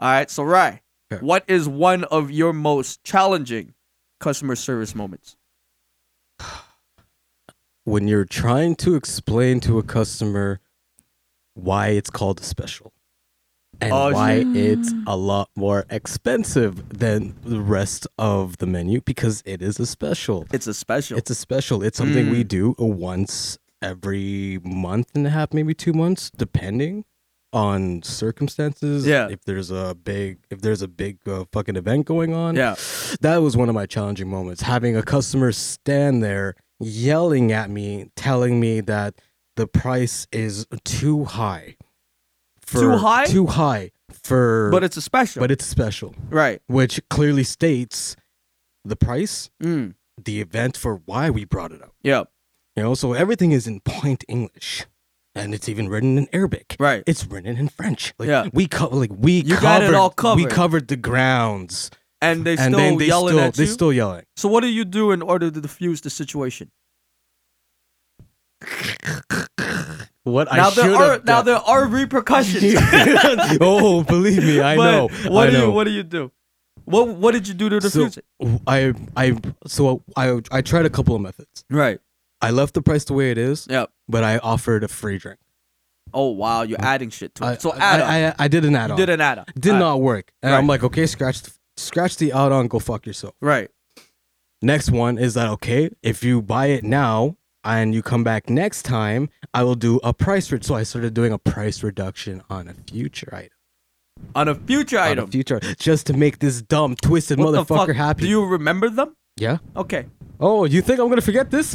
[SPEAKER 2] All right, so Rye,
[SPEAKER 4] Okay.
[SPEAKER 2] what is one of your most challenging customer service moments?
[SPEAKER 4] When you're trying to explain to a customer why it's called special and
[SPEAKER 2] Oh,
[SPEAKER 4] why it's a lot more expensive than the rest of the menu because it is a special.
[SPEAKER 2] It's a special.
[SPEAKER 4] It's a special. It's something
[SPEAKER 2] Mm.
[SPEAKER 4] we do once every month and a half, maybe two months, depending on circumstances.
[SPEAKER 2] Yeah.
[SPEAKER 4] If there's a big, if there's a big uh, fucking event going on.
[SPEAKER 2] yeah,
[SPEAKER 4] That was one of my challenging moments. Having a customer stand there yelling at me, telling me that the price is too high. For,
[SPEAKER 2] Too high?
[SPEAKER 4] Too high for.
[SPEAKER 2] but it's a special.
[SPEAKER 4] but it's special,
[SPEAKER 2] right.
[SPEAKER 4] which clearly states the price
[SPEAKER 2] Mm.
[SPEAKER 4] the event for why we brought it up.
[SPEAKER 2] Yep.
[SPEAKER 4] You know, so everything is in point English. And it's even written in Arabic.
[SPEAKER 2] Right.
[SPEAKER 4] It's written in French. Like
[SPEAKER 2] Yeah.
[SPEAKER 4] we co- like we
[SPEAKER 2] You
[SPEAKER 4] covered,
[SPEAKER 2] got it all
[SPEAKER 4] We
[SPEAKER 2] covered.
[SPEAKER 4] covered the grounds.
[SPEAKER 2] And they
[SPEAKER 4] and
[SPEAKER 2] still
[SPEAKER 4] then they
[SPEAKER 2] yelling
[SPEAKER 4] still
[SPEAKER 2] at
[SPEAKER 4] they
[SPEAKER 2] you.
[SPEAKER 4] still yelling.
[SPEAKER 2] so what do you do in order to defuse the situation?
[SPEAKER 4] What
[SPEAKER 2] now
[SPEAKER 4] I should
[SPEAKER 2] there are
[SPEAKER 4] have
[SPEAKER 2] now
[SPEAKER 4] done.
[SPEAKER 2] there are repercussions.
[SPEAKER 4] oh, believe me, I
[SPEAKER 2] But
[SPEAKER 4] know.
[SPEAKER 2] What
[SPEAKER 4] I
[SPEAKER 2] do
[SPEAKER 4] know.
[SPEAKER 2] you what do you do? What what did you do to
[SPEAKER 4] so
[SPEAKER 2] defuse it?
[SPEAKER 4] I I so I I tried a couple of methods.
[SPEAKER 2] Right.
[SPEAKER 4] I left the price the way it is,
[SPEAKER 2] Yep.
[SPEAKER 4] but I offered a free drink.
[SPEAKER 2] Oh wow, you're adding shit to it.
[SPEAKER 4] I,
[SPEAKER 2] so add up.
[SPEAKER 4] I, I I did an add
[SPEAKER 2] you
[SPEAKER 4] on.
[SPEAKER 2] did an add up.
[SPEAKER 4] Did
[SPEAKER 2] All right.
[SPEAKER 4] not work, and I'm
[SPEAKER 2] Right.
[SPEAKER 4] like, okay, scratch the, scratch the add on, go fuck yourself.
[SPEAKER 2] Right.
[SPEAKER 4] Next one is that okay? If you buy it now and you come back next time, I will do a price. Re- so I started doing a price reduction on a future item.
[SPEAKER 2] On a future
[SPEAKER 4] On a
[SPEAKER 2] item.
[SPEAKER 4] future just to make this dumb twisted
[SPEAKER 2] What the
[SPEAKER 4] motherfucker
[SPEAKER 2] fuck?
[SPEAKER 4] happy.
[SPEAKER 2] Do you remember them?
[SPEAKER 4] yeah.
[SPEAKER 2] Okay.
[SPEAKER 4] Oh, you think I'm gonna forget this?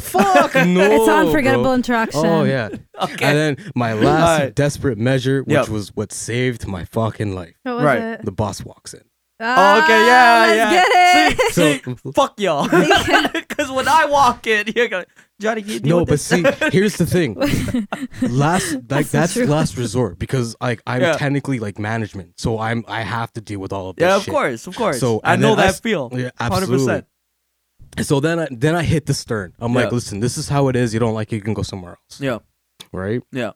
[SPEAKER 4] Fuck no.
[SPEAKER 3] it's
[SPEAKER 2] oh,
[SPEAKER 3] an unforgettable
[SPEAKER 4] bro.
[SPEAKER 3] interaction.
[SPEAKER 4] Oh yeah.
[SPEAKER 2] Okay.
[SPEAKER 4] And then my last
[SPEAKER 2] Alright.
[SPEAKER 4] desperate measure, which
[SPEAKER 2] Yep.
[SPEAKER 4] was what saved my fucking life.
[SPEAKER 3] What was
[SPEAKER 2] Right.
[SPEAKER 3] it?
[SPEAKER 4] The boss walks in.
[SPEAKER 2] Oh, okay, yeah,
[SPEAKER 3] Ah, let's
[SPEAKER 2] yeah.
[SPEAKER 3] Get it.
[SPEAKER 2] See,
[SPEAKER 4] So-
[SPEAKER 2] see, fuck y'all. Because when I walk in, you're gonna Johnny. Can you deal
[SPEAKER 4] No,
[SPEAKER 2] with
[SPEAKER 4] but
[SPEAKER 2] this?
[SPEAKER 4] see, here's the thing. last like that's,
[SPEAKER 3] true.
[SPEAKER 4] last resort because like I'm
[SPEAKER 2] Yeah.
[SPEAKER 4] technically like management, so I'm I have to deal with all of this.
[SPEAKER 2] yeah, of
[SPEAKER 4] shit.
[SPEAKER 2] course, of course.
[SPEAKER 4] So
[SPEAKER 2] I
[SPEAKER 4] and
[SPEAKER 2] know
[SPEAKER 4] then
[SPEAKER 2] that
[SPEAKER 4] s-
[SPEAKER 2] feel.
[SPEAKER 4] Yeah,
[SPEAKER 2] Hundred
[SPEAKER 4] absolutely.
[SPEAKER 2] percent.
[SPEAKER 4] So then I then I hit the stern. I'm like,
[SPEAKER 2] Yeah.
[SPEAKER 4] listen, this is how it is. You don't like it, you can go somewhere else.
[SPEAKER 2] Yeah,
[SPEAKER 4] Right?
[SPEAKER 2] yeah,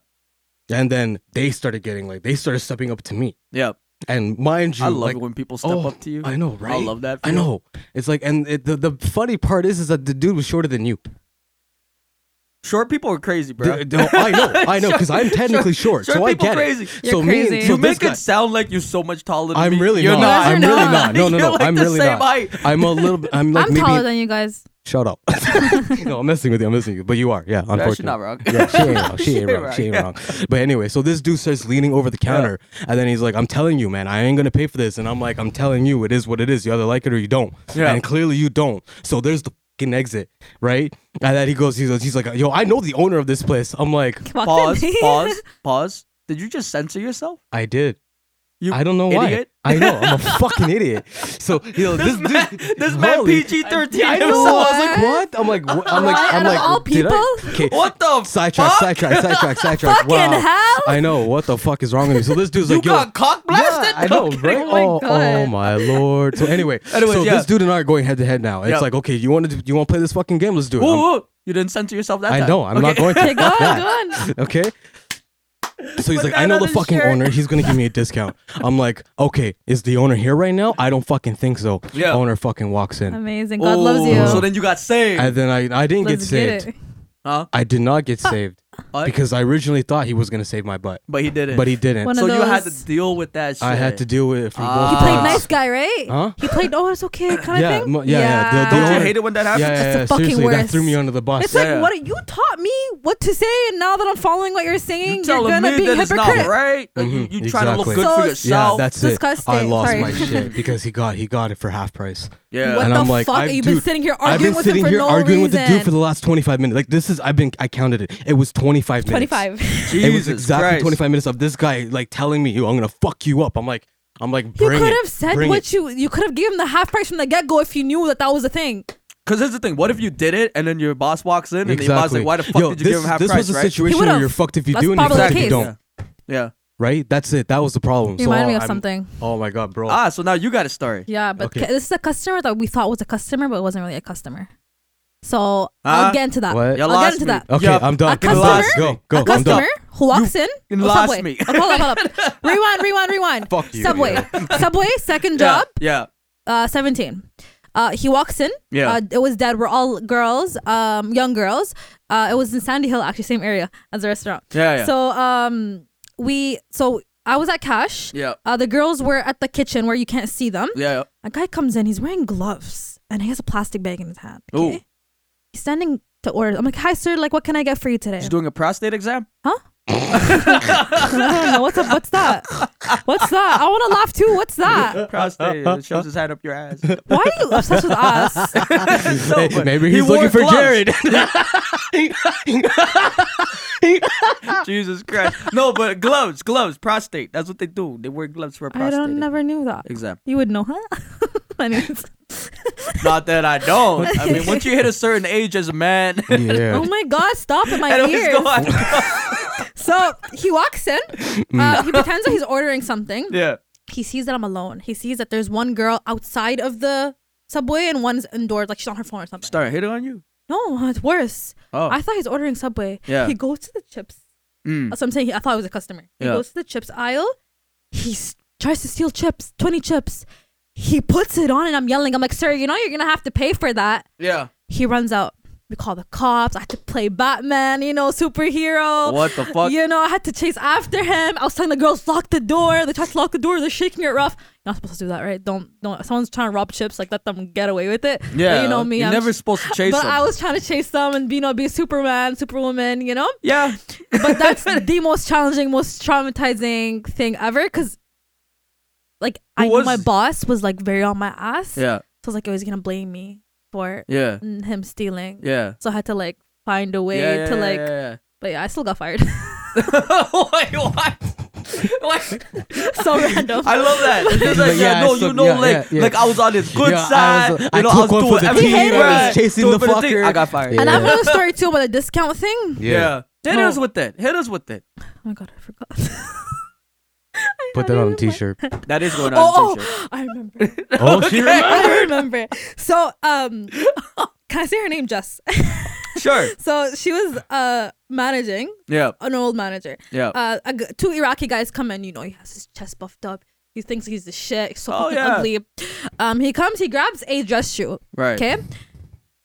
[SPEAKER 4] And then they started getting like they started stepping up to me.
[SPEAKER 2] yeah.
[SPEAKER 4] And mind you,
[SPEAKER 2] I love
[SPEAKER 4] like,
[SPEAKER 2] it when people step
[SPEAKER 4] oh,
[SPEAKER 2] up to you.
[SPEAKER 4] I know, right?
[SPEAKER 2] I love that.
[SPEAKER 4] I
[SPEAKER 2] feel.
[SPEAKER 4] know. It's like, and it, the the funny part is, is that the dude was shorter than you.
[SPEAKER 2] Short people are crazy, bro.
[SPEAKER 4] The- the- I know, I know, because I'm technically short,
[SPEAKER 2] short
[SPEAKER 4] so I
[SPEAKER 2] people
[SPEAKER 4] get
[SPEAKER 2] crazy.
[SPEAKER 4] it.
[SPEAKER 3] You're
[SPEAKER 4] so me,
[SPEAKER 3] crazy.
[SPEAKER 4] so
[SPEAKER 2] you
[SPEAKER 4] this
[SPEAKER 2] make
[SPEAKER 4] guy,
[SPEAKER 2] it sound like you're so much taller than
[SPEAKER 4] I'm
[SPEAKER 2] me.
[SPEAKER 4] really
[SPEAKER 2] you're
[SPEAKER 4] not.
[SPEAKER 3] guys are
[SPEAKER 4] I'm really
[SPEAKER 3] not.
[SPEAKER 4] not. No, no,
[SPEAKER 2] You're
[SPEAKER 4] no.
[SPEAKER 2] like
[SPEAKER 4] I'm
[SPEAKER 2] the
[SPEAKER 4] really
[SPEAKER 2] same
[SPEAKER 4] not.
[SPEAKER 2] height.
[SPEAKER 4] I'm a little. I'm like
[SPEAKER 3] I'm
[SPEAKER 4] maybe.
[SPEAKER 3] taller than you guys.
[SPEAKER 4] Shut up. no, I'm messing with you. I'm messing with you. But you are. Yeah,
[SPEAKER 2] Nah,
[SPEAKER 4] unfortunately.
[SPEAKER 2] she's not wrong.
[SPEAKER 4] Yeah, she ain't wrong. She ain't wrong. She ain't
[SPEAKER 2] yeah.
[SPEAKER 4] wrong. But anyway, so this dude starts leaning over the counter, and then he's like, "I'm telling you, man, I ain't gonna pay for this." And I'm like, "I'm telling you, it is what it is. You either like it or you don't."
[SPEAKER 2] Yeah.
[SPEAKER 4] And clearly, you don't. So there's the fucking exit, right? And then he goes, he goes, he's like, "Yo, I know the owner of this place." I'm like,
[SPEAKER 3] Fuck
[SPEAKER 2] Pause.
[SPEAKER 3] me.
[SPEAKER 2] Pause. Pause. Did you just censor yourself?
[SPEAKER 4] "I did."
[SPEAKER 2] You
[SPEAKER 4] I don't know
[SPEAKER 2] idiot.
[SPEAKER 4] why. I know. I'm a fucking idiot. So you know this,
[SPEAKER 2] man-
[SPEAKER 4] dude.
[SPEAKER 2] this man
[SPEAKER 4] holy-
[SPEAKER 2] PG-13
[SPEAKER 4] I, I know. I was like, what? I'm like, wh- I'm like,
[SPEAKER 3] Why? Out of
[SPEAKER 4] I'm like,
[SPEAKER 3] all
[SPEAKER 4] did I-
[SPEAKER 3] people?
[SPEAKER 4] Okay.
[SPEAKER 2] What the
[SPEAKER 4] Sidetrack,
[SPEAKER 2] fuck?
[SPEAKER 4] sidetrack, sidetrack, sidetrack.
[SPEAKER 3] Fucking
[SPEAKER 4] wow.
[SPEAKER 3] hell.
[SPEAKER 4] I know. What the fuck is wrong with me? So this dude's
[SPEAKER 2] You
[SPEAKER 4] like, yo.
[SPEAKER 2] got cock blasted.
[SPEAKER 4] yeah, I know,
[SPEAKER 2] Okay.
[SPEAKER 4] right?
[SPEAKER 3] my
[SPEAKER 4] oh, oh
[SPEAKER 3] God.
[SPEAKER 4] my lord. So anyway,
[SPEAKER 2] Anyways,
[SPEAKER 4] so
[SPEAKER 2] yeah.
[SPEAKER 4] this dude and I are going head to head now. It's
[SPEAKER 2] Yeah.
[SPEAKER 4] like, okay, you want to you want to play this fucking game? Let's do it.
[SPEAKER 2] Whoa,
[SPEAKER 4] I'm-
[SPEAKER 2] whoa. You didn't censor yourself that
[SPEAKER 4] I
[SPEAKER 2] time.
[SPEAKER 4] know. I'm not
[SPEAKER 2] Okay.
[SPEAKER 4] going to.
[SPEAKER 3] Okay, go
[SPEAKER 4] Fuck that.
[SPEAKER 3] on, go on.
[SPEAKER 4] Okay. So he's
[SPEAKER 2] Put
[SPEAKER 4] like, I
[SPEAKER 2] that
[SPEAKER 4] know
[SPEAKER 2] on
[SPEAKER 4] the
[SPEAKER 2] his
[SPEAKER 4] fucking
[SPEAKER 2] shirt.
[SPEAKER 4] owner. He's gonna give me a discount. I'm like, okay, is the owner here right now? I don't fucking think so.
[SPEAKER 2] Yeah.
[SPEAKER 4] Owner fucking walks in,
[SPEAKER 3] Amazing. God loves
[SPEAKER 2] Oh,
[SPEAKER 3] you.
[SPEAKER 2] So then you got saved.
[SPEAKER 4] and then I I didn't
[SPEAKER 3] Let's
[SPEAKER 4] get saved.
[SPEAKER 3] get it.
[SPEAKER 2] huh?
[SPEAKER 4] I did not get saved
[SPEAKER 2] What?
[SPEAKER 4] because I originally thought he was gonna save my butt,
[SPEAKER 2] But he didn't.
[SPEAKER 4] but he didn't.
[SPEAKER 3] One
[SPEAKER 2] so
[SPEAKER 3] of
[SPEAKER 2] you had to
[SPEAKER 3] those-
[SPEAKER 2] deal with that shit.
[SPEAKER 4] I had to deal with it from both
[SPEAKER 2] He
[SPEAKER 3] He played
[SPEAKER 4] sides.
[SPEAKER 3] nice guy, right?
[SPEAKER 4] Ah. Huh?
[SPEAKER 3] He played. Oh, it's okay. Kind
[SPEAKER 4] Yeah,
[SPEAKER 3] of thing.
[SPEAKER 4] mo- yeah, yeah, the- the
[SPEAKER 2] Don't you
[SPEAKER 4] owner-
[SPEAKER 2] hate it when that
[SPEAKER 4] Yeah,
[SPEAKER 2] happens?
[SPEAKER 4] yeah,
[SPEAKER 3] It's the
[SPEAKER 4] yeah,
[SPEAKER 3] fucking
[SPEAKER 4] seriously, that threw me
[SPEAKER 3] worst.
[SPEAKER 4] under the bus.
[SPEAKER 3] It's like
[SPEAKER 2] Yeah.
[SPEAKER 3] what you taught me what to say, and now that I'm following what you're saying,
[SPEAKER 2] You
[SPEAKER 3] you're
[SPEAKER 2] telling
[SPEAKER 3] gonna
[SPEAKER 2] me
[SPEAKER 3] be a
[SPEAKER 2] that it's not
[SPEAKER 3] hypocrite.
[SPEAKER 2] right? Like, you
[SPEAKER 4] Mhm,
[SPEAKER 2] you trying to look
[SPEAKER 4] exactly.
[SPEAKER 2] good
[SPEAKER 3] So
[SPEAKER 2] for
[SPEAKER 3] it's-
[SPEAKER 4] yeah,
[SPEAKER 2] yourself?
[SPEAKER 4] that's
[SPEAKER 3] Disgusting.
[SPEAKER 4] it. I lost
[SPEAKER 3] Sorry.
[SPEAKER 4] my shit because he got he got it for half price.
[SPEAKER 2] yeah.
[SPEAKER 3] What
[SPEAKER 4] and
[SPEAKER 3] the
[SPEAKER 4] I'm like,
[SPEAKER 3] fuck?
[SPEAKER 4] I've,
[SPEAKER 3] You've been
[SPEAKER 4] dude,
[SPEAKER 3] sitting here
[SPEAKER 4] I've been
[SPEAKER 3] arguing with him
[SPEAKER 4] sitting
[SPEAKER 3] for
[SPEAKER 4] here
[SPEAKER 3] no
[SPEAKER 4] arguing with the dude
[SPEAKER 3] reason.
[SPEAKER 4] for the last 25 minutes. Like this is, I've been, I counted it. It was 25 minutes.
[SPEAKER 3] 25.
[SPEAKER 2] Jesus
[SPEAKER 4] it was exactly
[SPEAKER 2] Christ.
[SPEAKER 4] 25 minutes of this guy like telling me, "Yo, I'm gonna fuck you up." I'm like, I'm like,
[SPEAKER 3] You
[SPEAKER 4] bring
[SPEAKER 3] could
[SPEAKER 4] it,
[SPEAKER 3] have said
[SPEAKER 4] bring
[SPEAKER 3] what
[SPEAKER 4] it."
[SPEAKER 3] you you could have given him the half price from the get go if you knew that that was a thing.
[SPEAKER 2] Because here's the thing: what if you did it and then your boss walks in and your boss like, "Why the fuck
[SPEAKER 4] Yo,
[SPEAKER 2] did you
[SPEAKER 4] this,
[SPEAKER 2] give him half
[SPEAKER 4] this
[SPEAKER 2] price?"
[SPEAKER 4] was a
[SPEAKER 2] right?
[SPEAKER 4] situation where
[SPEAKER 3] would've.
[SPEAKER 4] you're fucked if you
[SPEAKER 3] That's
[SPEAKER 4] do and you're
[SPEAKER 3] probably the
[SPEAKER 4] fucked if you
[SPEAKER 3] case.
[SPEAKER 4] don't.
[SPEAKER 2] Yeah.
[SPEAKER 4] Right? That's it. That was the problem.
[SPEAKER 3] You
[SPEAKER 4] so
[SPEAKER 3] reminded me of
[SPEAKER 4] I'm-
[SPEAKER 3] something.
[SPEAKER 4] Oh my god, bro.
[SPEAKER 2] Ah, so now you got a story.
[SPEAKER 3] Yeah, but
[SPEAKER 4] Okay.
[SPEAKER 3] ca- this is a customer that we thought was a customer, but it wasn't really a customer. So
[SPEAKER 2] Huh?
[SPEAKER 3] I'll get into that.
[SPEAKER 4] What?
[SPEAKER 2] Y'all
[SPEAKER 3] I'll get
[SPEAKER 2] Ah, lost
[SPEAKER 3] into
[SPEAKER 2] me.
[SPEAKER 3] that.
[SPEAKER 4] okay,
[SPEAKER 2] yup.
[SPEAKER 4] I'm
[SPEAKER 3] A
[SPEAKER 4] done. I'm done.
[SPEAKER 3] customer-
[SPEAKER 4] Go, go.
[SPEAKER 3] a
[SPEAKER 4] I'm done.
[SPEAKER 3] customer who walks in.
[SPEAKER 2] You
[SPEAKER 3] oh,
[SPEAKER 2] lost
[SPEAKER 3] Subway.
[SPEAKER 2] me.
[SPEAKER 3] Oh, hold up, hold up. rewind, rewind, rewind.
[SPEAKER 4] Fuck you,
[SPEAKER 3] Subway. Subway, second job,
[SPEAKER 2] Yeah.
[SPEAKER 3] uh, 17. Uh, he walks in.
[SPEAKER 2] Yeah.
[SPEAKER 3] Uh, it was dead. We're all girls, um, young girls. Uh, it was in Sandy Hill, actually, same area as the restaurant.
[SPEAKER 2] Yeah, yeah.
[SPEAKER 3] So um, we, so I was at cash.
[SPEAKER 2] Yeah.
[SPEAKER 3] Uh, the girls were at the kitchen where you can't see them.
[SPEAKER 2] Yeah.
[SPEAKER 3] A guy comes in, he's wearing gloves and he has a plastic bag in his hand. Okay?
[SPEAKER 2] Ooh.
[SPEAKER 3] He's standing to order. I'm like, hi, sir, like, what can I get for you today?
[SPEAKER 2] She's doing a prostate exam.
[SPEAKER 3] huh? I don't know. What's up? What's that? What's that? I want to laugh too. What's that?
[SPEAKER 2] Prostate it shoves his head up your ass.
[SPEAKER 3] Why are you obsessed with us?
[SPEAKER 2] So funny.
[SPEAKER 4] Maybe
[SPEAKER 2] He
[SPEAKER 4] he's looking
[SPEAKER 2] wore
[SPEAKER 4] for
[SPEAKER 2] gloves.
[SPEAKER 4] Jared.
[SPEAKER 2] Jesus Christ. No, but gloves, gloves, prostate. That's what they do. They wear gloves for a
[SPEAKER 3] I
[SPEAKER 2] prostate.
[SPEAKER 3] don't never knew that.
[SPEAKER 2] Exactly.
[SPEAKER 3] You would know, huh? Anyways.
[SPEAKER 2] Not that I don't. I mean, once you hit a certain age as a man,
[SPEAKER 4] yeah.
[SPEAKER 3] Oh my God! Stop in my
[SPEAKER 2] I don't
[SPEAKER 3] ears.
[SPEAKER 2] just go on.
[SPEAKER 3] So he walks in. Uh, he pretends that he's ordering something.
[SPEAKER 2] Mm. Yeah.
[SPEAKER 3] he sees that I'm alone. He sees that there's one girl outside of the subway and one's indoors, like she's on her phone or something.
[SPEAKER 2] Start hitting on you.
[SPEAKER 3] No, uh, it's worse.
[SPEAKER 2] Oh.
[SPEAKER 3] I thought he's ordering Subway.
[SPEAKER 2] Yeah.
[SPEAKER 3] He goes to the chips.
[SPEAKER 2] Mm.
[SPEAKER 3] That's what I'm saying. He- I thought it was a customer. He
[SPEAKER 2] Yeah.
[SPEAKER 3] goes to the chips aisle. He s- tries to steal chips, 20 chips. He puts it on and I'm yelling. I'm like, sir, you know you're going to have to pay for that.
[SPEAKER 2] Yeah.
[SPEAKER 3] He runs out. We call the cops. I had to play Batman, you know, superhero.
[SPEAKER 2] What the fuck?
[SPEAKER 3] You know, I had to chase after him. I was telling the girls lock the door. They tried to lock the door. They're shaking it rough. You're not supposed to do that, right? Don't don't. Someone's trying to rob chips. Like let them get away with it. But
[SPEAKER 2] Yeah.
[SPEAKER 3] you know me.
[SPEAKER 2] You're
[SPEAKER 3] I'm
[SPEAKER 2] never supposed to chase
[SPEAKER 3] but
[SPEAKER 2] them.
[SPEAKER 3] I was trying to chase them and you know be Superman, Superwoman, you know.
[SPEAKER 2] yeah.
[SPEAKER 3] But that's the most challenging, most traumatizing thing ever. Cause like I
[SPEAKER 2] was-
[SPEAKER 3] knew my boss was like very on my ass.
[SPEAKER 2] Yeah.
[SPEAKER 3] So I was like, oh, he's gonna blame me for
[SPEAKER 2] Yeah.
[SPEAKER 3] him stealing.
[SPEAKER 2] Yeah.
[SPEAKER 3] So I had to like find a way
[SPEAKER 2] yeah, yeah,
[SPEAKER 3] to
[SPEAKER 2] yeah,
[SPEAKER 3] like.
[SPEAKER 2] yeah,
[SPEAKER 3] But yeah, I still got fired.
[SPEAKER 2] yeah. Wait, what? What?
[SPEAKER 3] so random.
[SPEAKER 2] I love that. It's just like,
[SPEAKER 4] Like,
[SPEAKER 2] yeah,
[SPEAKER 4] yeah,
[SPEAKER 2] no,
[SPEAKER 4] so-
[SPEAKER 2] you know,
[SPEAKER 4] yeah,
[SPEAKER 2] like,
[SPEAKER 4] yeah, yeah.
[SPEAKER 2] like I was on his good
[SPEAKER 4] Yeah, I
[SPEAKER 2] side.
[SPEAKER 4] was-
[SPEAKER 2] you
[SPEAKER 4] I
[SPEAKER 2] know,
[SPEAKER 4] took one
[SPEAKER 2] doing
[SPEAKER 4] for the
[SPEAKER 2] everything
[SPEAKER 3] team, I was
[SPEAKER 2] right,
[SPEAKER 4] chasing
[SPEAKER 2] doing
[SPEAKER 4] the
[SPEAKER 2] for thing.
[SPEAKER 4] fucker.
[SPEAKER 2] I got fired.
[SPEAKER 4] Yeah.
[SPEAKER 3] And I have another story too about the discount thing.
[SPEAKER 4] yeah.
[SPEAKER 2] Yeah. Hit
[SPEAKER 3] No.
[SPEAKER 2] us with that. Hit us with that.
[SPEAKER 3] Oh my god, I forgot. I
[SPEAKER 4] Put
[SPEAKER 3] don't
[SPEAKER 4] that on
[SPEAKER 3] even
[SPEAKER 4] a
[SPEAKER 3] know.
[SPEAKER 4] t-shirt.
[SPEAKER 2] That is going on.
[SPEAKER 3] Oh,
[SPEAKER 2] the t-shirt.
[SPEAKER 3] oh, I remember.
[SPEAKER 4] oh, she remembered.
[SPEAKER 3] I remember. So, um, can I say her name, Jess?
[SPEAKER 2] Sure.
[SPEAKER 3] so she was uh managing
[SPEAKER 2] Yeah.
[SPEAKER 3] an old manager.
[SPEAKER 2] Yeah.
[SPEAKER 3] Uh, a g two Iraqi guys come in. You know, he has his chest buffed up. He thinks he's the shit. He's so
[SPEAKER 2] Oh,
[SPEAKER 3] fucking
[SPEAKER 2] yeah.
[SPEAKER 3] ugly. Um, he comes. He grabs a dress shoe.
[SPEAKER 2] right.
[SPEAKER 3] Okay.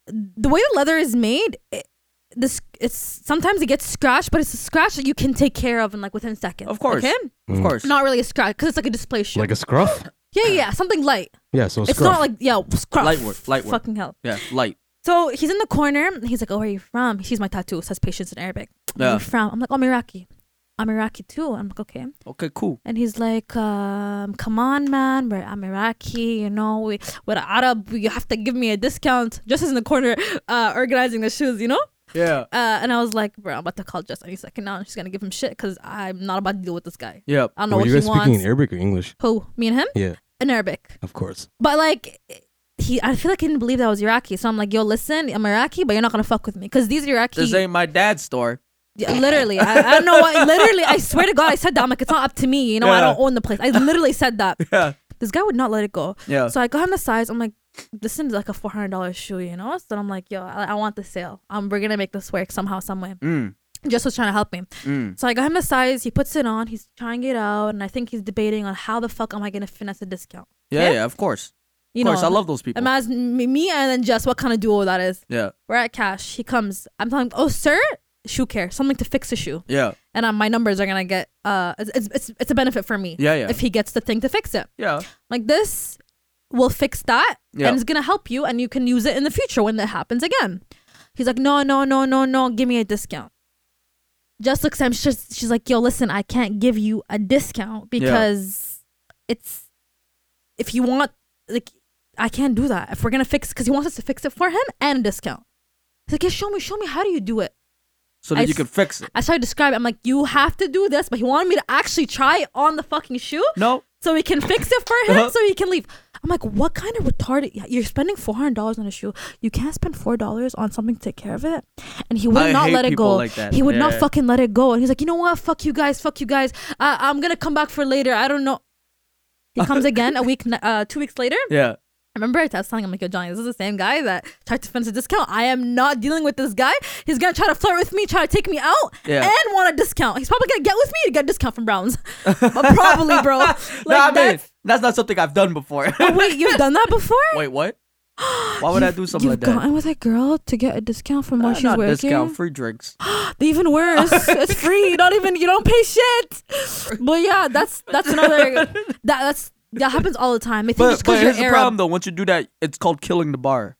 [SPEAKER 3] The way the leather is made, it, this it's sometimes it gets scratched, but it's a scratch that you can take care of in like within seconds.
[SPEAKER 2] Of course.
[SPEAKER 3] Okay.
[SPEAKER 2] Of course.
[SPEAKER 3] Not really a scratch because it's like a display shoe.
[SPEAKER 4] Like a scruff?
[SPEAKER 3] yeah, yeah, something light.
[SPEAKER 4] Yeah, so a
[SPEAKER 3] It's
[SPEAKER 4] scruff.
[SPEAKER 3] not like yeah, scruff.
[SPEAKER 2] Light work, light work.
[SPEAKER 3] Fucking hell.
[SPEAKER 2] Yeah. Light.
[SPEAKER 3] So he's in the corner. and He's like, "Oh, where are you from?" He sees my tattoo. It says "patients" in Arabic. Where are
[SPEAKER 2] Yeah.
[SPEAKER 3] you from? I'm like, "I'm Iraqi. I'm Iraqi too." I'm like, "Okay."
[SPEAKER 2] Okay. Cool.
[SPEAKER 3] And he's like, um, "Come on, man. We're I'm Iraqi. You know, we we're Arab. You have to give me a discount." Just is in the corner, uh, organizing the shoes. You know.
[SPEAKER 2] Yeah.
[SPEAKER 3] Uh, and I was like, "Bro, I'm about to call Jess any second now, and she's gonna give him shit because I'm not about to deal with this guy.
[SPEAKER 2] Yep.
[SPEAKER 3] I don't know
[SPEAKER 4] Were
[SPEAKER 3] what
[SPEAKER 4] you
[SPEAKER 3] he
[SPEAKER 4] guys speaking
[SPEAKER 3] wants.
[SPEAKER 4] in Arabic or English?
[SPEAKER 3] Who? Me and him?
[SPEAKER 4] Yeah,
[SPEAKER 3] In Arabic."
[SPEAKER 4] of course.
[SPEAKER 3] But like he, I feel like he didn't believe that I was Iraqi. So I'm like, yo, listen, I'm Iraqi, but you're not gonna fuck with me because these Iraqi,
[SPEAKER 2] This ain't my dad's store.
[SPEAKER 3] Yeah, literally, I, I don't know what. Literally, I swear to God, I said that. I'm like, it's not up to me. You know, I
[SPEAKER 2] Yeah.
[SPEAKER 3] don't own the place. I literally said that.
[SPEAKER 2] Yeah.
[SPEAKER 3] This guy would not let it go.
[SPEAKER 2] Yeah.
[SPEAKER 3] So I got him the size. I'm like, this is like a four hundred dollars shoe, you know. So I'm like, yo, I, I want the sale. Um, we're gonna make this work somehow, some way.
[SPEAKER 2] Mm.
[SPEAKER 3] Just was trying to help me.
[SPEAKER 2] Mm.
[SPEAKER 3] So I got him the size. He puts it on. He's trying it out, and I think he's debating on how the fuck am I gonna finesse a discount.
[SPEAKER 2] Yeah.
[SPEAKER 3] Yeah?
[SPEAKER 2] Yeah. Of course.
[SPEAKER 3] You
[SPEAKER 2] of course.
[SPEAKER 3] know,
[SPEAKER 2] I love those people.
[SPEAKER 3] Imagine me- me and then Jess, what kind of duo that is.
[SPEAKER 2] yeah.
[SPEAKER 3] We're at cash. He comes. I'm telling him, oh, sir, shoe care, something to fix a shoe.
[SPEAKER 2] Yeah.
[SPEAKER 3] And um, my numbers are going to get, uh, it's, it's- it's, it's a benefit for me
[SPEAKER 2] Yeah. Yeah.
[SPEAKER 3] if he gets the thing to fix it.
[SPEAKER 2] yeah.
[SPEAKER 3] Like this will fix that
[SPEAKER 2] Yeah.
[SPEAKER 3] and it's going to help you and you can use it in the future when that happens again. He's like, no, no, no, no, no, give me a discount. Just looks at him. She's, she's like, yo, listen, I can't give you a discount because it's, if you want, like, I can't do that. If we're gonna fix, because he wants us to fix it for him and a discount. He's like, yeah, show me, show me, how do you do it?
[SPEAKER 2] So that
[SPEAKER 3] I
[SPEAKER 2] you
[SPEAKER 3] s-
[SPEAKER 2] can fix it.
[SPEAKER 3] I started describing. I'm like, you have to do this, but he wanted me to actually try it on the fucking shoe
[SPEAKER 2] No.
[SPEAKER 3] so we can fix it for him,
[SPEAKER 2] Uh-huh.
[SPEAKER 3] so he can leave. I'm like, what kind of retarded? You're spending four hundred dollars on a shoe. You can't spend four dollars on something to take care of it. And he would
[SPEAKER 2] I
[SPEAKER 3] not
[SPEAKER 2] hate
[SPEAKER 3] let it
[SPEAKER 2] people
[SPEAKER 3] go.
[SPEAKER 2] like that.
[SPEAKER 3] He would not
[SPEAKER 2] Yeah.
[SPEAKER 3] fucking let it go. And he's like, you know what? Fuck you guys. Fuck you guys. Uh, I'm gonna come back for later. I don't know. He comes again a week, n- uh, two weeks later.
[SPEAKER 2] Yeah.
[SPEAKER 3] I remember I was telling him, like, yo, Johnny, this is the same guy that tried to fence a discount. I am not dealing with this guy. He's going to try to flirt with me, try to take me out,
[SPEAKER 2] Yeah.
[SPEAKER 3] and want a discount. He's probably going to get with me to get a discount from Browns. but probably, bro. Like,
[SPEAKER 2] no, I mean,
[SPEAKER 3] that's-
[SPEAKER 2] that's, not something I've done before.
[SPEAKER 3] oh, wait, you've done that before?
[SPEAKER 2] Wait, what? Why would I do something
[SPEAKER 3] You've
[SPEAKER 2] like that?
[SPEAKER 3] gotten with a girl to get a discount from what
[SPEAKER 2] Uh,
[SPEAKER 3] she's
[SPEAKER 2] not
[SPEAKER 3] working?
[SPEAKER 2] discount, free drinks.
[SPEAKER 3] Even worse, it's free. You don't even you don't pay shit. But yeah, that's that's another that that's that happens all the time. I think
[SPEAKER 2] But,
[SPEAKER 3] just 'cause
[SPEAKER 2] but here's the
[SPEAKER 3] you're
[SPEAKER 2] problem
[SPEAKER 3] Arab.
[SPEAKER 2] though. Once you do that, it's called killing the bar.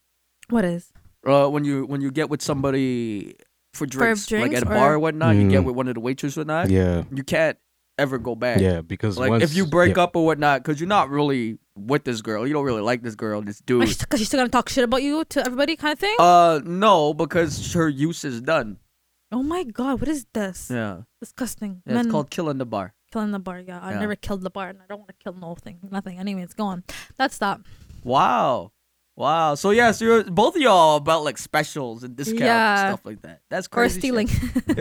[SPEAKER 3] What is?
[SPEAKER 2] Uh, when you when you get with somebody for drinks, like
[SPEAKER 3] drinks
[SPEAKER 2] at a
[SPEAKER 3] or-
[SPEAKER 2] bar or whatnot. You get
[SPEAKER 4] Mm.
[SPEAKER 2] with one of the waitresses or not.
[SPEAKER 4] Yeah.
[SPEAKER 2] You can't ever go back.
[SPEAKER 4] Yeah, because
[SPEAKER 2] Like
[SPEAKER 4] once,
[SPEAKER 2] if you break up or whatnot, because you're not really with this girl. You don't really like this girl, this dude.
[SPEAKER 3] Because she's still gonna talk shit about you to everybody, kind of thing.
[SPEAKER 2] Uh, no, because her use is done.
[SPEAKER 3] oh my god, what is this?
[SPEAKER 2] Yeah,
[SPEAKER 3] Disgusting.
[SPEAKER 2] Yeah, it's
[SPEAKER 3] Men
[SPEAKER 2] called killing the bar.
[SPEAKER 3] killing the bar. Yeah, I
[SPEAKER 2] Yeah.
[SPEAKER 3] never killed the bar, and I don't want to kill no thing, nothing. Anyway, it's gone. That's that.
[SPEAKER 2] Wow, wow. So yes, you're both of y'all are about like specials and discounts
[SPEAKER 3] Yeah.
[SPEAKER 2] and stuff like that. That's
[SPEAKER 3] Or
[SPEAKER 2] crazy. shit.
[SPEAKER 3] stealing,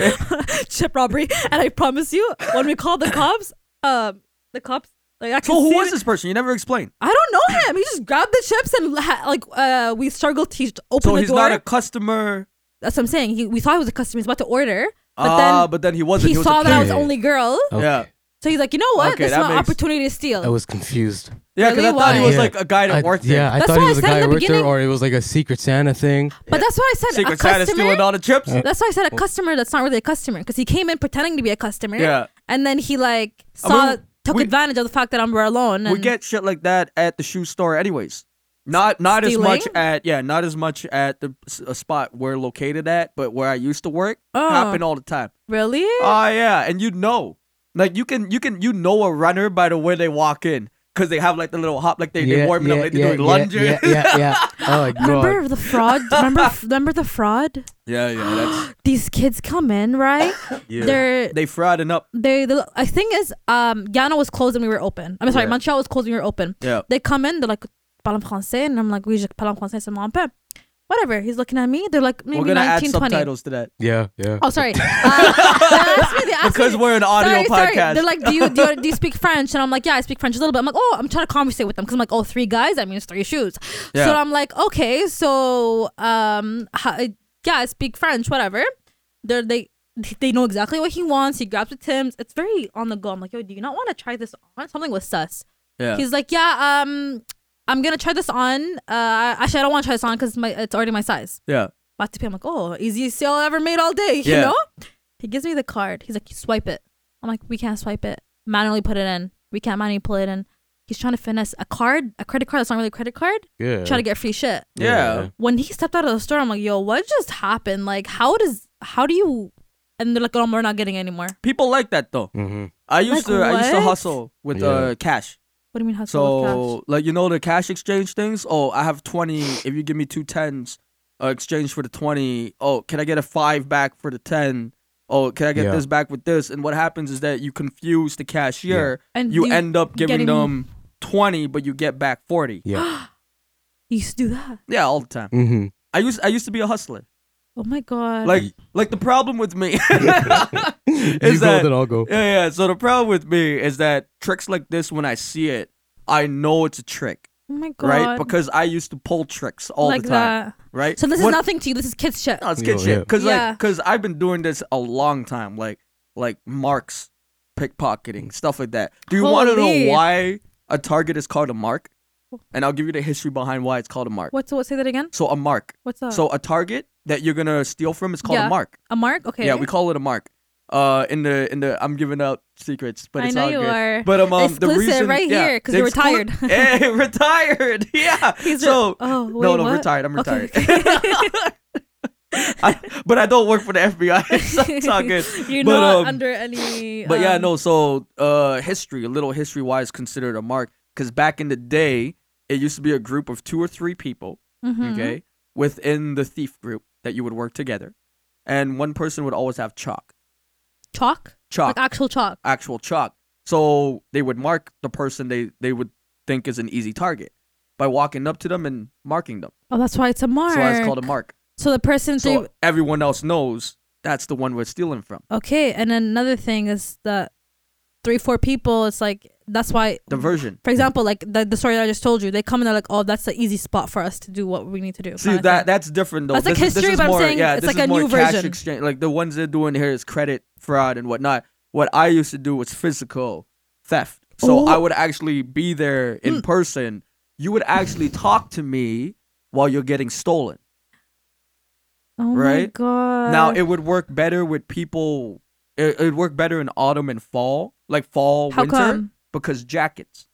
[SPEAKER 3] chip robbery, and I promise you, when we call the cops, um, the cops. Like, I can
[SPEAKER 2] So who
[SPEAKER 3] see
[SPEAKER 2] was
[SPEAKER 3] it.
[SPEAKER 2] this person? You never explained.
[SPEAKER 3] I don't know him. He just grabbed the chips and ha- like uh, we struggled to open
[SPEAKER 2] So
[SPEAKER 3] the
[SPEAKER 2] he's
[SPEAKER 3] door.
[SPEAKER 2] not a customer.
[SPEAKER 3] That's what I'm saying. He, we thought he was a customer. He's about to order, but
[SPEAKER 2] Ah,
[SPEAKER 3] then
[SPEAKER 2] but then he wasn't.
[SPEAKER 3] he,
[SPEAKER 2] He, was
[SPEAKER 3] saw
[SPEAKER 2] a
[SPEAKER 3] that I was the
[SPEAKER 4] kid.
[SPEAKER 3] only girl.
[SPEAKER 4] Okay.
[SPEAKER 2] Yeah,
[SPEAKER 3] So he's like, you know what?
[SPEAKER 2] Okay,
[SPEAKER 3] this is
[SPEAKER 2] that
[SPEAKER 3] my
[SPEAKER 2] makes-
[SPEAKER 3] opportunity to steal.
[SPEAKER 4] I was confused.
[SPEAKER 2] yeah. Because I
[SPEAKER 3] Really?
[SPEAKER 2] thought he
[SPEAKER 3] Why?
[SPEAKER 2] was
[SPEAKER 4] Yeah.
[SPEAKER 2] like a guy that
[SPEAKER 4] I-
[SPEAKER 2] worked
[SPEAKER 4] yeah, I
[SPEAKER 3] That's
[SPEAKER 4] thought
[SPEAKER 3] why I
[SPEAKER 4] he was a
[SPEAKER 3] said in
[SPEAKER 4] guy
[SPEAKER 3] the
[SPEAKER 4] who worked there,
[SPEAKER 3] beginning-
[SPEAKER 4] or it was like a secret Santa thing.
[SPEAKER 3] but that's what I said.
[SPEAKER 2] there. Secret
[SPEAKER 3] a
[SPEAKER 2] Santa
[SPEAKER 3] customer.
[SPEAKER 2] stealing all the chips.
[SPEAKER 3] that's why I
[SPEAKER 2] Oh.
[SPEAKER 3] said a customer that's not really a customer because he came in pretending to be a customer.
[SPEAKER 2] Yeah.
[SPEAKER 3] And then he like
[SPEAKER 2] I
[SPEAKER 3] saw
[SPEAKER 2] mean,
[SPEAKER 3] took
[SPEAKER 2] we-
[SPEAKER 3] advantage of the fact that I'm we're alone. And
[SPEAKER 2] we get shit like that at the shoe store anyways not not as much
[SPEAKER 3] Stealing?
[SPEAKER 2] at yeah not as much at the s- a spot we're located at but where i used to work
[SPEAKER 3] Oh.
[SPEAKER 2] happen all the time
[SPEAKER 3] really.
[SPEAKER 2] oh yeah and you know like you can you can you know a runner by the way they walk in because they have like the little hop like they, they warming up like they're doing lunges
[SPEAKER 4] Yeah, yeah, yeah. Oh, God.
[SPEAKER 3] Remember the fraud? Remember, remember the fraud?
[SPEAKER 2] yeah yeah that's
[SPEAKER 3] These kids come in, right?
[SPEAKER 2] yeah
[SPEAKER 3] They're
[SPEAKER 2] they frauding up
[SPEAKER 3] they the I think is um Ghana was closed and we were open. I'm sorry,
[SPEAKER 2] Yeah.
[SPEAKER 3] Montreal was closed and we were open.
[SPEAKER 2] yeah
[SPEAKER 3] They come in, they're like parle en français, and I'm like, oui, je parle en français seulement un peu. Whatever. He's looking at me. They're like maybe
[SPEAKER 2] we're gonna add
[SPEAKER 3] 19, 20.
[SPEAKER 2] subtitles to that
[SPEAKER 4] Yeah, yeah.
[SPEAKER 3] Oh, sorry. Uh, they asked me, they asked
[SPEAKER 2] because
[SPEAKER 3] me,
[SPEAKER 2] we're an audio
[SPEAKER 3] sorry, sorry.
[SPEAKER 2] podcast
[SPEAKER 3] They're like, do you, do you do you speak French? And I'm like, yeah, I speak French a little bit. I'm like, oh, I'm trying to conversate with them because I'm like, oh, three guys, that means three shoes.
[SPEAKER 2] Yeah.
[SPEAKER 3] So I'm like, okay, so um, how, yeah, I speak French, whatever. They're, they they know exactly what he wants. He grabs the Tim's. It's very on the go. I'm like, yo, do you not want to try this on? Something was sus.
[SPEAKER 2] yeah
[SPEAKER 3] He's like, yeah, um, I'm gonna try this on. Uh, actually, I don't want to try this on because my it's already my size.
[SPEAKER 2] yeah
[SPEAKER 3] About to pay. I'm like, oh, easiest sale I ever made all day. You
[SPEAKER 2] Yeah.
[SPEAKER 3] know? He gives me the card. He's like, swipe it. I'm like, we can't swipe it. Manually put it in. We can't manually pull it in. He's trying to finesse a card, a credit card that's not really a credit card.
[SPEAKER 4] yeah.
[SPEAKER 3] Try to get free shit.
[SPEAKER 2] yeah,
[SPEAKER 3] When he stepped out of the store, I'm like, yo, what just happened? Like, how does, how do you? And they're like, oh, we're not getting it anymore.
[SPEAKER 2] people like that though
[SPEAKER 4] Mm-hmm.
[SPEAKER 2] i used
[SPEAKER 3] Like
[SPEAKER 2] to i used to
[SPEAKER 3] what?
[SPEAKER 2] hustle with uh cash
[SPEAKER 3] What do you mean, how
[SPEAKER 2] So like you know the cash exchange things. Oh, I have twenty. If you give me two tens, uh, exchange for the twenty. Oh, can I get a five back for the ten? Oh, can I get
[SPEAKER 4] Yeah.
[SPEAKER 2] this back with this? And what happens is that you confuse the cashier.
[SPEAKER 3] And
[SPEAKER 2] you,
[SPEAKER 3] you
[SPEAKER 2] end up giving
[SPEAKER 3] getting-
[SPEAKER 2] them twenty, but you get back forty.
[SPEAKER 4] Yeah.
[SPEAKER 3] You used to do that.
[SPEAKER 2] Yeah, all the time.
[SPEAKER 4] mm-hmm.
[SPEAKER 2] I used I used to be a hustler.
[SPEAKER 3] Oh my god.
[SPEAKER 2] Like like the problem with me.
[SPEAKER 4] you
[SPEAKER 2] Is
[SPEAKER 4] go,
[SPEAKER 2] that-
[SPEAKER 4] then I'll go.
[SPEAKER 2] Yeah, yeah. So the problem with me is that tricks like this, when I see it, I know it's a trick,
[SPEAKER 3] oh my god.
[SPEAKER 2] right? Because I used to pull tricks all
[SPEAKER 3] like
[SPEAKER 2] the time.
[SPEAKER 3] that.
[SPEAKER 2] right?
[SPEAKER 3] So this is
[SPEAKER 2] What-
[SPEAKER 3] nothing to you. This is kids shit.
[SPEAKER 2] No, it's kid
[SPEAKER 4] Yeah,
[SPEAKER 2] shit.
[SPEAKER 4] yeah.
[SPEAKER 2] Cause
[SPEAKER 3] Yeah.
[SPEAKER 2] like, cause I've been doing this a long time. Like, like marks, pickpocketing, stuff like that. Do you want to
[SPEAKER 3] Holy.
[SPEAKER 2] know why a target is called a mark? And I'll give you the history behind why it's called a mark.
[SPEAKER 3] What's what? Say that again.
[SPEAKER 2] So a mark.
[SPEAKER 3] What's up?
[SPEAKER 2] So a target that you're gonna steal from is called
[SPEAKER 3] Yeah.
[SPEAKER 2] a mark.
[SPEAKER 3] a mark. Okay.
[SPEAKER 2] Yeah, we call it a mark. Uh, in the in the I'm giving out secrets, but
[SPEAKER 3] I
[SPEAKER 2] it's
[SPEAKER 3] know
[SPEAKER 2] all
[SPEAKER 3] you
[SPEAKER 2] good.
[SPEAKER 3] are.
[SPEAKER 2] But um, um, the
[SPEAKER 3] Exclusive
[SPEAKER 2] reason
[SPEAKER 3] right
[SPEAKER 2] yeah,
[SPEAKER 3] here, 'cause
[SPEAKER 2] the
[SPEAKER 3] you're
[SPEAKER 2] exclu-
[SPEAKER 3] retired.
[SPEAKER 2] hey, retired. Yeah.
[SPEAKER 3] He's re-
[SPEAKER 2] so
[SPEAKER 3] oh,
[SPEAKER 2] no,
[SPEAKER 3] wait,
[SPEAKER 2] no,
[SPEAKER 3] what?
[SPEAKER 2] retired. I'm
[SPEAKER 3] Okay,
[SPEAKER 2] retired.
[SPEAKER 3] okay.
[SPEAKER 2] I, but I don't work for the FBI. so it's all good.
[SPEAKER 3] You're
[SPEAKER 2] but,
[SPEAKER 3] not
[SPEAKER 2] um,
[SPEAKER 3] under any.
[SPEAKER 2] But yeah,
[SPEAKER 3] um,
[SPEAKER 2] no. So uh, history, a little history wise, considered a mark because back in the day, it used to be a group of two or three people,
[SPEAKER 3] mhm.
[SPEAKER 2] okay, within the thief group that you would work together, and one person would always have chalk,
[SPEAKER 3] Chalk.
[SPEAKER 2] chalk,
[SPEAKER 3] Like actual chalk.
[SPEAKER 2] actual chalk. So they would mark the person they they would think is an easy target by walking up to them and marking them.
[SPEAKER 3] Oh, that's why it's a mark.
[SPEAKER 2] So that's called a mark.
[SPEAKER 3] So the person.
[SPEAKER 2] So
[SPEAKER 3] they-
[SPEAKER 2] everyone else knows that's the one we're stealing from.
[SPEAKER 3] okay, and then another thing is that three, four people. It's like that's why.
[SPEAKER 2] Diversion.
[SPEAKER 3] For example, like the, the story that I just told you, they come and they're like, "Oh, that's the easy spot for us to do what we need to do."
[SPEAKER 2] See
[SPEAKER 3] kinda
[SPEAKER 2] that
[SPEAKER 3] thing.
[SPEAKER 2] that's different though.
[SPEAKER 3] That's like
[SPEAKER 2] This is- this
[SPEAKER 3] history,
[SPEAKER 2] is
[SPEAKER 3] but I'm
[SPEAKER 2] more-
[SPEAKER 3] saying
[SPEAKER 2] yeah,
[SPEAKER 3] it's
[SPEAKER 2] this
[SPEAKER 3] like
[SPEAKER 2] is
[SPEAKER 3] a
[SPEAKER 2] more
[SPEAKER 3] new
[SPEAKER 2] cash
[SPEAKER 3] version.
[SPEAKER 2] Exchange. Like the ones they're doing here is credit fraud and whatnot. What I used to do was physical theft. So
[SPEAKER 3] Ooh.
[SPEAKER 2] I would actually be there
[SPEAKER 3] Mm.
[SPEAKER 2] in person. You would actually talk to me while you're getting stolen.
[SPEAKER 3] oh my
[SPEAKER 2] right?
[SPEAKER 3] god.
[SPEAKER 2] now it would work better with people. It would work better in autumn and fall, like fall
[SPEAKER 3] How
[SPEAKER 2] winter,
[SPEAKER 3] come?
[SPEAKER 2] because jackets.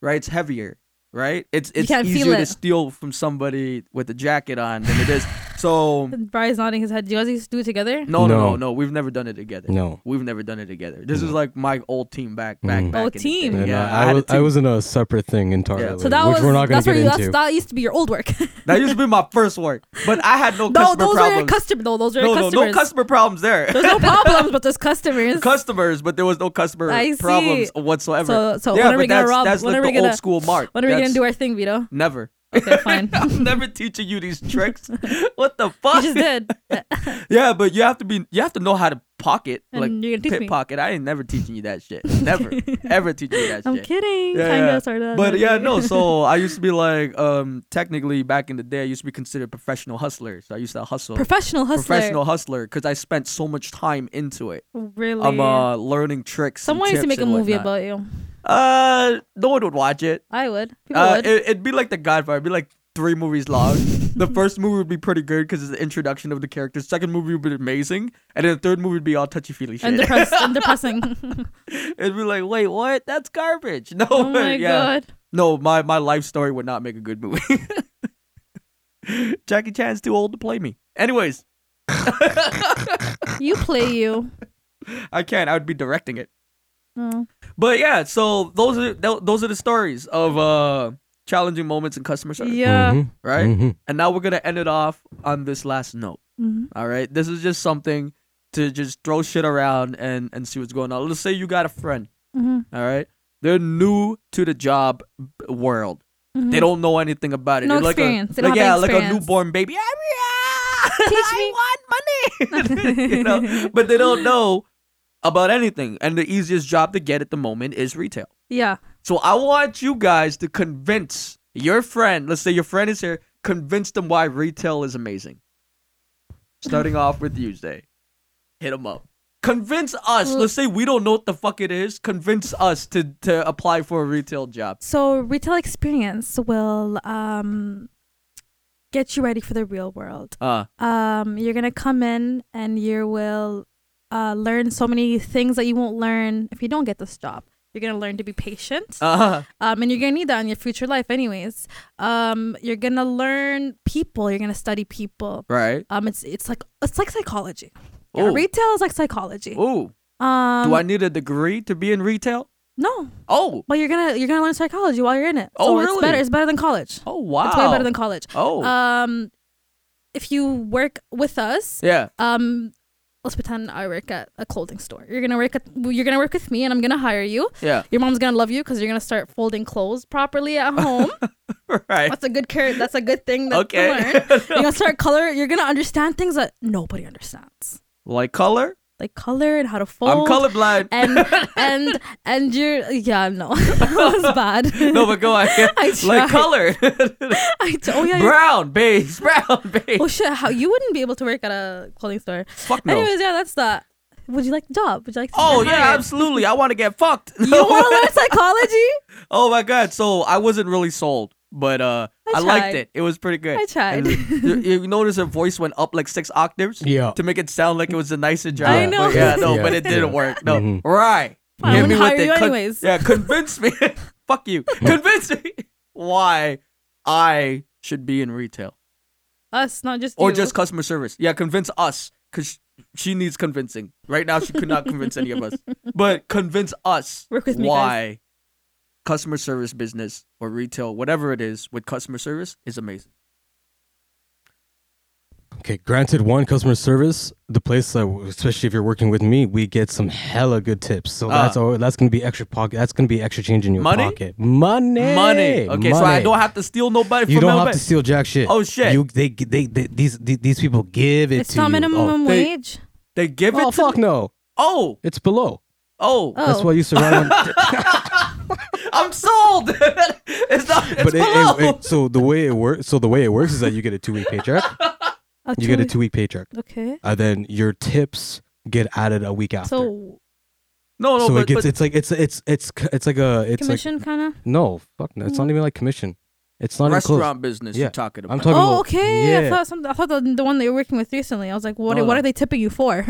[SPEAKER 2] Right, it's heavier. Right, it's it's
[SPEAKER 3] can't feel
[SPEAKER 2] easier to
[SPEAKER 3] it.
[SPEAKER 2] steal from somebody with a jacket on than it is So
[SPEAKER 3] Brian's nodding his head. Do you guys used to do it together?
[SPEAKER 2] no, no,
[SPEAKER 4] No.
[SPEAKER 2] no, no. We've never done it together.
[SPEAKER 4] No.
[SPEAKER 2] we've never done it together. This is like my old team back, back, back. in
[SPEAKER 3] Old
[SPEAKER 2] the
[SPEAKER 3] team.
[SPEAKER 2] day.
[SPEAKER 4] And,
[SPEAKER 2] Yeah,
[SPEAKER 4] uh,
[SPEAKER 2] I,
[SPEAKER 4] I,
[SPEAKER 2] had
[SPEAKER 4] was,
[SPEAKER 2] a
[SPEAKER 4] I
[SPEAKER 2] team.
[SPEAKER 4] was in a separate thing entirely,
[SPEAKER 3] So that
[SPEAKER 4] which
[SPEAKER 3] was
[SPEAKER 4] we're not going
[SPEAKER 3] that's
[SPEAKER 4] to
[SPEAKER 3] where
[SPEAKER 4] get
[SPEAKER 3] you, that's,
[SPEAKER 4] into.
[SPEAKER 3] that used to be your old work.
[SPEAKER 2] That used to be my first work, but I had no
[SPEAKER 3] no,
[SPEAKER 2] customer
[SPEAKER 3] those are your
[SPEAKER 2] problems.
[SPEAKER 3] customers. No, those are
[SPEAKER 2] no,
[SPEAKER 3] your
[SPEAKER 2] no,
[SPEAKER 3] customers.
[SPEAKER 2] no customer problems there.
[SPEAKER 3] There's no problems with those customers.
[SPEAKER 2] customers, but there was no customer
[SPEAKER 3] I see.
[SPEAKER 2] problems whatsoever.
[SPEAKER 3] So- so
[SPEAKER 2] yeah,
[SPEAKER 3] when are
[SPEAKER 2] but
[SPEAKER 3] we gonna
[SPEAKER 2] that's,
[SPEAKER 3] rob-
[SPEAKER 2] That's
[SPEAKER 3] when
[SPEAKER 2] like
[SPEAKER 3] are we
[SPEAKER 2] the
[SPEAKER 3] gonna-
[SPEAKER 2] old school mark.
[SPEAKER 3] when are we gonna
[SPEAKER 2] That's-
[SPEAKER 3] do our thing, Vito?
[SPEAKER 2] Never.
[SPEAKER 3] Okay, fine.
[SPEAKER 2] I'm never teaching you these tricks. what the fuck?
[SPEAKER 3] you just did.
[SPEAKER 2] Yeah, but you have to be. You have to know how to pocket,
[SPEAKER 3] And
[SPEAKER 2] like
[SPEAKER 3] you're gonna teach me.
[SPEAKER 2] pickpocket. I ain't never teaching you that shit. Never, ever teaching you that
[SPEAKER 3] I'm
[SPEAKER 2] shit.
[SPEAKER 3] kidding.
[SPEAKER 2] Yeah,
[SPEAKER 3] Kinda,
[SPEAKER 2] yeah.
[SPEAKER 3] sorta.
[SPEAKER 2] But yeah,
[SPEAKER 3] maybe.
[SPEAKER 2] no. So I used to be like, um, technically back in the day, I used to be considered professional hustler. So I used to hustle,
[SPEAKER 3] professional hustler.
[SPEAKER 2] professional hustler, because I spent so much time into it.
[SPEAKER 3] Really.
[SPEAKER 2] I'm uh learning tricks.
[SPEAKER 3] Someone
[SPEAKER 2] and
[SPEAKER 3] needs
[SPEAKER 2] tips
[SPEAKER 3] to make a
[SPEAKER 2] and
[SPEAKER 3] movie
[SPEAKER 2] whatnot.
[SPEAKER 3] about you.
[SPEAKER 2] Uh, no one would watch it.
[SPEAKER 3] I would. People
[SPEAKER 2] Uh,
[SPEAKER 3] would.
[SPEAKER 2] it, it'd be like The Godfather. It'd be like three movies long. the first movie would be pretty good because it's the introduction of the characters. Second movie would be amazing, and then the third movie would be all touchy feely shit.
[SPEAKER 3] and, depress- and depressing.
[SPEAKER 2] it'd be like, wait, what? That's garbage. No,
[SPEAKER 3] oh my
[SPEAKER 2] yeah.
[SPEAKER 3] god.
[SPEAKER 2] No, my my life story would not make a good movie. Jackie Chan's too old to play me. Anyways,
[SPEAKER 3] You play you.
[SPEAKER 2] I can't. I would be directing it.
[SPEAKER 3] Oh.
[SPEAKER 2] But yeah, so those are tho- those are the stories of uh challenging moments in customer service,
[SPEAKER 3] Yeah.
[SPEAKER 4] Mhm,
[SPEAKER 2] right?
[SPEAKER 4] mhm.
[SPEAKER 2] And now we're gonna end it off on this last note.
[SPEAKER 3] Mhm.
[SPEAKER 2] All right. This is just something to just throw shit around and and see what's going on. Let's say you got a friend.
[SPEAKER 3] Mhm.
[SPEAKER 2] All right. They're new to the job b- world. They don't know anything about it.
[SPEAKER 3] Mm-hmm.
[SPEAKER 2] They're
[SPEAKER 3] No
[SPEAKER 2] like a-
[SPEAKER 3] experience. They
[SPEAKER 2] like,
[SPEAKER 3] don't
[SPEAKER 2] yeah,
[SPEAKER 3] have the
[SPEAKER 2] like a
[SPEAKER 3] experience.
[SPEAKER 2] newborn baby. I want money.
[SPEAKER 3] me.
[SPEAKER 2] you know, but they don't know about anything. And the easiest job to get at the moment is retail.
[SPEAKER 3] Yeah.
[SPEAKER 2] So I want you guys to convince your friend, let's say your friend is here, convince them why retail is amazing. Starting off with Tuesday. Hit them up. Convince us. Let's say we don't know what the fuck it is. Convince us to, to apply for a retail job.
[SPEAKER 3] So retail experience will um get you ready for the real world.
[SPEAKER 2] Uh,
[SPEAKER 3] Um you're going to come in and you will uh learn so many things that you won't learn if you don't get this job. You're going to learn to be patient.
[SPEAKER 2] uh,
[SPEAKER 3] um, and you're gonna need that in your future life anyways um, you're gonna learn people you're gonna study people
[SPEAKER 2] right.
[SPEAKER 3] um, it's it's like it's like psychology yeah,
[SPEAKER 2] Ooh.
[SPEAKER 3] retail is like psychology
[SPEAKER 2] Ooh. Oh.
[SPEAKER 3] um,
[SPEAKER 2] Do I need a degree to be in retail?
[SPEAKER 3] no
[SPEAKER 2] Oh.
[SPEAKER 3] but you're gonna you're gonna learn psychology while you're in it
[SPEAKER 2] Oh,
[SPEAKER 3] so
[SPEAKER 2] really?
[SPEAKER 3] it's better it's better than college
[SPEAKER 2] Oh, wow.
[SPEAKER 3] it's way better than college
[SPEAKER 2] Oh.
[SPEAKER 3] um, if you work with us
[SPEAKER 2] yeah.
[SPEAKER 3] um, let's pretend I work at a clothing store you're gonna work at, you're gonna work with me and I'm gonna hire you
[SPEAKER 2] Yeah.
[SPEAKER 3] your mom's gonna love you because you're gonna start folding clothes properly at home
[SPEAKER 2] Right.
[SPEAKER 3] That's a good care. That's a good thing that
[SPEAKER 2] Okay.
[SPEAKER 3] to learn. You're gonna start color. You're gonna understand things that nobody understands,
[SPEAKER 2] Like color?
[SPEAKER 3] like color and how to fold.
[SPEAKER 2] I'm colorblind.
[SPEAKER 3] And and and you're yeah no that was bad.
[SPEAKER 2] no, but go on.
[SPEAKER 3] I
[SPEAKER 2] like
[SPEAKER 3] tried.
[SPEAKER 2] color.
[SPEAKER 3] I t- oh yeah. you're-
[SPEAKER 2] brown beige, brown beige.
[SPEAKER 3] Oh shit! How you wouldn't be able to work at a clothing store?
[SPEAKER 2] Fuck no.
[SPEAKER 3] Anyways, yeah, that's that. Would you like the job? Would you like? To
[SPEAKER 2] Oh
[SPEAKER 3] get
[SPEAKER 2] yeah,
[SPEAKER 3] hired?
[SPEAKER 2] absolutely. I want to get fucked.
[SPEAKER 3] You want to learn psychology?
[SPEAKER 2] oh my god. So I wasn't really sold, but uh, I,
[SPEAKER 3] I
[SPEAKER 2] liked
[SPEAKER 3] tried.
[SPEAKER 2] it. It was pretty good.
[SPEAKER 3] I
[SPEAKER 2] It
[SPEAKER 3] tried.
[SPEAKER 2] was- you, you notice her voice went up like six octaves.
[SPEAKER 4] Yeah.
[SPEAKER 2] To make it sound like it was a nicer job.
[SPEAKER 3] I know.
[SPEAKER 2] But yeah, no,
[SPEAKER 4] Yeah,
[SPEAKER 2] but it didn't
[SPEAKER 4] yeah.
[SPEAKER 2] work. No.
[SPEAKER 4] Mhm.
[SPEAKER 2] Right.
[SPEAKER 3] I
[SPEAKER 2] Hit
[SPEAKER 3] wouldn't
[SPEAKER 2] me with
[SPEAKER 3] hire
[SPEAKER 2] it.
[SPEAKER 3] you
[SPEAKER 2] Con-
[SPEAKER 3] anyways.
[SPEAKER 2] yeah. Convince me. Fuck you. convince me why I should be in retail
[SPEAKER 3] Us, not just
[SPEAKER 2] or
[SPEAKER 3] you.
[SPEAKER 2] just customer service. Yeah, convince us because she needs convincing. Right now, she could not convince any of us, but convince us
[SPEAKER 3] Work with me, guys.
[SPEAKER 2] why customer service business or retail, whatever it is, with customer service is amazing.
[SPEAKER 4] Okay, granted, one customer service, the place that, especially if you're working with me, we get some hella good tips. So that's all. That's gonna be extra pocket. That's gonna be extra change in your
[SPEAKER 2] Uh. Money?
[SPEAKER 4] pocket. Money,
[SPEAKER 2] Money. Okay, so I
[SPEAKER 4] money.
[SPEAKER 2] don't have to steal nobody
[SPEAKER 4] You
[SPEAKER 2] from
[SPEAKER 4] don't have
[SPEAKER 2] nobody.
[SPEAKER 4] to steal jack shit.
[SPEAKER 2] Oh, shit.
[SPEAKER 4] You they they, they these, these these people give it
[SPEAKER 3] It's
[SPEAKER 4] to
[SPEAKER 3] not
[SPEAKER 4] you.
[SPEAKER 3] minimum
[SPEAKER 4] Oh,
[SPEAKER 2] they-
[SPEAKER 3] wage.
[SPEAKER 2] they give
[SPEAKER 4] oh
[SPEAKER 2] it to
[SPEAKER 4] fuck no!
[SPEAKER 2] Oh,
[SPEAKER 4] It's below.
[SPEAKER 2] oh,
[SPEAKER 3] Oh.
[SPEAKER 4] That's why you surround. them.
[SPEAKER 2] I'm sold. it's not. It's
[SPEAKER 4] but it-
[SPEAKER 2] below.
[SPEAKER 4] it- it- so the way it works, so the way it works is that you get a two week paycheck.
[SPEAKER 3] Oh,
[SPEAKER 4] You get a
[SPEAKER 3] two-
[SPEAKER 4] two week paycheck,
[SPEAKER 3] Okay.
[SPEAKER 4] and then your tips get added a week after.
[SPEAKER 3] So
[SPEAKER 2] no, Oh, no,
[SPEAKER 4] so
[SPEAKER 2] but,
[SPEAKER 4] it gets
[SPEAKER 2] but
[SPEAKER 4] it's like it's it's it's c- it's like a it's like
[SPEAKER 3] commission Hmm. kind of.
[SPEAKER 4] no fuck no it's not even like commission it's not
[SPEAKER 2] restaurant business
[SPEAKER 4] Yeah,
[SPEAKER 2] you're talking about.
[SPEAKER 4] I'm talking
[SPEAKER 3] Oh,
[SPEAKER 4] about
[SPEAKER 3] okay. I
[SPEAKER 4] yeah.
[SPEAKER 3] thought some, I thought the, the one that you're working with recently. I was like, what?
[SPEAKER 2] No,
[SPEAKER 3] what
[SPEAKER 2] no.
[SPEAKER 3] are they tipping you for?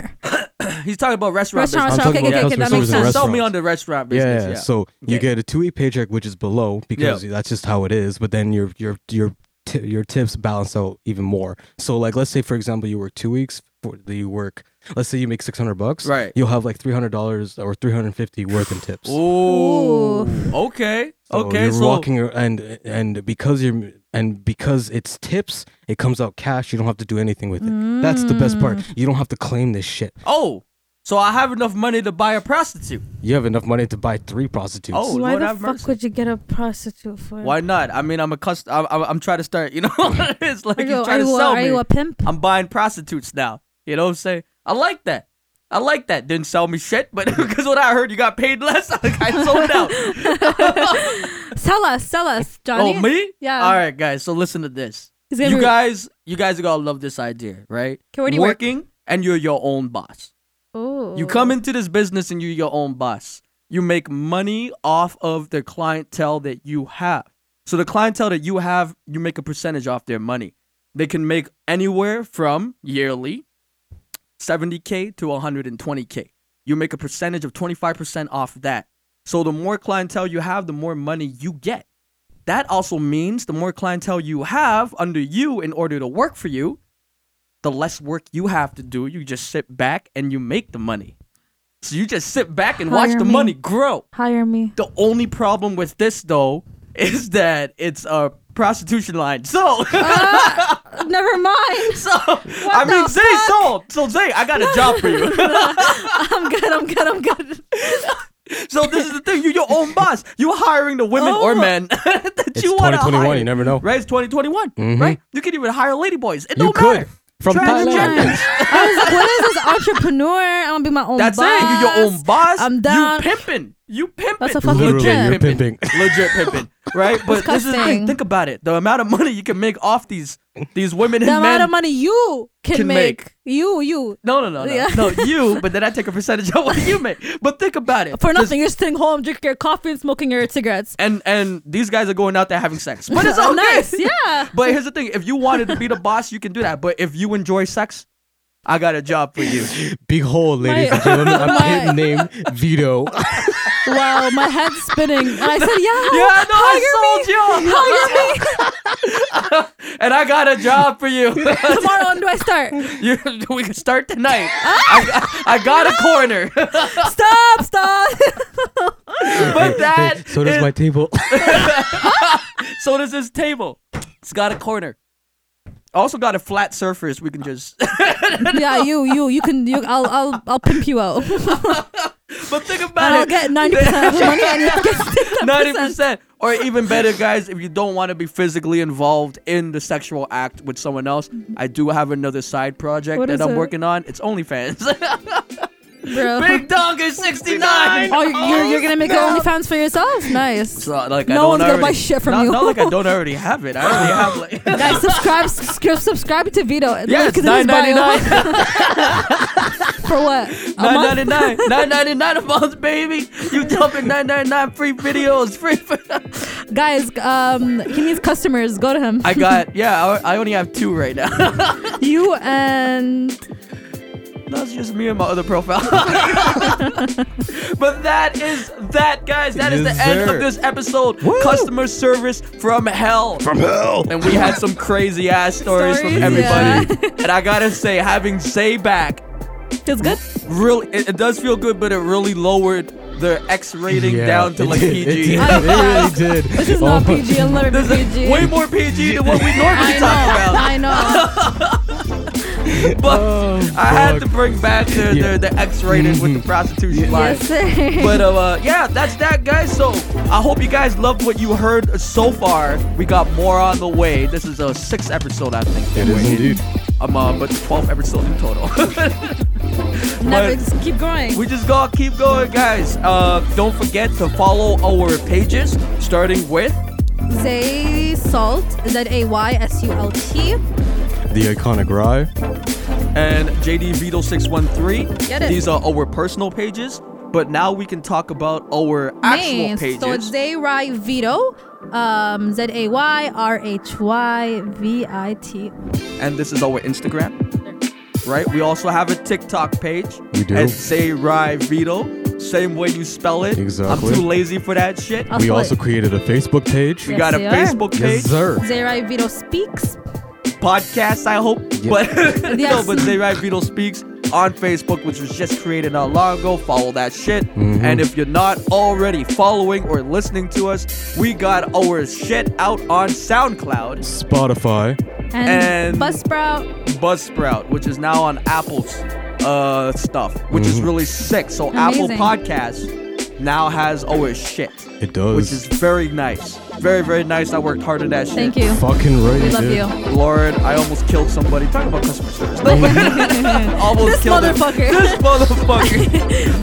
[SPEAKER 2] He's talking about restaurant, business.
[SPEAKER 3] Restaurant, restaurant.
[SPEAKER 4] I'm
[SPEAKER 3] Okay,
[SPEAKER 4] talking
[SPEAKER 3] okay,
[SPEAKER 4] about
[SPEAKER 3] okay. That
[SPEAKER 4] customer
[SPEAKER 3] makes
[SPEAKER 4] service
[SPEAKER 3] sense.
[SPEAKER 4] and
[SPEAKER 2] Sell me on the restaurant
[SPEAKER 4] Yeah,
[SPEAKER 2] business.
[SPEAKER 4] yeah,
[SPEAKER 2] Yeah,
[SPEAKER 4] so you
[SPEAKER 2] Okay.
[SPEAKER 4] get a two-week paycheck which is below because that's just how it is but then your your your t- your tips balance out even more. So like let's say for example you work two weeks for you work let's say you make six hundred bucks.
[SPEAKER 2] Right.
[SPEAKER 4] You'll have like three hundred dollars or three hundred and fifty worth in tips.
[SPEAKER 2] Ooh. Okay.
[SPEAKER 4] So
[SPEAKER 2] okay.
[SPEAKER 4] You're
[SPEAKER 2] So
[SPEAKER 4] walking ar- and and because you're and because it's tips, it comes out cash. You don't have to do anything with it. That's the best
[SPEAKER 2] Mm.
[SPEAKER 4] part. You don't have to claim this shit.
[SPEAKER 2] oh, so I have enough money to buy a prostitute.
[SPEAKER 4] You have enough money to buy three prostitutes.
[SPEAKER 2] Oh,
[SPEAKER 3] Why
[SPEAKER 2] Lord
[SPEAKER 3] the
[SPEAKER 2] have
[SPEAKER 3] fuck
[SPEAKER 2] mercy.
[SPEAKER 3] would you get a prostitute for?
[SPEAKER 2] Why not? I mean, I'm a cust. I'm, I'm, I'm trying to start. You know, it's like
[SPEAKER 3] Are you,
[SPEAKER 2] you're
[SPEAKER 3] are
[SPEAKER 2] trying to
[SPEAKER 3] you, a,
[SPEAKER 2] sell
[SPEAKER 3] are you
[SPEAKER 2] me.
[SPEAKER 3] a pimp?
[SPEAKER 2] I'm buying prostitutes now. You know what I'm saying? I like that. I like that. Didn't sell me shit, but because what I heard, you got paid less. I sold out.
[SPEAKER 3] Sell us, sell us, Johnny.
[SPEAKER 2] Oh, me?
[SPEAKER 3] Yeah.
[SPEAKER 2] All right, guys. So listen to this.
[SPEAKER 3] He's gonna
[SPEAKER 2] You
[SPEAKER 3] be-
[SPEAKER 2] guys, you guys are gonna love this idea, right?
[SPEAKER 3] Okay, where do you work?
[SPEAKER 2] Working and you're your own boss.
[SPEAKER 3] Ooh.
[SPEAKER 2] You come into this business and you're your own boss. You make money off of the clientele that you have. So the clientele that you have, you make a percentage off their money. They can make anywhere from yearly 70k to 120k. You make a percentage of 25% off that. So the more clientele you have, the more money you get. That also means the more clientele you have under you in order to work for you, the less work you have to do. You just sit back and you make the money. So you just sit back and watch
[SPEAKER 3] Hire
[SPEAKER 2] the
[SPEAKER 3] me.
[SPEAKER 2] money grow.
[SPEAKER 3] hire me.
[SPEAKER 2] The only problem with this though is that it's a prostitution line. So Oh,
[SPEAKER 3] Never mind.
[SPEAKER 2] so I mean
[SPEAKER 3] the
[SPEAKER 2] Zay sold. So Zay, I got a job for you.
[SPEAKER 3] I'm good. I'm good. I'm good.
[SPEAKER 2] so this is the thing, you're your own boss. You're hiring the women or
[SPEAKER 3] Oh.
[SPEAKER 2] men that
[SPEAKER 4] it's
[SPEAKER 2] you want to
[SPEAKER 4] 2021.
[SPEAKER 2] hire.
[SPEAKER 4] You never know.
[SPEAKER 2] Right, it's 2021, right? You can even hire ladyboys. It
[SPEAKER 4] You
[SPEAKER 2] don't
[SPEAKER 4] could
[SPEAKER 2] matter.
[SPEAKER 4] from
[SPEAKER 2] Transgender.
[SPEAKER 4] Thailand.
[SPEAKER 3] I was like, what is this entrepreneur? I'm gonna be my own
[SPEAKER 2] That's
[SPEAKER 3] boss.
[SPEAKER 2] it. You're your own boss.
[SPEAKER 3] I'm down.
[SPEAKER 2] You pimping. You pimping.
[SPEAKER 3] That's a fucking Literally, tip.
[SPEAKER 4] you're pimping.
[SPEAKER 2] Legit pimping. Right? But this is the thing.
[SPEAKER 3] Disgusting.
[SPEAKER 2] Think about it. The amount of money you can make off these these women and
[SPEAKER 3] the
[SPEAKER 2] men.
[SPEAKER 3] amount of money you can,
[SPEAKER 2] can
[SPEAKER 3] make.
[SPEAKER 2] make.
[SPEAKER 3] You, you.
[SPEAKER 2] No, no, no, no,
[SPEAKER 3] Yeah.
[SPEAKER 2] no. You, but then I take a percentage of what you make. But think about it.
[SPEAKER 3] For
[SPEAKER 2] Just-
[SPEAKER 3] nothing, you're sitting home drinking your coffee and smoking your cigarettes.
[SPEAKER 2] And and these guys are going out there having sex. But it's okay.
[SPEAKER 3] Oh, nice, yeah.
[SPEAKER 2] But here's the thing: if you wanted to be the boss, you can do that. But if you enjoy sex, I got a job for you.
[SPEAKER 4] Behold, ladies
[SPEAKER 3] My-
[SPEAKER 4] and gentlemen, a
[SPEAKER 3] my-
[SPEAKER 4] pimp named Vito.
[SPEAKER 3] Wow, my head's spinning. And I said, yeah,
[SPEAKER 2] Yeah, I know I
[SPEAKER 3] Oh,
[SPEAKER 2] sold
[SPEAKER 3] hire
[SPEAKER 2] you. and I got a job for you.
[SPEAKER 3] me. Tomorrow, when do I start?
[SPEAKER 2] you we can start tonight. I, I, I got a corner.
[SPEAKER 3] Stop, stop.
[SPEAKER 2] but that
[SPEAKER 4] so does
[SPEAKER 2] is-
[SPEAKER 4] my table.
[SPEAKER 2] so does this table. It's got a corner. Also got a flat surface. We can just.
[SPEAKER 3] yeah, you, you, you can. You, I'll, I'll, I'll pimp you out.
[SPEAKER 2] but think about
[SPEAKER 3] I'll
[SPEAKER 2] it.
[SPEAKER 3] get ninety percent of the money, and you get
[SPEAKER 2] Ninety percent, or even better, guys. If you don't want to be physically involved in the sexual act with someone else, I do have another side project
[SPEAKER 3] What
[SPEAKER 2] that
[SPEAKER 3] is
[SPEAKER 2] I'm
[SPEAKER 3] it?
[SPEAKER 2] working on. It's OnlyFans.
[SPEAKER 3] bro.
[SPEAKER 2] Big Donkey sixty nine.
[SPEAKER 3] Oh, you're, you're, you're gonna make OnlyFans for yourself? Nice.
[SPEAKER 2] So, like, I
[SPEAKER 3] No
[SPEAKER 2] don't
[SPEAKER 3] one's gonna
[SPEAKER 2] already-
[SPEAKER 3] buy shit from
[SPEAKER 2] not,
[SPEAKER 3] you.
[SPEAKER 2] Not like I don't already have it. I already have like.
[SPEAKER 3] Guys, subscribe, subscribe, subscribe to Vito.
[SPEAKER 2] Yeah,
[SPEAKER 3] Look
[SPEAKER 2] it's
[SPEAKER 3] at his
[SPEAKER 2] nine ninety
[SPEAKER 3] bio.
[SPEAKER 2] nine.
[SPEAKER 3] For what? A
[SPEAKER 2] Nine
[SPEAKER 3] month?
[SPEAKER 2] ninety nine. Nine ninety nine a month, baby. You jumping nine ninety nine free videos, free.
[SPEAKER 3] Guys, um, he needs customers. Go to him.
[SPEAKER 2] I got yeah. I, I only have two right now.
[SPEAKER 3] you and
[SPEAKER 2] That's just me and my other profile. but that is that, guys. That is
[SPEAKER 4] Yes,
[SPEAKER 2] the end
[SPEAKER 4] sir.
[SPEAKER 2] of this episode. Customer service from hell.
[SPEAKER 4] From hell.
[SPEAKER 2] and we had some crazy ass stories, from
[SPEAKER 3] Stories,
[SPEAKER 2] everybody.
[SPEAKER 3] yeah.
[SPEAKER 2] and I gotta say, having Say back
[SPEAKER 3] feels good.
[SPEAKER 2] really it, it does feel good, but it really lowered the X rating
[SPEAKER 4] Yeah,
[SPEAKER 2] down to
[SPEAKER 4] it
[SPEAKER 2] like
[SPEAKER 4] did,
[SPEAKER 2] PG.
[SPEAKER 4] It, did.
[SPEAKER 3] I
[SPEAKER 4] It really did.
[SPEAKER 3] This is
[SPEAKER 4] Oh
[SPEAKER 3] not
[SPEAKER 4] my-
[SPEAKER 3] PG. I'll never be
[SPEAKER 2] This is
[SPEAKER 3] PG.
[SPEAKER 2] way more PG than what we normally
[SPEAKER 3] I know.
[SPEAKER 2] talk about.
[SPEAKER 3] I know.
[SPEAKER 2] but
[SPEAKER 4] Oh,
[SPEAKER 2] I had to
[SPEAKER 4] fuck.
[SPEAKER 2] bring back the,
[SPEAKER 4] Yeah.
[SPEAKER 2] the, the X rated with the prostitution line.
[SPEAKER 3] yes, sir.
[SPEAKER 2] But uh, uh, yeah, that's that, guys. So I hope you guys loved what you heard so far. We got more on the way. This is a sixth episode, I think.
[SPEAKER 4] It is indeed.
[SPEAKER 2] Um, uh, but 12 episodes in total.
[SPEAKER 3] never just keep growing.
[SPEAKER 2] we just gotta keep going, guys. Uh, don't forget to follow our pages, starting with
[SPEAKER 3] Zay Salt. Z A Y S U L T.
[SPEAKER 4] The iconic Rye.
[SPEAKER 2] and JD Vito 613.
[SPEAKER 3] Get it.
[SPEAKER 2] These are our personal pages, but now we can talk about our actual
[SPEAKER 3] Names.
[SPEAKER 2] pages.
[SPEAKER 3] So it's Zay Rai Vito. Um, Z A Y R H Y V I T.
[SPEAKER 2] and this is our Instagram. Right? We also have a TikTok page.
[SPEAKER 4] We do.
[SPEAKER 2] At Say Rai Vito. same way you spell it.
[SPEAKER 4] Exactly.
[SPEAKER 2] I'm too lazy for that shit.
[SPEAKER 3] I'll
[SPEAKER 4] we
[SPEAKER 3] spell
[SPEAKER 4] also
[SPEAKER 3] it.
[SPEAKER 4] created a Facebook page.
[SPEAKER 2] we got a
[SPEAKER 3] they Oh, are.
[SPEAKER 2] Facebook page,
[SPEAKER 4] Yes, sir.
[SPEAKER 3] Zerai Vito speaks.
[SPEAKER 2] podcast, I hope. But no,
[SPEAKER 3] Yes.
[SPEAKER 2] but Zerai Vito speaks on Facebook, which was just created not long ago. Follow that shit.
[SPEAKER 4] Mm-hmm.
[SPEAKER 2] And if you're not already following or listening to us, we got our shit out on SoundCloud.
[SPEAKER 4] Spotify.
[SPEAKER 3] And,
[SPEAKER 2] And-
[SPEAKER 3] Buzzsprout.
[SPEAKER 2] Buzzsprout, which is now on Apple's uh, stuff, which
[SPEAKER 4] Mm-hmm.
[SPEAKER 2] is really sick. So Apple
[SPEAKER 3] Amazing.
[SPEAKER 2] Podcasts now has our shit,
[SPEAKER 4] It does.
[SPEAKER 2] which is very nice. Very, very nice. I worked hard on that shit.
[SPEAKER 3] Thank you.
[SPEAKER 4] fucking right.
[SPEAKER 3] We love
[SPEAKER 4] dude.
[SPEAKER 3] you.
[SPEAKER 2] Lord, I almost killed somebody. Talk about customer service. No, but- almost
[SPEAKER 3] This
[SPEAKER 2] killed him.
[SPEAKER 3] motherfucker.
[SPEAKER 2] This motherfucker.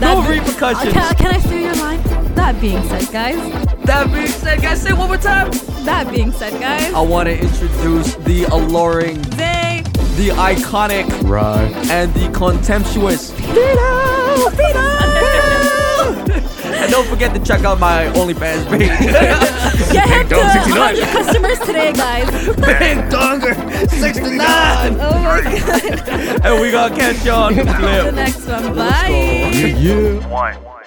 [SPEAKER 3] That
[SPEAKER 2] no
[SPEAKER 3] be-
[SPEAKER 2] repercussions.
[SPEAKER 3] Can, can I steal your line? That being said, guys.
[SPEAKER 2] That being said, guys, say it one more time.
[SPEAKER 3] That being said, guys.
[SPEAKER 2] I want to introduce the alluring,
[SPEAKER 3] They.
[SPEAKER 2] the iconic,
[SPEAKER 4] Right.
[SPEAKER 2] and the contemptuous.
[SPEAKER 3] Vito! Vito!
[SPEAKER 2] And don't forget to check out my OnlyFans page.
[SPEAKER 3] Get him to 100 customers today, guys.
[SPEAKER 2] Big Donger 69.
[SPEAKER 3] Oh my god.
[SPEAKER 2] And we gonna catch y'all on the
[SPEAKER 3] The
[SPEAKER 2] flip.
[SPEAKER 3] next one. Bye.
[SPEAKER 4] Yeah.
[SPEAKER 1] one.